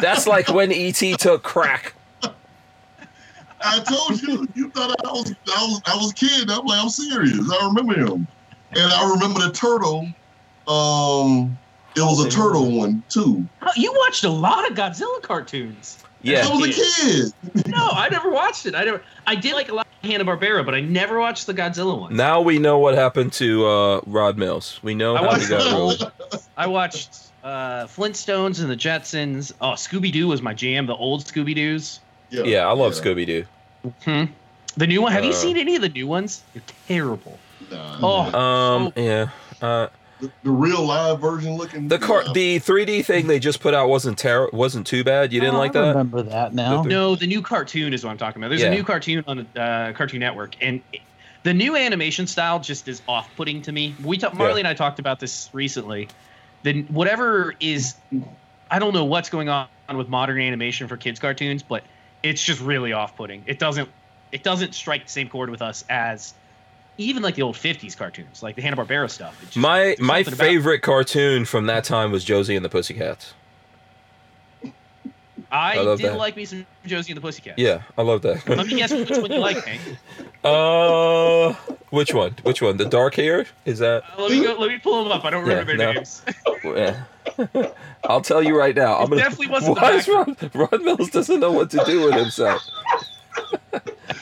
That's like when ET took crack.
I told you. You thought I was. I was. I was kidding. I'm like, I'm serious. I remember him, and I remember the turtle. Um, it was a turtle one too.
Oh, You watched a lot of Godzilla cartoons.
I
Yeah,
was a kid.
No, I never watched it. I never. I did like a lot of Hanna Barbera, but I never watched the Godzilla one.
now we know what happened to uh, Rod Mills. We know
I
how he
watched.
got rolled.
I watched uh, Flintstones and the Jetsons. Oh, Scooby Doo was my jam. The old Scooby Doo's.
Yeah, I love Scooby Doo.
Hmm. The new one. Have
Uh.
you seen any of the new ones? They're terrible.
Nah,
Oh,
Um, yeah. Uh,
the, the real live version looking.
the car,
Nah.
the 3D thing they just put out wasn't ter- wasn't too bad. You didn't
Oh,
like
I
that?
remember that now.
The-
No, the new cartoon is what I'm talking about. There's
Yeah.
a new cartoon on uh, Cartoon Network, and it- the new animation style just is off-putting to me. We talked, Marley
Yeah.
and I talked about this recently. Then whatever is, I don't know what's going on with modern animation for kids cartoons, but it's just really off-putting. It doesn't, it doesn't strike the same chord with us as even like the old '50s cartoons, like the Hanna Barbera stuff. It just-
My
there's
my
something about-
favorite cartoon from that time was Josie and the Pussycats.
I,
I love
did
that.
like me some Josie and the Pussycat.
Yeah, I love that.
Let me guess which one you like, Hank.
Uh, which one? Which one? The dark hair? Is that?
Uh, Let me go, let me pull them up. I don't
Yeah,
remember
no.
their names.
yeah. I'll tell you right now. I'm
It
gonna,
definitely wasn't the
Why is Ron, Ron Mills doesn't know what to do with himself?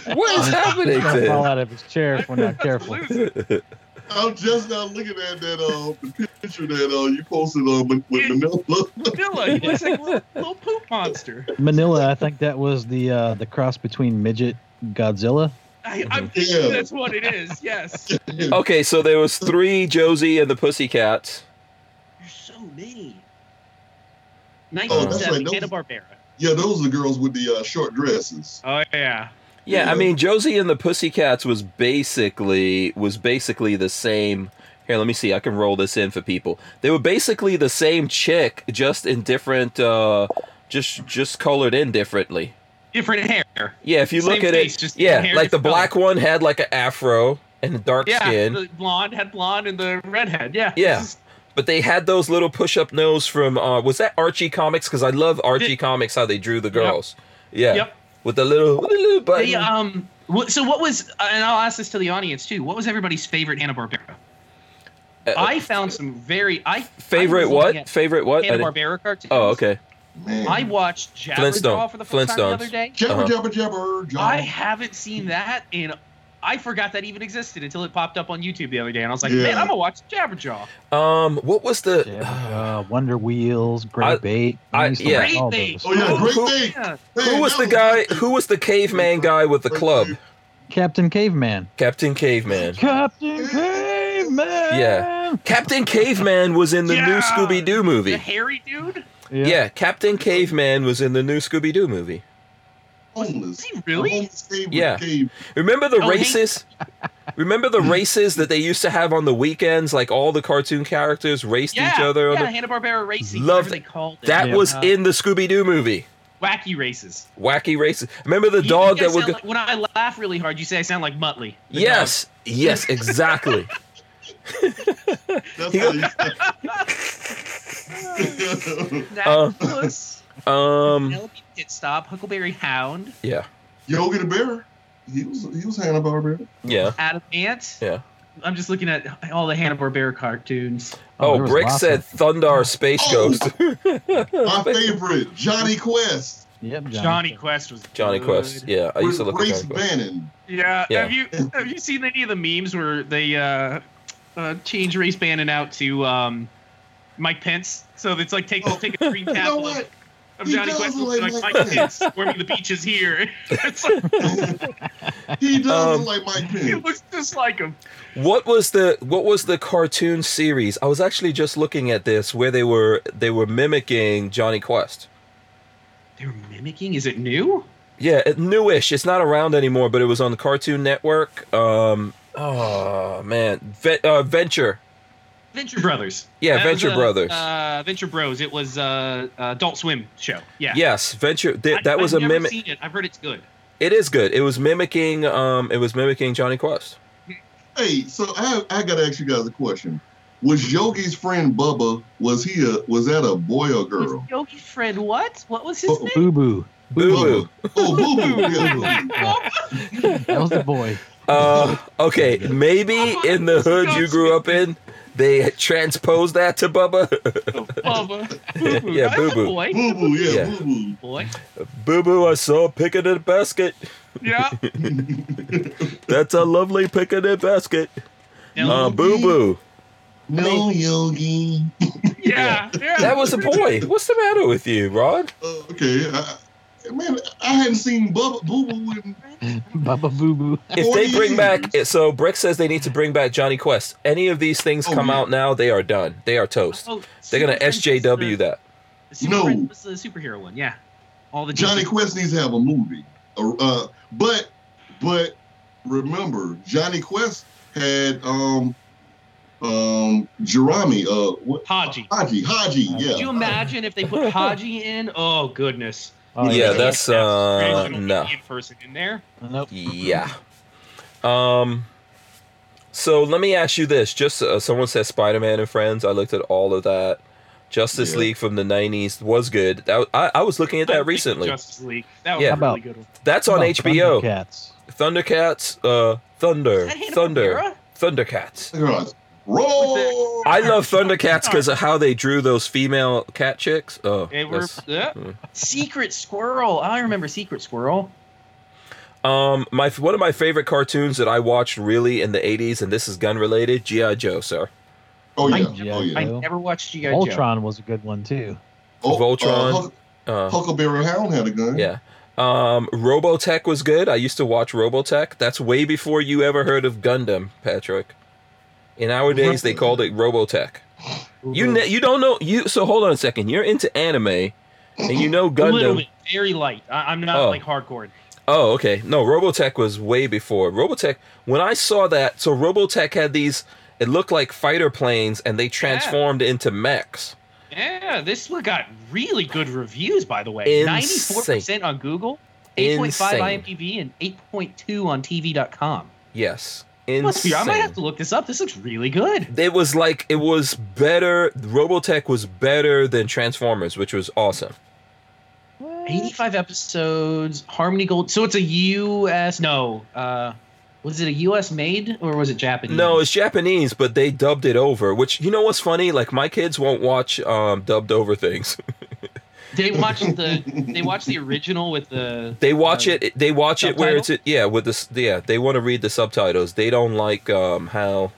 what is happening
He's gonna fall
to
out of his chair if we're not careful.
him?
I'm just now looking at that uh the picture that uh you posted on with, with Manila.
Manila, he looks like a little, little poop monster.
Manila, I think that was the uh, the cross between midget Godzilla
I, I'm thinking
Yeah.
that's what it is. Yes.
Okay, so there was three Josie and the Pussycats.
There's so many.
Oh, that's
1970,
right, those-
Hanna Barbera.
Yeah, those are the girls with the uh, short dresses.
Oh yeah.
Yeah, I
Yeah.
mean Josie and the Pussycats was basically was basically the same. Here, let me see. I can roll this in for people. They were basically the same chick, just in different, uh, just just colored in differently.
Different hair.
Yeah, if you
Same
look at
face,
it,
just different
yeah,
hair,
like the
different color.
black one had like an afro and dark
Yeah.
skin,
The blonde had blonde and the redhead. Yeah.
Yeah.
This is-
but they had those little push-up nose from uh, was that Archie Comics? Because I love Archie
Th-
Comics how they drew the girls. Yeah,
Yep.
with the little, little button.
They, um. wh- So what was? And I'll ask this to the audience too. What was everybody's favorite Hanna Barbera?
Uh,
I found some very I
favorite what? favorite what? I
Hanna
didn't-
Barbera cartoons.
Oh, okay.
Man.
I watched Jabberjaw
Flintstone-
for the first time the
Flintstones.
other day.
jabber,
uh-huh.
jabber, jabber, jabber.
I haven't seen that and I forgot that even existed until it popped up on YouTube the other day, and I was like,
Yeah.
"Man, I'm gonna watch Jabberjaw."
Um, what was the?
Jabberjaw, uh, Wonder Wheels, Great
I-
Bait.
I-
used to
yeah.
like all
Great
those.
oh, yeah,
Who-
great
who-
thing.
Yeah,
Who was the guy? Who was the caveman guy with the club?
Captain Caveman.
Captain Caveman.
Captain Caveman.
Yeah. Captain Caveman was in the new
Yeah.
Scooby Doo
the
movie.
hairy dude.
Yeah. Captain Caveman was in the new Scooby Doo movie.
Homeless.
Is he really?
The homeless cave with
Yeah.
cave.
Remember the
Oh, Hank-
races? Remember the races that they used to have on the weekends? Like all the cartoon characters raced
yeah,
each other. On
yeah, Hanna Barbera racing.
Loved
whatever they called
the, that
it.
was
Uh,
in the Scooby Doo movie.
wacky races.
Wacky races. Remember the
You- you
dog
guys
that would go.
sound like- when I laugh really hard, you say I sound like Muttley. the
yes. Yes. Exactly.
That's
He go-
how you
dog. That
Uh,
was
um.
Penelope Pit Stop, Huckleberry Hound,
Yeah.
Yogi the Bear. He was he was Hanna Barbera.
Yeah.
Adam Ant.
Yeah.
I'm just looking at all the Hanna Barbera cartoons.
Oh,
there was
Brick
lots
said
of-
Thunder Space
Oh.
Ghost.
My favorite, Johnny Quest.
Yep, Johnny.
Johnny Quest was
Johnny
good.
Quest. Yeah, I used to look at
Grace
Johnny Quest.
Bannon.
Yeah.
Yeah.
Have you have you seen any of the memes where they uh, uh, change race Bannon out to um, Mike Pence? So it's like take take a screen
Oh. You know
cap
what?
of, of
He
Johnny
does
Quest
look
like
like
Mike
Mike
Pence warming the beaches here. it's like,
He does
Um,
look like Mike
he
Pence.
looks just like him.
What was the what was the cartoon series? I was actually just looking at this where they were they were mimicking Johnny Quest.
They were mimicking. Is it new?
Yeah, it, newish. It's not around anymore, but it was on the Cartoon Network. Um, oh man, Ve- uh, Venture.
Venture Brothers.
Yeah,
That was,
Venture
uh,
Brothers.
Uh, Venture Bros. It was uh, Adult Swim show. Yeah.
Yes, Venture. Th-
I-
that was
I've
a
never
mimic.
Seen it. I've heard it's good.
It is good. It was mimicking. Um, it was mimicking Johnny Quest.
Hey, so I I gotta ask you guys a question. Was Yogi's friend Bubba? Was he a was that a boy or
Was
girl?
Yogi's friend what? What was his
Oh,
name?
Boo Boo.
Boo
Oh, boo boo. Yeah, Boo Boo.
That was the boy.
boo. Um, okay, maybe in the hood you grew up in, they transposed that to Bubba.
Bubba.
Yeah,
That's a
Boo Boo.
Boy.
Boo boo. Yeah,
Yeah.
boo boo.
Boy.
Boo boo, I saw a pick in the basket.
Yeah.
That's a lovely pick in the basket.
Um,
Uh, boo boo.
No, Yogi.
yeah. yeah.
That was a boy. What's the matter with you, Rod?
Uh, okay, I, man, I hadn't seen Bubba Boo Boo in
Bubba Boo Boo.
If they bring back, so Brick says they need to bring back Johnny Quest. Any of these things
Oh,
come
yeah.
out now, they are done. They are toast.
Oh,
They're gonna
Super Friends was
SJW
the-
that.
the Super
No.
Friends was the superhero one. Yeah. All the
Johnny Quest needs to have a movie. Uh, uh, but but remember, Johnny Quest had um um Jerami uh what
Haji.
Haji Haji
Could you
yeah
imagine if they put Haji in? Oh goodness.
Oh,
Yeah, that's uh,
Original
no.
Indian person in there.
Nope.
Yeah. Um. So let me ask you this: just uh, someone said Spider-Man and Friends. I looked at all of that. Justice
Yeah.
League from the '90s was good. That, I, I was looking at that recently.
Justice League. That was
Yeah.
a really good one.
That's on
Oh,
HBO.
Thundercats.
Thundercats, uh, Thunder,
Is that Hanna
Thunder,
Barbera?
Thundercats.
Gosh. roll
I love Thundercats because of how they drew those female cat chicks. Oh,
They were
that's-
yeah.
Hmm.
Secret Squirrel. I remember Secret Squirrel.
um, my one of my favorite cartoons that I watched really in the '80s, and this is gun related, GI Joe, sir.
oh
I-
yeah oh yeah
I never watched G.I. Joe.
Ultron was a good one too.
oh,
Voltron.
uh, Huck-
Uh,
Huckleberry Hound had a gun
yeah, Um, Robotech was good. I used to watch Robotech. That's way before you ever heard of Gundam, Patrick. In our days, they called it Robotech. You ne- you don't know you. So hold on a second. You're into anime, and you know
A little
Gundam.
bit, very light. I, I'm not
Oh.
like hardcore.
Oh, okay. No, Robotech was way before Robotech. When I saw that, so Robotech had these. It looked like fighter planes, and they transformed into mechs.
Yeah, this one got really good reviews, by the way. Ninety-four
Insane.
percent on Google, eight point five
Insane.
IMDb, and eight point two on TV.com.
Yes,
Must be. I might
insane.
have to look this up. This looks really good.
it was like it was better robotech was better than transformers which was awesome
Eighty-five episodes, Harmony Gold. So it's a U.S. No, uh, was it a U.S. made or was it Japanese?
no it's japanese but they dubbed it over which you know what's funny like my kids won't watch um, dubbed over things
they watched the they watched the original with the
they watch
Uh,
it they watch it where it's yeah with this yeah they want to read the subtitles they don't like um how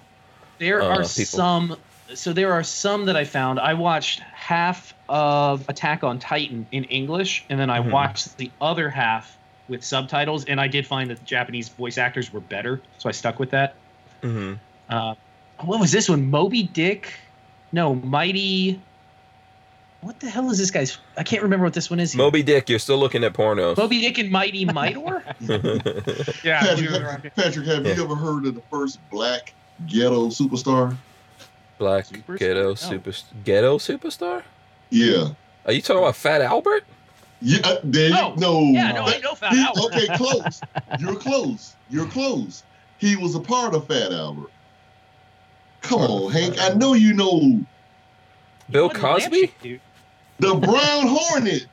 There
uh,
are
people.
some. So there are some that I found. I watched half of Attack on Titan in English, and then I
Mhm.
watched the other half with subtitles. And I did find that the Japanese voice actors were better, so I stuck with that.
hmm
Uh, what was this one? Moby Dick? No, Mighty. What the hell is this guy's? I can't remember what this one is. here.
moby dick you're still looking at pornos
Moby Dick and Mighty Midor. yeah. we
Patrick,
were around
have,
here.
Patrick, have
Yeah.
you ever heard of the first black ghetto superstar?
black
Superstar?
ghetto
No.
super ghetto superstar
Yeah.
are you talking about fat albert
Yeah, uh, there you
No.
no.
Yeah, no, I know Fat
He-
Albert.
okay, close. You're close. You're close. He was a part of Fat Albert. Come on, Hank. I know you know
bill
What a lampshade,
cosby
dude.
the Brown Hornet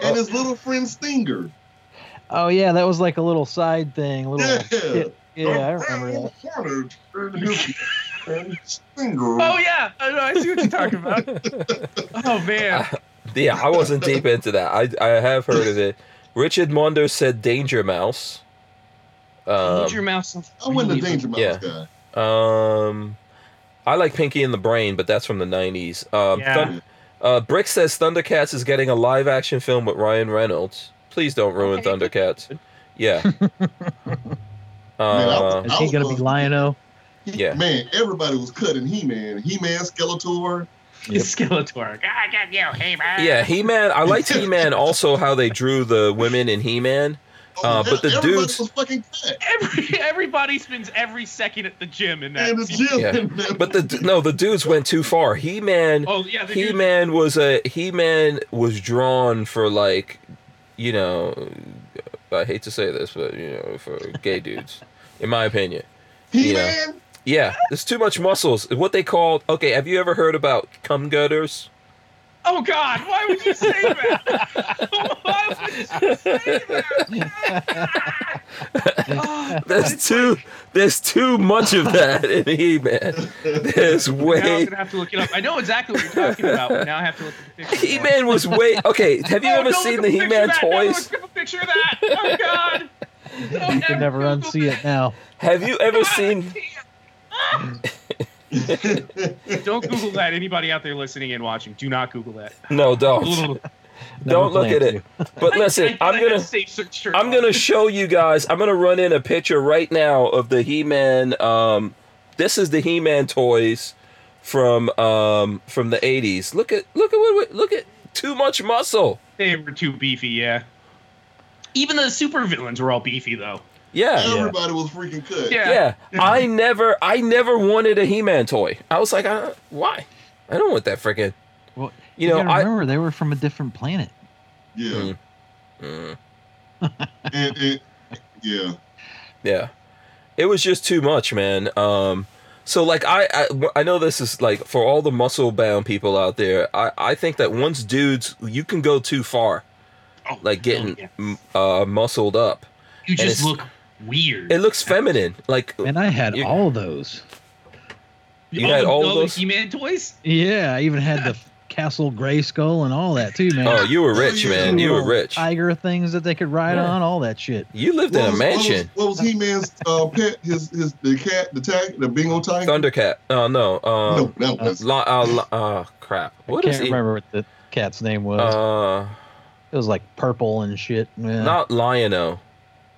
and
Oh.
his little friend Stinger.
Oh yeah, that was like a little side thing. a Little
Yeah.
yeah, yeah,
the
I remember
Brown
that.
Hornet and his friend Stinger.
Oh yeah, I, know, I see what you're talking about. Oh man,
I- yeah, I wasn't deep into that. I I have heard of it. Richard Mondo said Danger Mouse. Um,
Danger Mouse. sounds
I wasn't a
really
Danger Mouse
Yeah.
guy.
um, I like Pinky and the Brain, but that's from the '90s. Um,
Yeah.
Thun- uh, Brick says Thundercats is getting a live-action film with Ryan Reynolds. Please don't ruin
Okay.
Thundercats. Yeah.
Man, I
uh,
was-
Is he gonna be Lion-O?
yeah.
Man, everybody was cutting He-Man. He-Man,
Uh,
Skeletor.
Yep.
Skeletor. I got you, hey man.
Yeah, He Man. I liked He Man also how they drew the women in He Man.
Oh,
Uh, but the
everybody
dudes-
was fucking fat.
Every, everybody spends every second at the gym in that.
And the gym.
Yeah. But the no, the dudes went too far. He Man
oh yeah, the
He
dude-
Man was a He Man was drawn for like, you know, I hate to say this, but you know, for gay dudes, in my opinion.
He-Man.
Yeah, there's too much muscles. What they call okay. Have you ever heard about cum gutters?
Oh God, why would you say that? why would you say that?
There's too there's too much of that in He Man. There's
now I'm
way
gonna have to look it up. I know exactly what you're talking about. But now I have to look at the picture.
He Man was way okay. Have you
Oh,
ever
don't
seen
look
the
at
He Man
picture of that.
toys?
Don't look at the picture of that. Oh God. Don't
You can never
Google
unsee it now.
Have you ever seen?
that. Don't Google that. Anybody out there listening and watching, do not Google that.
No, don't.
Never
Don't look
planned
at it.
to.
But listen,
I- I
I'm
had
gonna.
safe search shirt
I'm
on.
gonna show you guys. I'm gonna run in a picture right now of the He-Man. Um, this is the He-Man toys from um, from the '80s. Look at look at what look at too much muscle.
They were too beefy, yeah. Even the supervillains were all beefy, though.
Oh, Yeah,
Everybody was freaking cut.
Yeah.
yeah. I never I never wanted a He-Man toy. I was like, I, why? I don't want that freaking.
Well,
You know,
gotta
I
remember they were from a different planet.
Yeah.
Mm. Mm,
And, and, yeah.
yeah. It was just too much, man. Um, so like I, I I know this is like for all the muscle bound people out there. I I think that once dudes, you can go too far,
Oh,
like getting
yeah.
m uh muscled up.
You
it's-
just look weird.
It looks feminine. Like
And I had
You-
all those.
you had all
the
those-
He-Man toys.
Yeah, I even had the Castle Gray Skull and all that too, man.
oh, you were rich, man. You were
Little
rich.
Tiger things that they could ride
Yeah.
on, all that shit.
You lived in a
was-
mansion.
What was, what was He-Man's uh, pet? His his the cat, the tag, the bingo tiger.
Thundercat. Oh no. Um,
no, that was
li- uh, li- uh, crap. What
I
is
can't
he?
remember what the cat's name was.
Uh,
It was like purple and shit. Yeah.
Not Lion-O.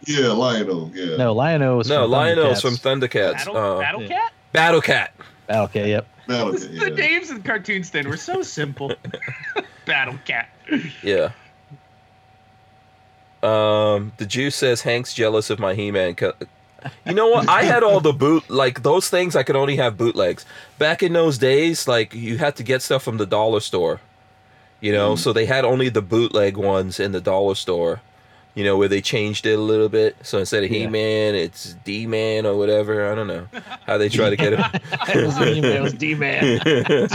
Yeah, Lionel. Yeah.
no, Lion-O was
No,
from
Lion-O's
Thundercats.
from Thundercats.
Battle,
Uh,
Battle
yeah.
Cat?
Battle Cat.
Battle Cat, Ah, yep.
Battle Cat,
The
Oh, yeah.
names of the cartoons then were so simple. Battle Cat.
Yeah. Um, the Jew says Hank's jealous of my He-Man. co- You know what? I had all the boot like those things. I could only have bootlegs back in those days. Like you had to get stuff from the dollar store, you know.
Mm.
So they had only the bootleg ones in the dollar store, you know, where they changed it a little bit. So instead of
Yeah.
He-Man, it's D-Man or whatever. I don't know how they try to get it.
It was D-Man. It was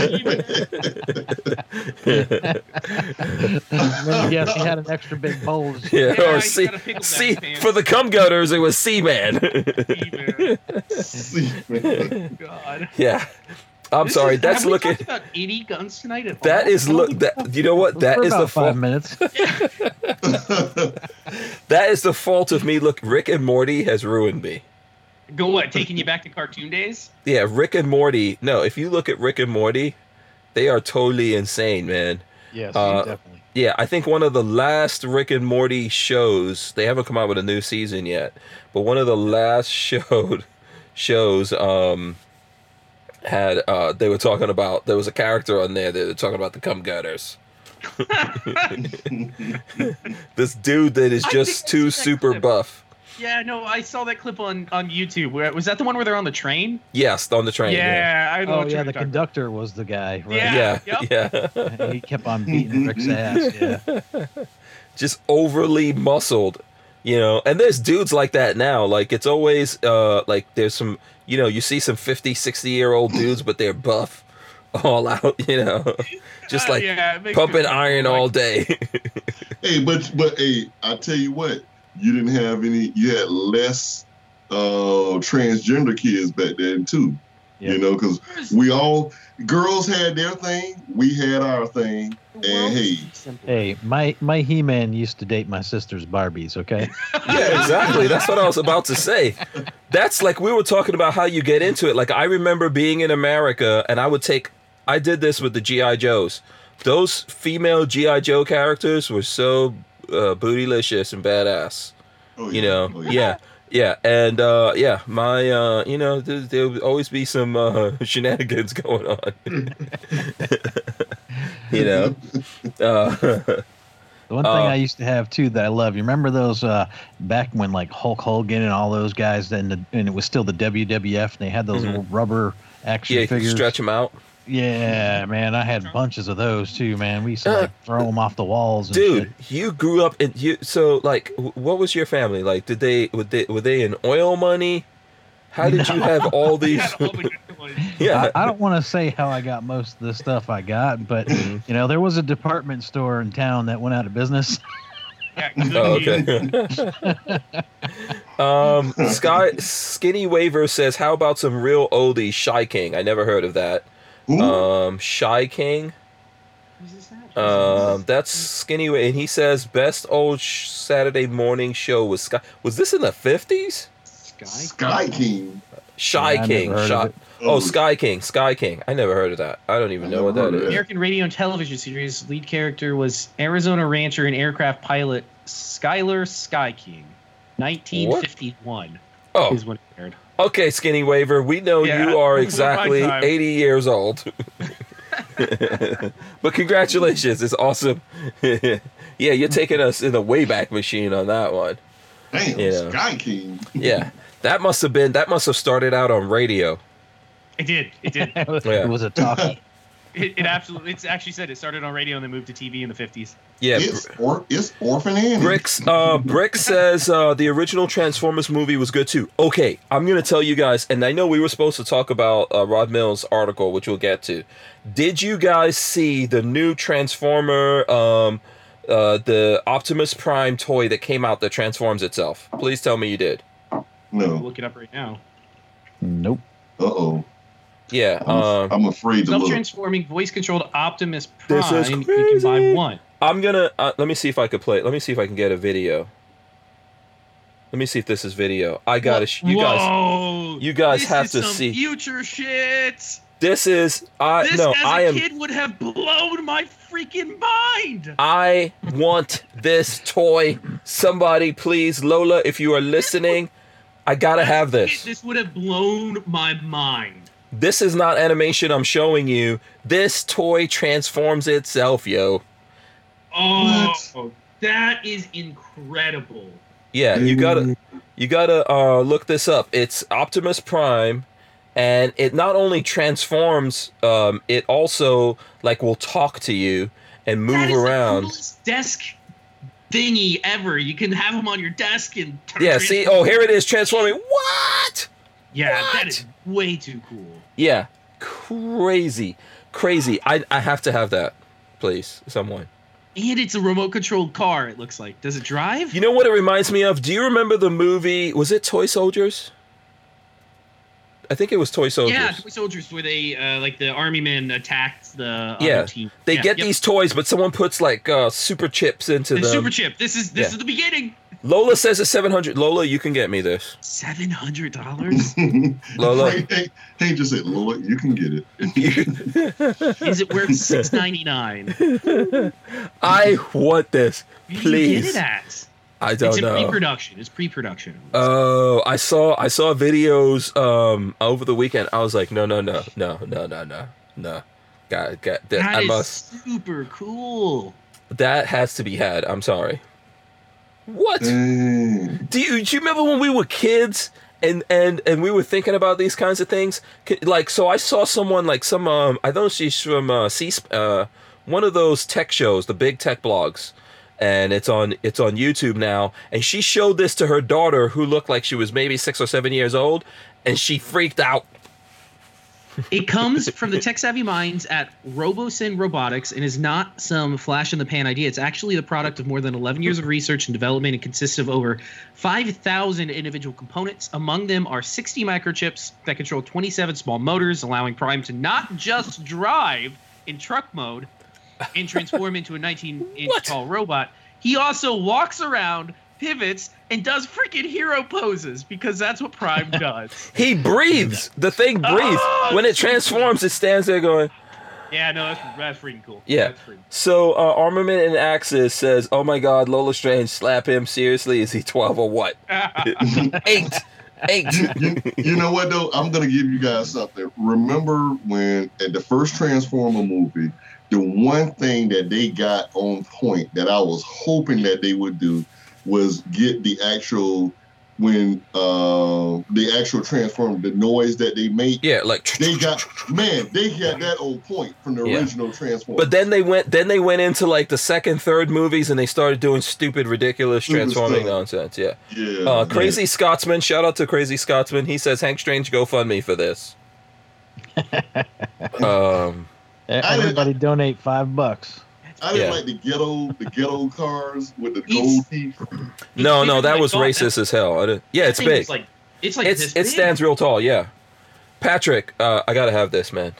D-Man. yes, he had an extra big bulge.
yeah,
Yeah,
or
you
C,
gotta pickle
C
that, man.
for the cum gutters. It was C-Man.
He-Man. Oh,
See, man.
God.
Yeah. I'm
This
sorry.
is-
that's
have we
looking.
talked about any guns tonight at
That
all?
is look. That you know what? That
for
is
about
the
five
fault.
minutes.
That is the fault of me. Look, Rick and Morty has ruined me.
Go what? Taking you back to cartoon days?
Yeah, Rick and Morty. No, if you look at Rick and Morty, they are totally insane, man.
Yes,
Uh,
definitely.
Yeah, I think one of the last Rick and Morty shows. They haven't come out with a new season yet, but one of the last showed shows um had uh they were talking about there was a character on there that were talking about the cum gutters. This dude that is
I
just
think I
too
see that
super
clip.
buff.
Yeah, no, I saw that clip on, on YouTube. Where, was that the one where they're on the train?
Yes, on the train.
yeah, I know
Oh
what
yeah,
you're
the
talking
conductor was the guy. Right?
Yeah,
Yeah,
yeah.
Yeah. he kept on beating Rick's ass. Yeah.
Just overly muscled, you know. And there's dudes like that now. Like it's always uh like there's some you know, you see some 50, 60 year old dudes but they're buff all out, you know. Just
Uh,
like
yeah, it makes
pumping
me-
iron
like-
all day.
hey, but but hey, I tell you what, you didn't have any. You had less uh transgender kids back then too.
Yeah.
You know, because we all girls had their thing, we had our thing,
The world
and hey,
is simple.
Hey, my my He-Man used to date my sister's Barbies. Okay.
yeah, exactly. That's what I was about to say. That's like we were talking about how you get into it. Like I remember being in America and I would take I did this with the GI Joes. Those female GI Joe characters were so uh, bootylicious and badass.
oh,
You know.
oh,
Yeah. Yeah, and uh, yeah, my uh, you know there, there would always be some uh, shenanigans going on. you know. Uh,
The one thing
Uh,
I used to have too that I love, you remember those uh, back when like Hulk Hogan and all those guys, then the, and it was still the WWF, and they had those
Mhm.
little rubber action
yeah,
figures.
stretch them out.
Yeah, man, I had bunches of those too, man. We used to
Uh,
like, throw them off the walls. And
dude you grew up in you so like wh- what was your family like did they were they, were they in oil money how did you have all these
Yeah, all the good ones.
shit.
yeah
I, I don't want to say how I got most of the stuff I got, but
Mhm.
you know, there was a department store in town that went out of business.
Yeah, good
oh,
news.
okay um sky skinny waver says how about some real oldies shy king i never heard of that
Who?
um shy king
Is this that?
um that's skinny Wa- and he says best old sh- saturday morning show was sky was this in the 50s Um,
Sky King.
shy
Yeah, I never
king
heard of
Shy-
it.
Oh, Sky King, Sky King. I never heard of that. I don't even
I
know what
never
that
heard of
is.
that.
American radio and television series lead character was Arizona rancher and aircraft pilot Skylar Sky King. 1951
Oh,
is when it aired.
okay, Skinny Waver. We know
Yeah,
you are
my
exactly
time.
80 years old. but congratulations, it's awesome. yeah, you're taking us in the Wayback Machine on that one.
Damn,
Yeah.
Sky King.
Yeah, that must have been, that must have started out on radio.
It did. It did. it,
Yeah.
It was a talkie.
it absolutely. It's actually said it started on radio and then moved to TV in the 50s.
Yeah,
It's or it's Orphan Annie.
Bricks, uh, Brick says uh, the original Transformers movie was good too. Okay, I'm gonna tell you guys, and I know we were supposed to talk about uh, Rod Mills' article, which we'll get to. Did you guys see the new Transformer, um, uh, the Optimus Prime toy that came out that transforms itself? Please tell me you did.
I'll
No.
look it up right now.
nope.
Uh oh.
Yeah,
I'm,
um,
I'm afraid to look.
Self-transforming, voice-controlled Optimus Prime.
This is
You can buy
crazy.
one.
I'm gonna uh, let me see if I could play. it. Let me see if I can get a video. Let me see if this is video. I gotta. Sh- you guys,
Whoa!
you guys
This
have
is
to
some
see.
future shit.
This is I
this
no
as a
I am
kid would have blown my freaking mind.
I want this toy. Somebody please Lola if you are listening, I got to have
Kid,
this.
This would have blown my mind.
This is not animation I'm showing you. This toy transforms itself, yo.
Oh, that is incredible.
Yeah, you got to you gotta uh, look this up. It's Optimus Prime, and it not only transforms, um, it also like will talk to you and move
that is
around.
The coolest desk thingy ever. You can have them on your desk and turn
yeah, see,
trans-
oh here it is transforming. What?
yeah,
what?
that is way too cool.
Yeah, crazy, crazy. I I have to have that, please, someone.
And it's a remote controlled car. It looks like. Does it drive?
You know what it reminds me of? Do you remember the movie? Was it Toy Soldiers? I think it was Toy Soldiers.
yeah, toy soldiers where they uh, like the army men attacked the
Yeah,
other team.
They
Yeah,
get
yep.
these toys, but someone puts like uh, super chips into
The
them.
super chip. This is this
Yeah.
is the beginning.
Lola says it's 700. Lola, you can get me this.
Seven hundred dollars.
Lola.
Hank, Hank- Hank just said, Lola, you can get it.
Is it worth six ninety nine?
I want this.
Get
Please.
it at.
I don't
It's in pre
know.
production. It's pre production.
Oh, I saw I saw videos um over the weekend. I was like, no, no, no, no, no, no, no, no. God, God, that,
that
I
is
must.
super cool.
That has to be had. I'm sorry. What?
Dang.
Do you, do you remember when we were kids and, and, and we were thinking about these kinds of things? C- Like, so I saw someone, like some, um, I know she's from uh, C, uh, one of those tech shows, the big tech blogs, and it's on it's on YouTube now. And she showed this to her daughter, who looked like she was maybe six or seven years old, and she freaked out.
It comes from the tech savvy minds at Robosyn Robotics and is not some flash in the pan idea. It's actually the product of more than 11 years of research and development and consists of over 5,000 individual components. Among them are 60 microchips that control 27 small motors, allowing Prime to not just drive in truck mode and transform into a 19 inch
What?
tall robot, he also walks around, pivots, and does freaking hero poses because that's what Prime does.
He breathes. The thing breathes.
Oh,
When it transforms, it stands there going.
Yeah, no, that's, that's freaking cool.
Yeah.
That's freaking
So uh, Armament and Axis says, "Oh my God, Lola Strange, slap him seriously. Is he twelve or what?
Ah.
Eight, eight.
you, you know what though? I'm gonna give you guys something. Remember when at the first Transformer movie, the one thing that they got on point that I was hoping that they would do was get the actual when uh the actual transform the noise that they make.
Yeah, like.
They got man, they got that on point from the
Yeah.
original Transformer.
But then they went. Then they went into like the second, third movies, and they started doing stupid, ridiculous,
Stupid
transforming
stuff.
nonsense. Yeah.
yeah,
Uh, Crazy Scotsman. Shout out to Crazy Scotsman. He says, "Hank Strange, GoFundMe for this." um.
didn't-
E, Everybody donate five bucks.
I didn't
yeah.
like the ghetto the ghetto cars with the
He's-
gold teeth.
No, no,
It's big,
that
like,
was
tall,
racist as hell. I didn't, yeah, it's
That thing is
big.
Like, it's like
It's
this
it
big.
stands real tall. Yeah. Patrick, uh, I gotta have this, man.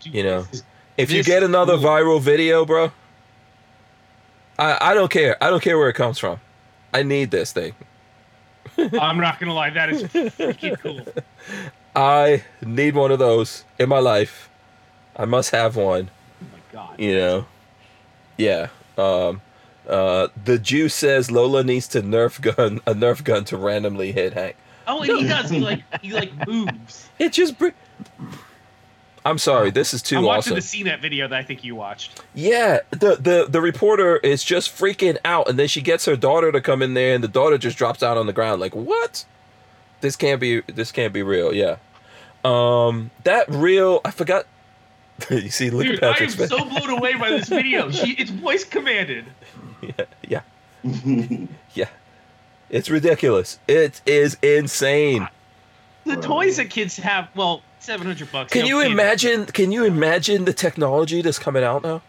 Dude,
you know.
this is-
If you
This
get another
rule.
viral video, bro, I I don't care. I don't care where it comes from. I need this thing.
I'm not gonna lie, that is freaking cool. Oh
I need one of those in my life. I must have one.
Oh my god.
You know. Yeah. Um. Uh. The Jew says Lola needs to nerf gun a nerf gun to randomly hit Hank.
Oh, and he does. He like he like moves.
It just. Br- I'm sorry. This is too
I'm watching
awesome.
the CNET video that I think you watched.
Yeah, the, the the reporter is just freaking out, and then she gets her daughter to come in there, and the daughter just drops out on the ground. Like, what? This can't be. This can't be real. Yeah. Um, that real. I forgot. you see, look
Dude,
at
I am
Patrick's face.
so blown away by this video. She, it's voice commanded.
yeah, yeah. It's ridiculous. It is insane.
The toys that kids have, well, seven hundred bucks.
Can
no
you
kid.
imagine? Can you imagine the technology that's coming out now?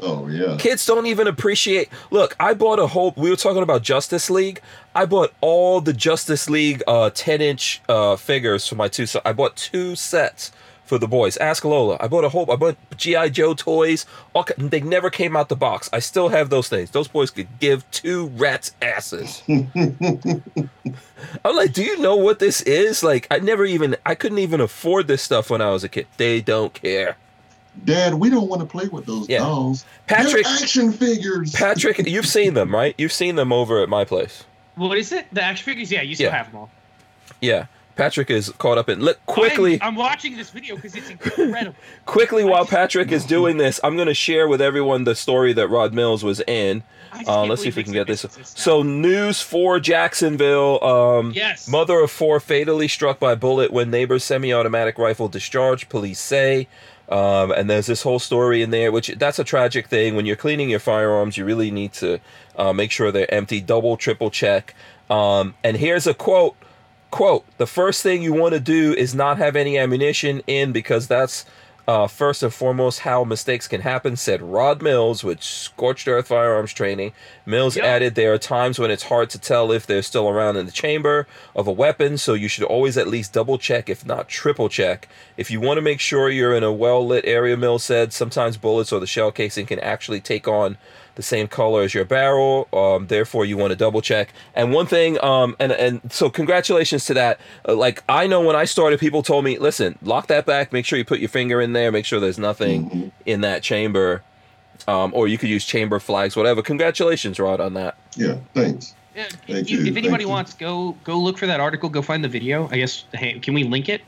oh yeah.
Kids don't even appreciate. Look, I bought a whole. We were talking about Justice League. I bought all the Justice League uh, ten inch uh, figures for my two. So I bought two sets for the boys. Ask Lola. I bought a whole, I bought GI Joe toys. All ki- they never came out the box. I still have those things. Those boys could give two rats asses. I'm like, do you know what this is? Like, I never even, I couldn't even afford this stuff when I was a kid. They don't care.
Dad, we don't want to play with those
Yeah.
dolls.
Patrick,
They're action figures.
Patrick, you've seen them, right? You've seen them over at my place.
What is it? The action figures? Yeah, you still
Yeah.
have them all.
Yeah. Patrick is caught up in. Look quickly,
I'm, I'm watching this video because it's incredible.
quickly while Patrick is doing this, I'm going to share with everyone the story that Rod Mills was in.
I just
Uh,
can't
let's see
believe
if we can
they
get this.
exist now.
So, news for Jacksonville. Um,
yes,
Mother of four fatally struck by bullet when neighbor's semi-automatic rifle discharged. Police say. Um, and there's this whole story in there, which that's a tragic thing. When you're cleaning your firearms, you really need to uh, make sure they're empty. Double, triple check. Um, and here's a quote: "Quote: The first thing you want to do is not have any ammunition in because that's uh, first and foremost how mistakes can happen." Said Rod Mills, with scorched earth firearms training. Mills
Yep.
added, "There are times when it's hard to tell if they're still around in the chamber of a weapon, so you should always at least double check, if not triple check. If you want to make sure you're in a well lit area, Mill said, sometimes bullets or the shell casing can actually take on the same color as your barrel. Um, therefore, you want to double check. And one thing, um, and and so congratulations to that. Uh, like I know when I started, people told me, listen, lock that back, make sure you put your finger in there, make sure there's nothing
Mhm.
in that chamber. Um, or you could use chamber flags, whatever. Congratulations, Rod, on that.
Yeah, thanks.
Yeah,
Thank
if,
you,
if
thank
anybody
you.
wants, go go look for that article. Go find the video. I guess. Hey, can we link it?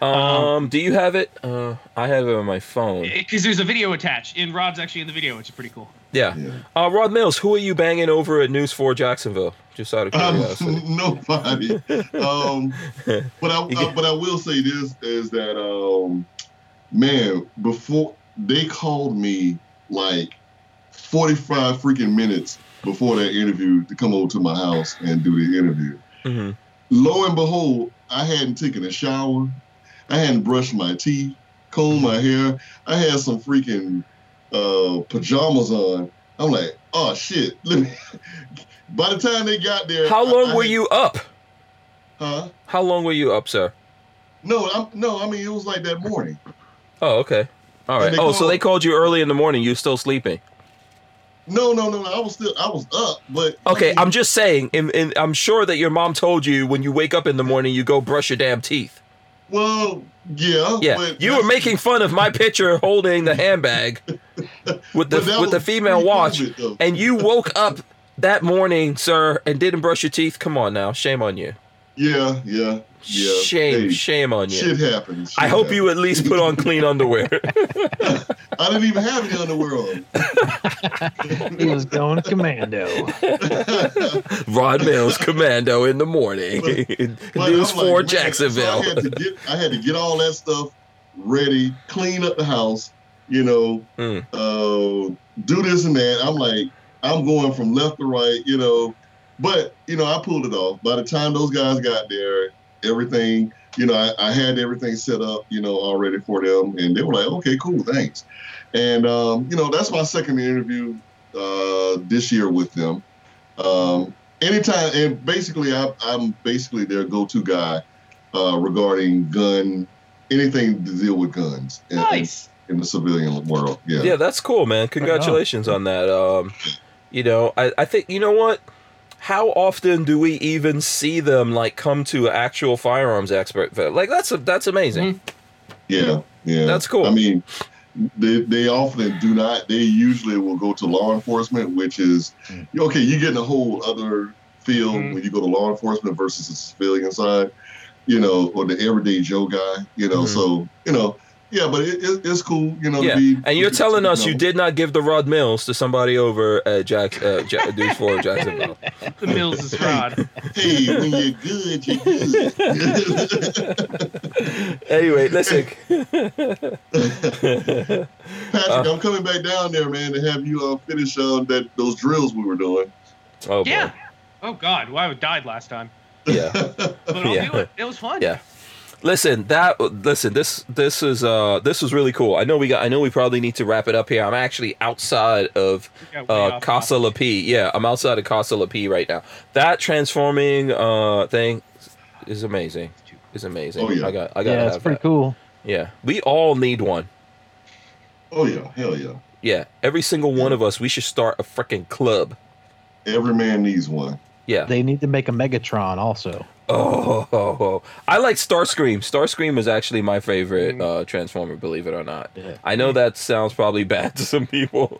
Um,
Um,
do you have it? Uh, I have it on my phone.
Because Eh, there's a video attached, and Rod's actually in the video, which is pretty cool.
Yeah.
Yeah.
Uh, Rod Mills, who are you banging over at News 4 Jacksonville? Just out of
Um,
curiosity.
nobody. Um, but I, I but I will say this is that um, man, before they called me like forty five freaking minutes before that interview to come over to my house and do the interview.
Mhm.
Lo and behold, I hadn't taken a shower, I hadn't brushed my teeth, combed my hair, I had some freaking uh, pajamas on. I'm like, oh shit! Let me. By the time they got there,
How
I-
long
I
were
had-
you up?
Huh?
How long were you up, sir?
No, I'm, no. I mean, it was like that morning.
Oh, okay. All
And
right.
they
Oh, so
called-
they called you early in the morning. You still sleeping?
No, no, no. no, I was still, I was up, but
Okay. I'm just saying. In, in, I'm sure that your mom told you when you wake up in the morning, you go brush your damn teeth.
well, yeah,
Yeah.
But
you were making fun of my picture holding the handbag with the
but that
with the
was
female
pre-COVID,
watch,
though.
and you woke up that morning, sir, and didn't brush your teeth. Come on now. Shame on you.
Yeah, yeah, yeah.
Shame.
Hey,
Shame on you.
Shit happens.
I
Shit
hope you at least put on clean underwear.
happens. I didn't even have any underwear on.
He was going commando.
Rod Mills Commando in the morning.
But
News
I'm like,
for
man,
Jacksonville.
So I, had to get, I had to get all that stuff ready, clean up the house, you know,
Mm.
uh, do this and that. I'm like, I'm going from left to right, you know. But, you know, I pulled it off. By the time those guys got there, everything, you know, I, I had everything set up, you know, already for them. And they were like, okay, cool, thanks. And, um, you know, that's my second interview uh, this year with them. Um, anytime, and basically, I, I'm basically their go to guy uh, regarding gun, anything to deal with guns in,
Nice.
in, the civilian world. Yeah.
yeah, that's cool, man. Congratulations on that. Um, you know, I, I think you know what? How often do we even see them like come to an actual firearms expert? Like that's a, that's amazing.
Yeah, yeah.
Hmm. That's cool.
I mean, they, they often do not. They usually will go to law enforcement, which is
Hmm.
Mm.
okay. You get in a whole other field
Mhm.
when you go to law enforcement versus the civilian side, you know, or the everyday Joe guy, you know.
Mhm.
So you know, yeah, but it, it, it's cool, you know. to
Yeah,
be-
And you're
to-
telling
to,
us you
know.
did not give the Rod Mills to somebody over at Jack, uh, Ja News for Jacksonville.
The Mills is Rod.
Hey, when you're good, you're good.
anyway, listen. Oh,
Patrick,
Uh.
I'm coming back down there, man, to have you uh, finish uh, that those drills we were doing.
oh boy.
yeah. Oh God, well, I died last time,
yeah.
but I'll
Yeah.
do it. It was fun.
Yeah. Listen, that listen, this this is uh this was really cool. I know we got I know we probably need to wrap it up here. I'm actually outside of
We got way
uh
off
Casa La P. Yeah, I'm outside of Casa La P right now. That transforming uh thing is amazing.
topic.
Is amazing.
Oh, yeah.
I got I got
Yeah, it's pretty cool.
Yeah, we all need one.
Oh yeah, hell yeah.
Yeah, every single one of us. We should start a freaking club.
Every man needs one.
Yeah.
They need to make a Megatron also.
Oh, oh, oh. I like Starscream. Starscream is actually my favorite uh, Transformer, believe it or not.
Yeah.
I know that sounds probably bad to some people,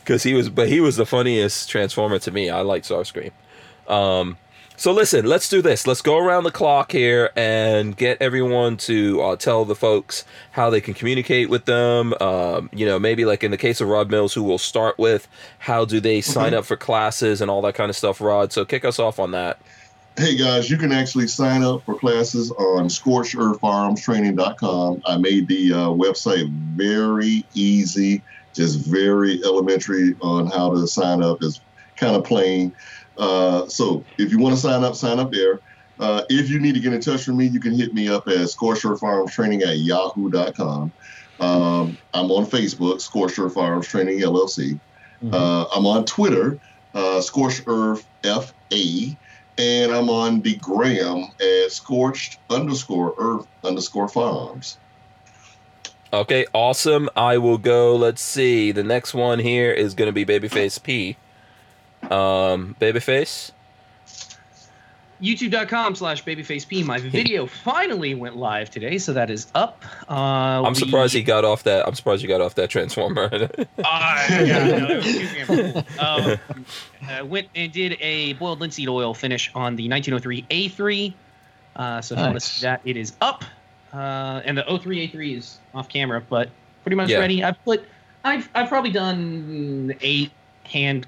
because he was, but he was the funniest Transformer to me. I like Starscream. Um, so listen, let's do this. Let's go around the clock here and get everyone to uh, tell the folks how they can communicate with them. Um, you know, maybe like in the case of Rod Mills, who we'll start with, how do they sign up for classes and all that kind of stuff, Rod? So kick us off on that.
Hey guys, you can actually sign up for classes on scorchearthfirearmstraining.com. I made the uh, website very easy, just very elementary on how to sign up. It's kind of plain. Uh, so if you want to sign up, sign up there. Uh, if you need to get in touch with me, you can hit me up at scorchearthfirearmstraining at yahoo.com. Um, I'm on Facebook, Scorcher Firearms Training LLC.
Mm-hmm.
Uh, I'm on Twitter, uh, Scorched Earth FA, and I'm on the gram at scorched underscore earth underscore farms.
Okay, awesome. I will go. Let's see. The next one here is going to be Babyface P. Um, Babyface.
youtube.com slash babyfacepm my video finally went live today so that is up uh,
I'm surprised he got off that. I'm surprised you got off that Transformer.
uh, yeah, no, excuse me, I'm cool. um, uh, went and did a boiled linseed oil finish on the 1903 a3 uh, so if you want to
Nice.
see that it is up uh, and the 03 a3 is off camera but pretty much
Yeah.
ready i've put I've, I've probably done eight hand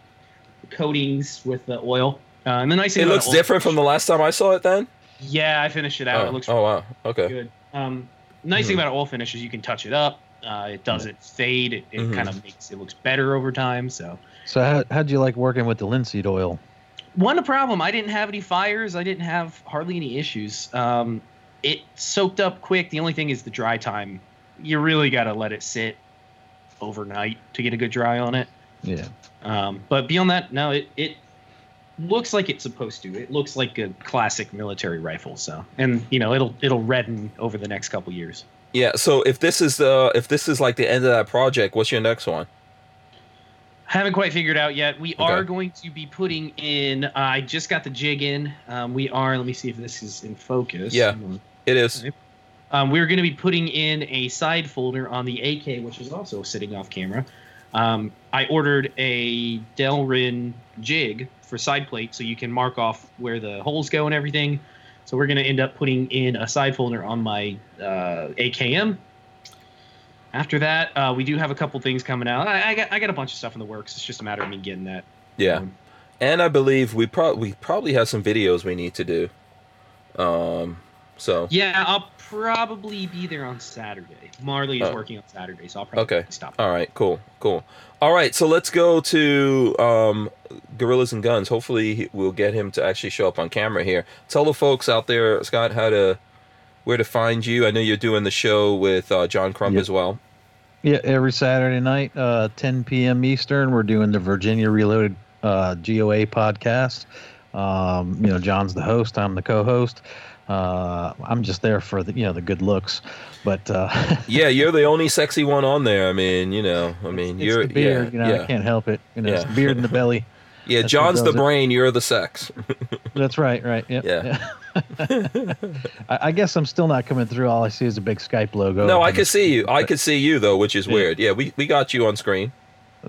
coatings with the oil uh, and the nice thing
it
about
looks
oil-
different from the last time I saw it. Then.
yeah i finished it out
oh,
it looks
oh wow. Okay. Mm-hmm.
good. Um, nice thing about an oil finish is you can touch it up. Uh, it doesn't fade. It, it
Mhm.
kind of makes it looks better over time. So
So how how'd you like working with the linseed oil?
one problem I didn't have any fires. I didn't have hardly any issues. Um, it soaked up quick. The only thing is the dry time. You really got to let it sit overnight to get a good dry on it.
Yeah.
Um, but beyond that, no, it it looks like it's supposed to. It looks like a classic military rifle. So and you know it'll it'll redden over the next couple years.
Yeah. So if this is the if this is like the end of that project, what's your next one?
Haven't quite figured out yet. We
Okay.
are going to be putting in. I just got the jig in. Um, we are. Let me see if this is in focus.
Yeah. It is.
Um, we're going to be putting in a side folder on the AK, which is also sitting off camera. Um, I ordered a Delrin jig for side plate, so you can mark off where the holes go and everything. So we're going to end up putting in a side folder on my uh, AKM. After that, uh, we do have a couple things coming out. I, I, got, I got a bunch of stuff in the works. It's just a matter of me getting that.
Yeah.
Um,
And I believe we probably we probably have some videos we need to do. Um. So.
Yeah, I'll probably be there on Saturday. Marley is
Oh.
working on Saturday, so I'll probably
Okay.
stop.
All right, cool, cool. All right, so let's go to um, Gorillas and Guns. Hopefully, he- we'll get him to actually show up on camera here. Tell the folks out there, Scott, how to where to find you. I know you're doing the show with uh, John Crump
Yep.
as well.
Yeah, every Saturday night, uh, 10 p.m. Eastern, we're doing the Virginia Reloaded uh, GOA podcast. Um, you know, John's the host. I'm the co-host. Uh, I'm just there for the you know the good looks, but uh,
Yeah, you're the only sexy one on there. I mean, you know, I mean,
it's
you're
the beard.
yeah,
you know, I
yeah,
can't help it. You know, it's
Yeah.
the beard and the belly.
yeah.
that's what
John's the
does it.
brain, you're the sex.
That's right, right. Yep,
Yeah.
I, I guess I'm still not coming through. All I see is a big Skype logo.
no, I
And-
could see you. I
but-
could see you though, which is
Yeah.
weird. Yeah, we we got you on screen.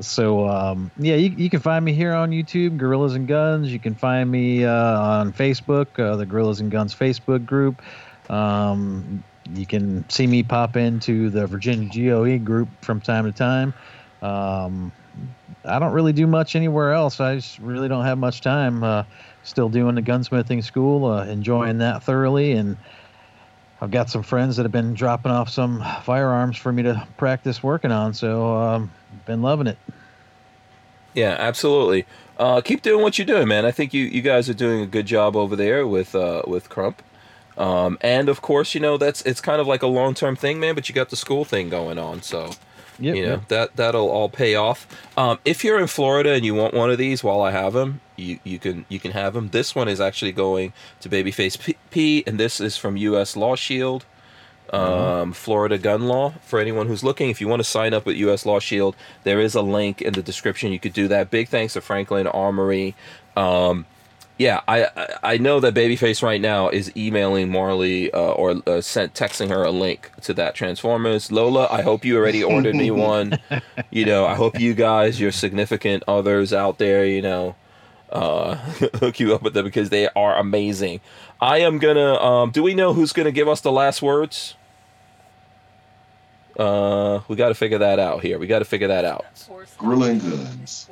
So um, yeah, you, you can find me here on YouTube, Gorillas and Guns. You can find me uh, on Facebook, uh, the Gorillas and Guns Facebook group. Um, you can see me pop into the Virginia GOE group from time to time. Um, I don't really do much anywhere else. I just really don't have much time. Uh, still doing the gunsmithing school, uh, enjoying that thoroughly, and I've got some friends that have been dropping off some firearms for me to practice working on. So um, been loving it.
Yeah, absolutely. Uh, keep doing what you're doing, man. I think you, you guys are doing a good job over there with uh, with Crump. Um, and of course, you know that's it's kind of like a long term thing, man. But you got the school thing going on, so
Yep,
you know
yep.
that that'll all pay off. Um, if you're in Florida and you want one of these, while I have them, you, you can you can have them. This one is actually going to Babyface P, P and this is from U.S. Law Shield. um, Florida gun law. For anyone who's looking, if you want to sign up with U.S. Law Shield, there is a link in the description. You could do that. Big thanks to Franklin Armory. Um, yeah, I I- I know that Babyface right now is emailing Marley uh, or uh, sent texting her a link to that Transformers. Lola, I hope you already ordered me one. You know, I hope you guys, your significant others out there, you know, uh, hook you up with them because they are amazing. I am gonna. Um, do we know who's gonna give us the last words? Uh, we got to figure that out here. We got to figure that out.
Grilling guns.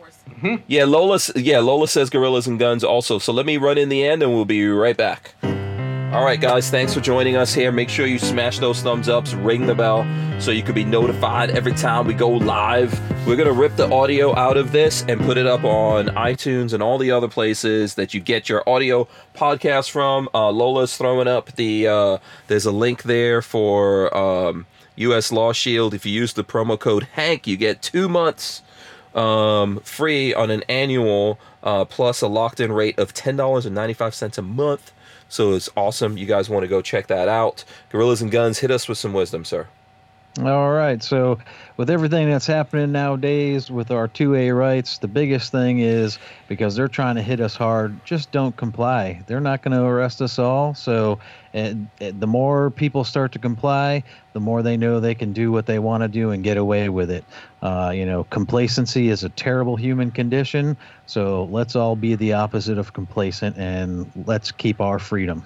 Yeah, Lola. s- Yeah, Lola says gorillas and guns also. So let me run in the end, and we'll be right back. All right, guys. Thanks for joining us here. Make sure you smash those thumbs ups, ring the bell, so you can be notified every time we go live. We're gonna rip the audio out of this and put it up on iTunes and all the other places that you get your audio podcast from. Uh, Lola's throwing up the. Uh, there's a link there for um, U.S. Law Shield. If you use the promo code Hank, you get two months um, free on an annual uh, plus a locked in rate of $10.95 a month. So it's awesome. You guys want to go check that out. Gorillas and Guns, hit us with some wisdom, sir.
All right. So, with everything that's happening nowadays with our 2A rights, the biggest thing is because they're trying to hit us hard, just don't comply. They're not going to arrest us all. So, and, and the more people start to comply, the more they know they can do what they want to do and get away with it. Uh, you know, complacency is a terrible human condition. So, let's all be the opposite of complacent and let's keep our freedom.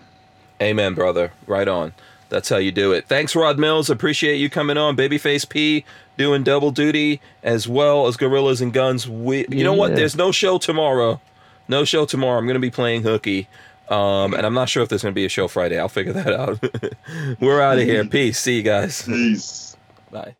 Amen, brother. Right on. That's how you do it. Thanks, Rod Mills. Appreciate you coming on. Babyface P doing double duty as well as Gorillas and Guns. We, you know what?
Yeah.
There's no show tomorrow. No show tomorrow. I'm going to be playing hooky. Um, and I'm not sure if there's going to be a show Friday. I'll figure that out. We're out of here. Peace. See you guys.
Peace.
Bye.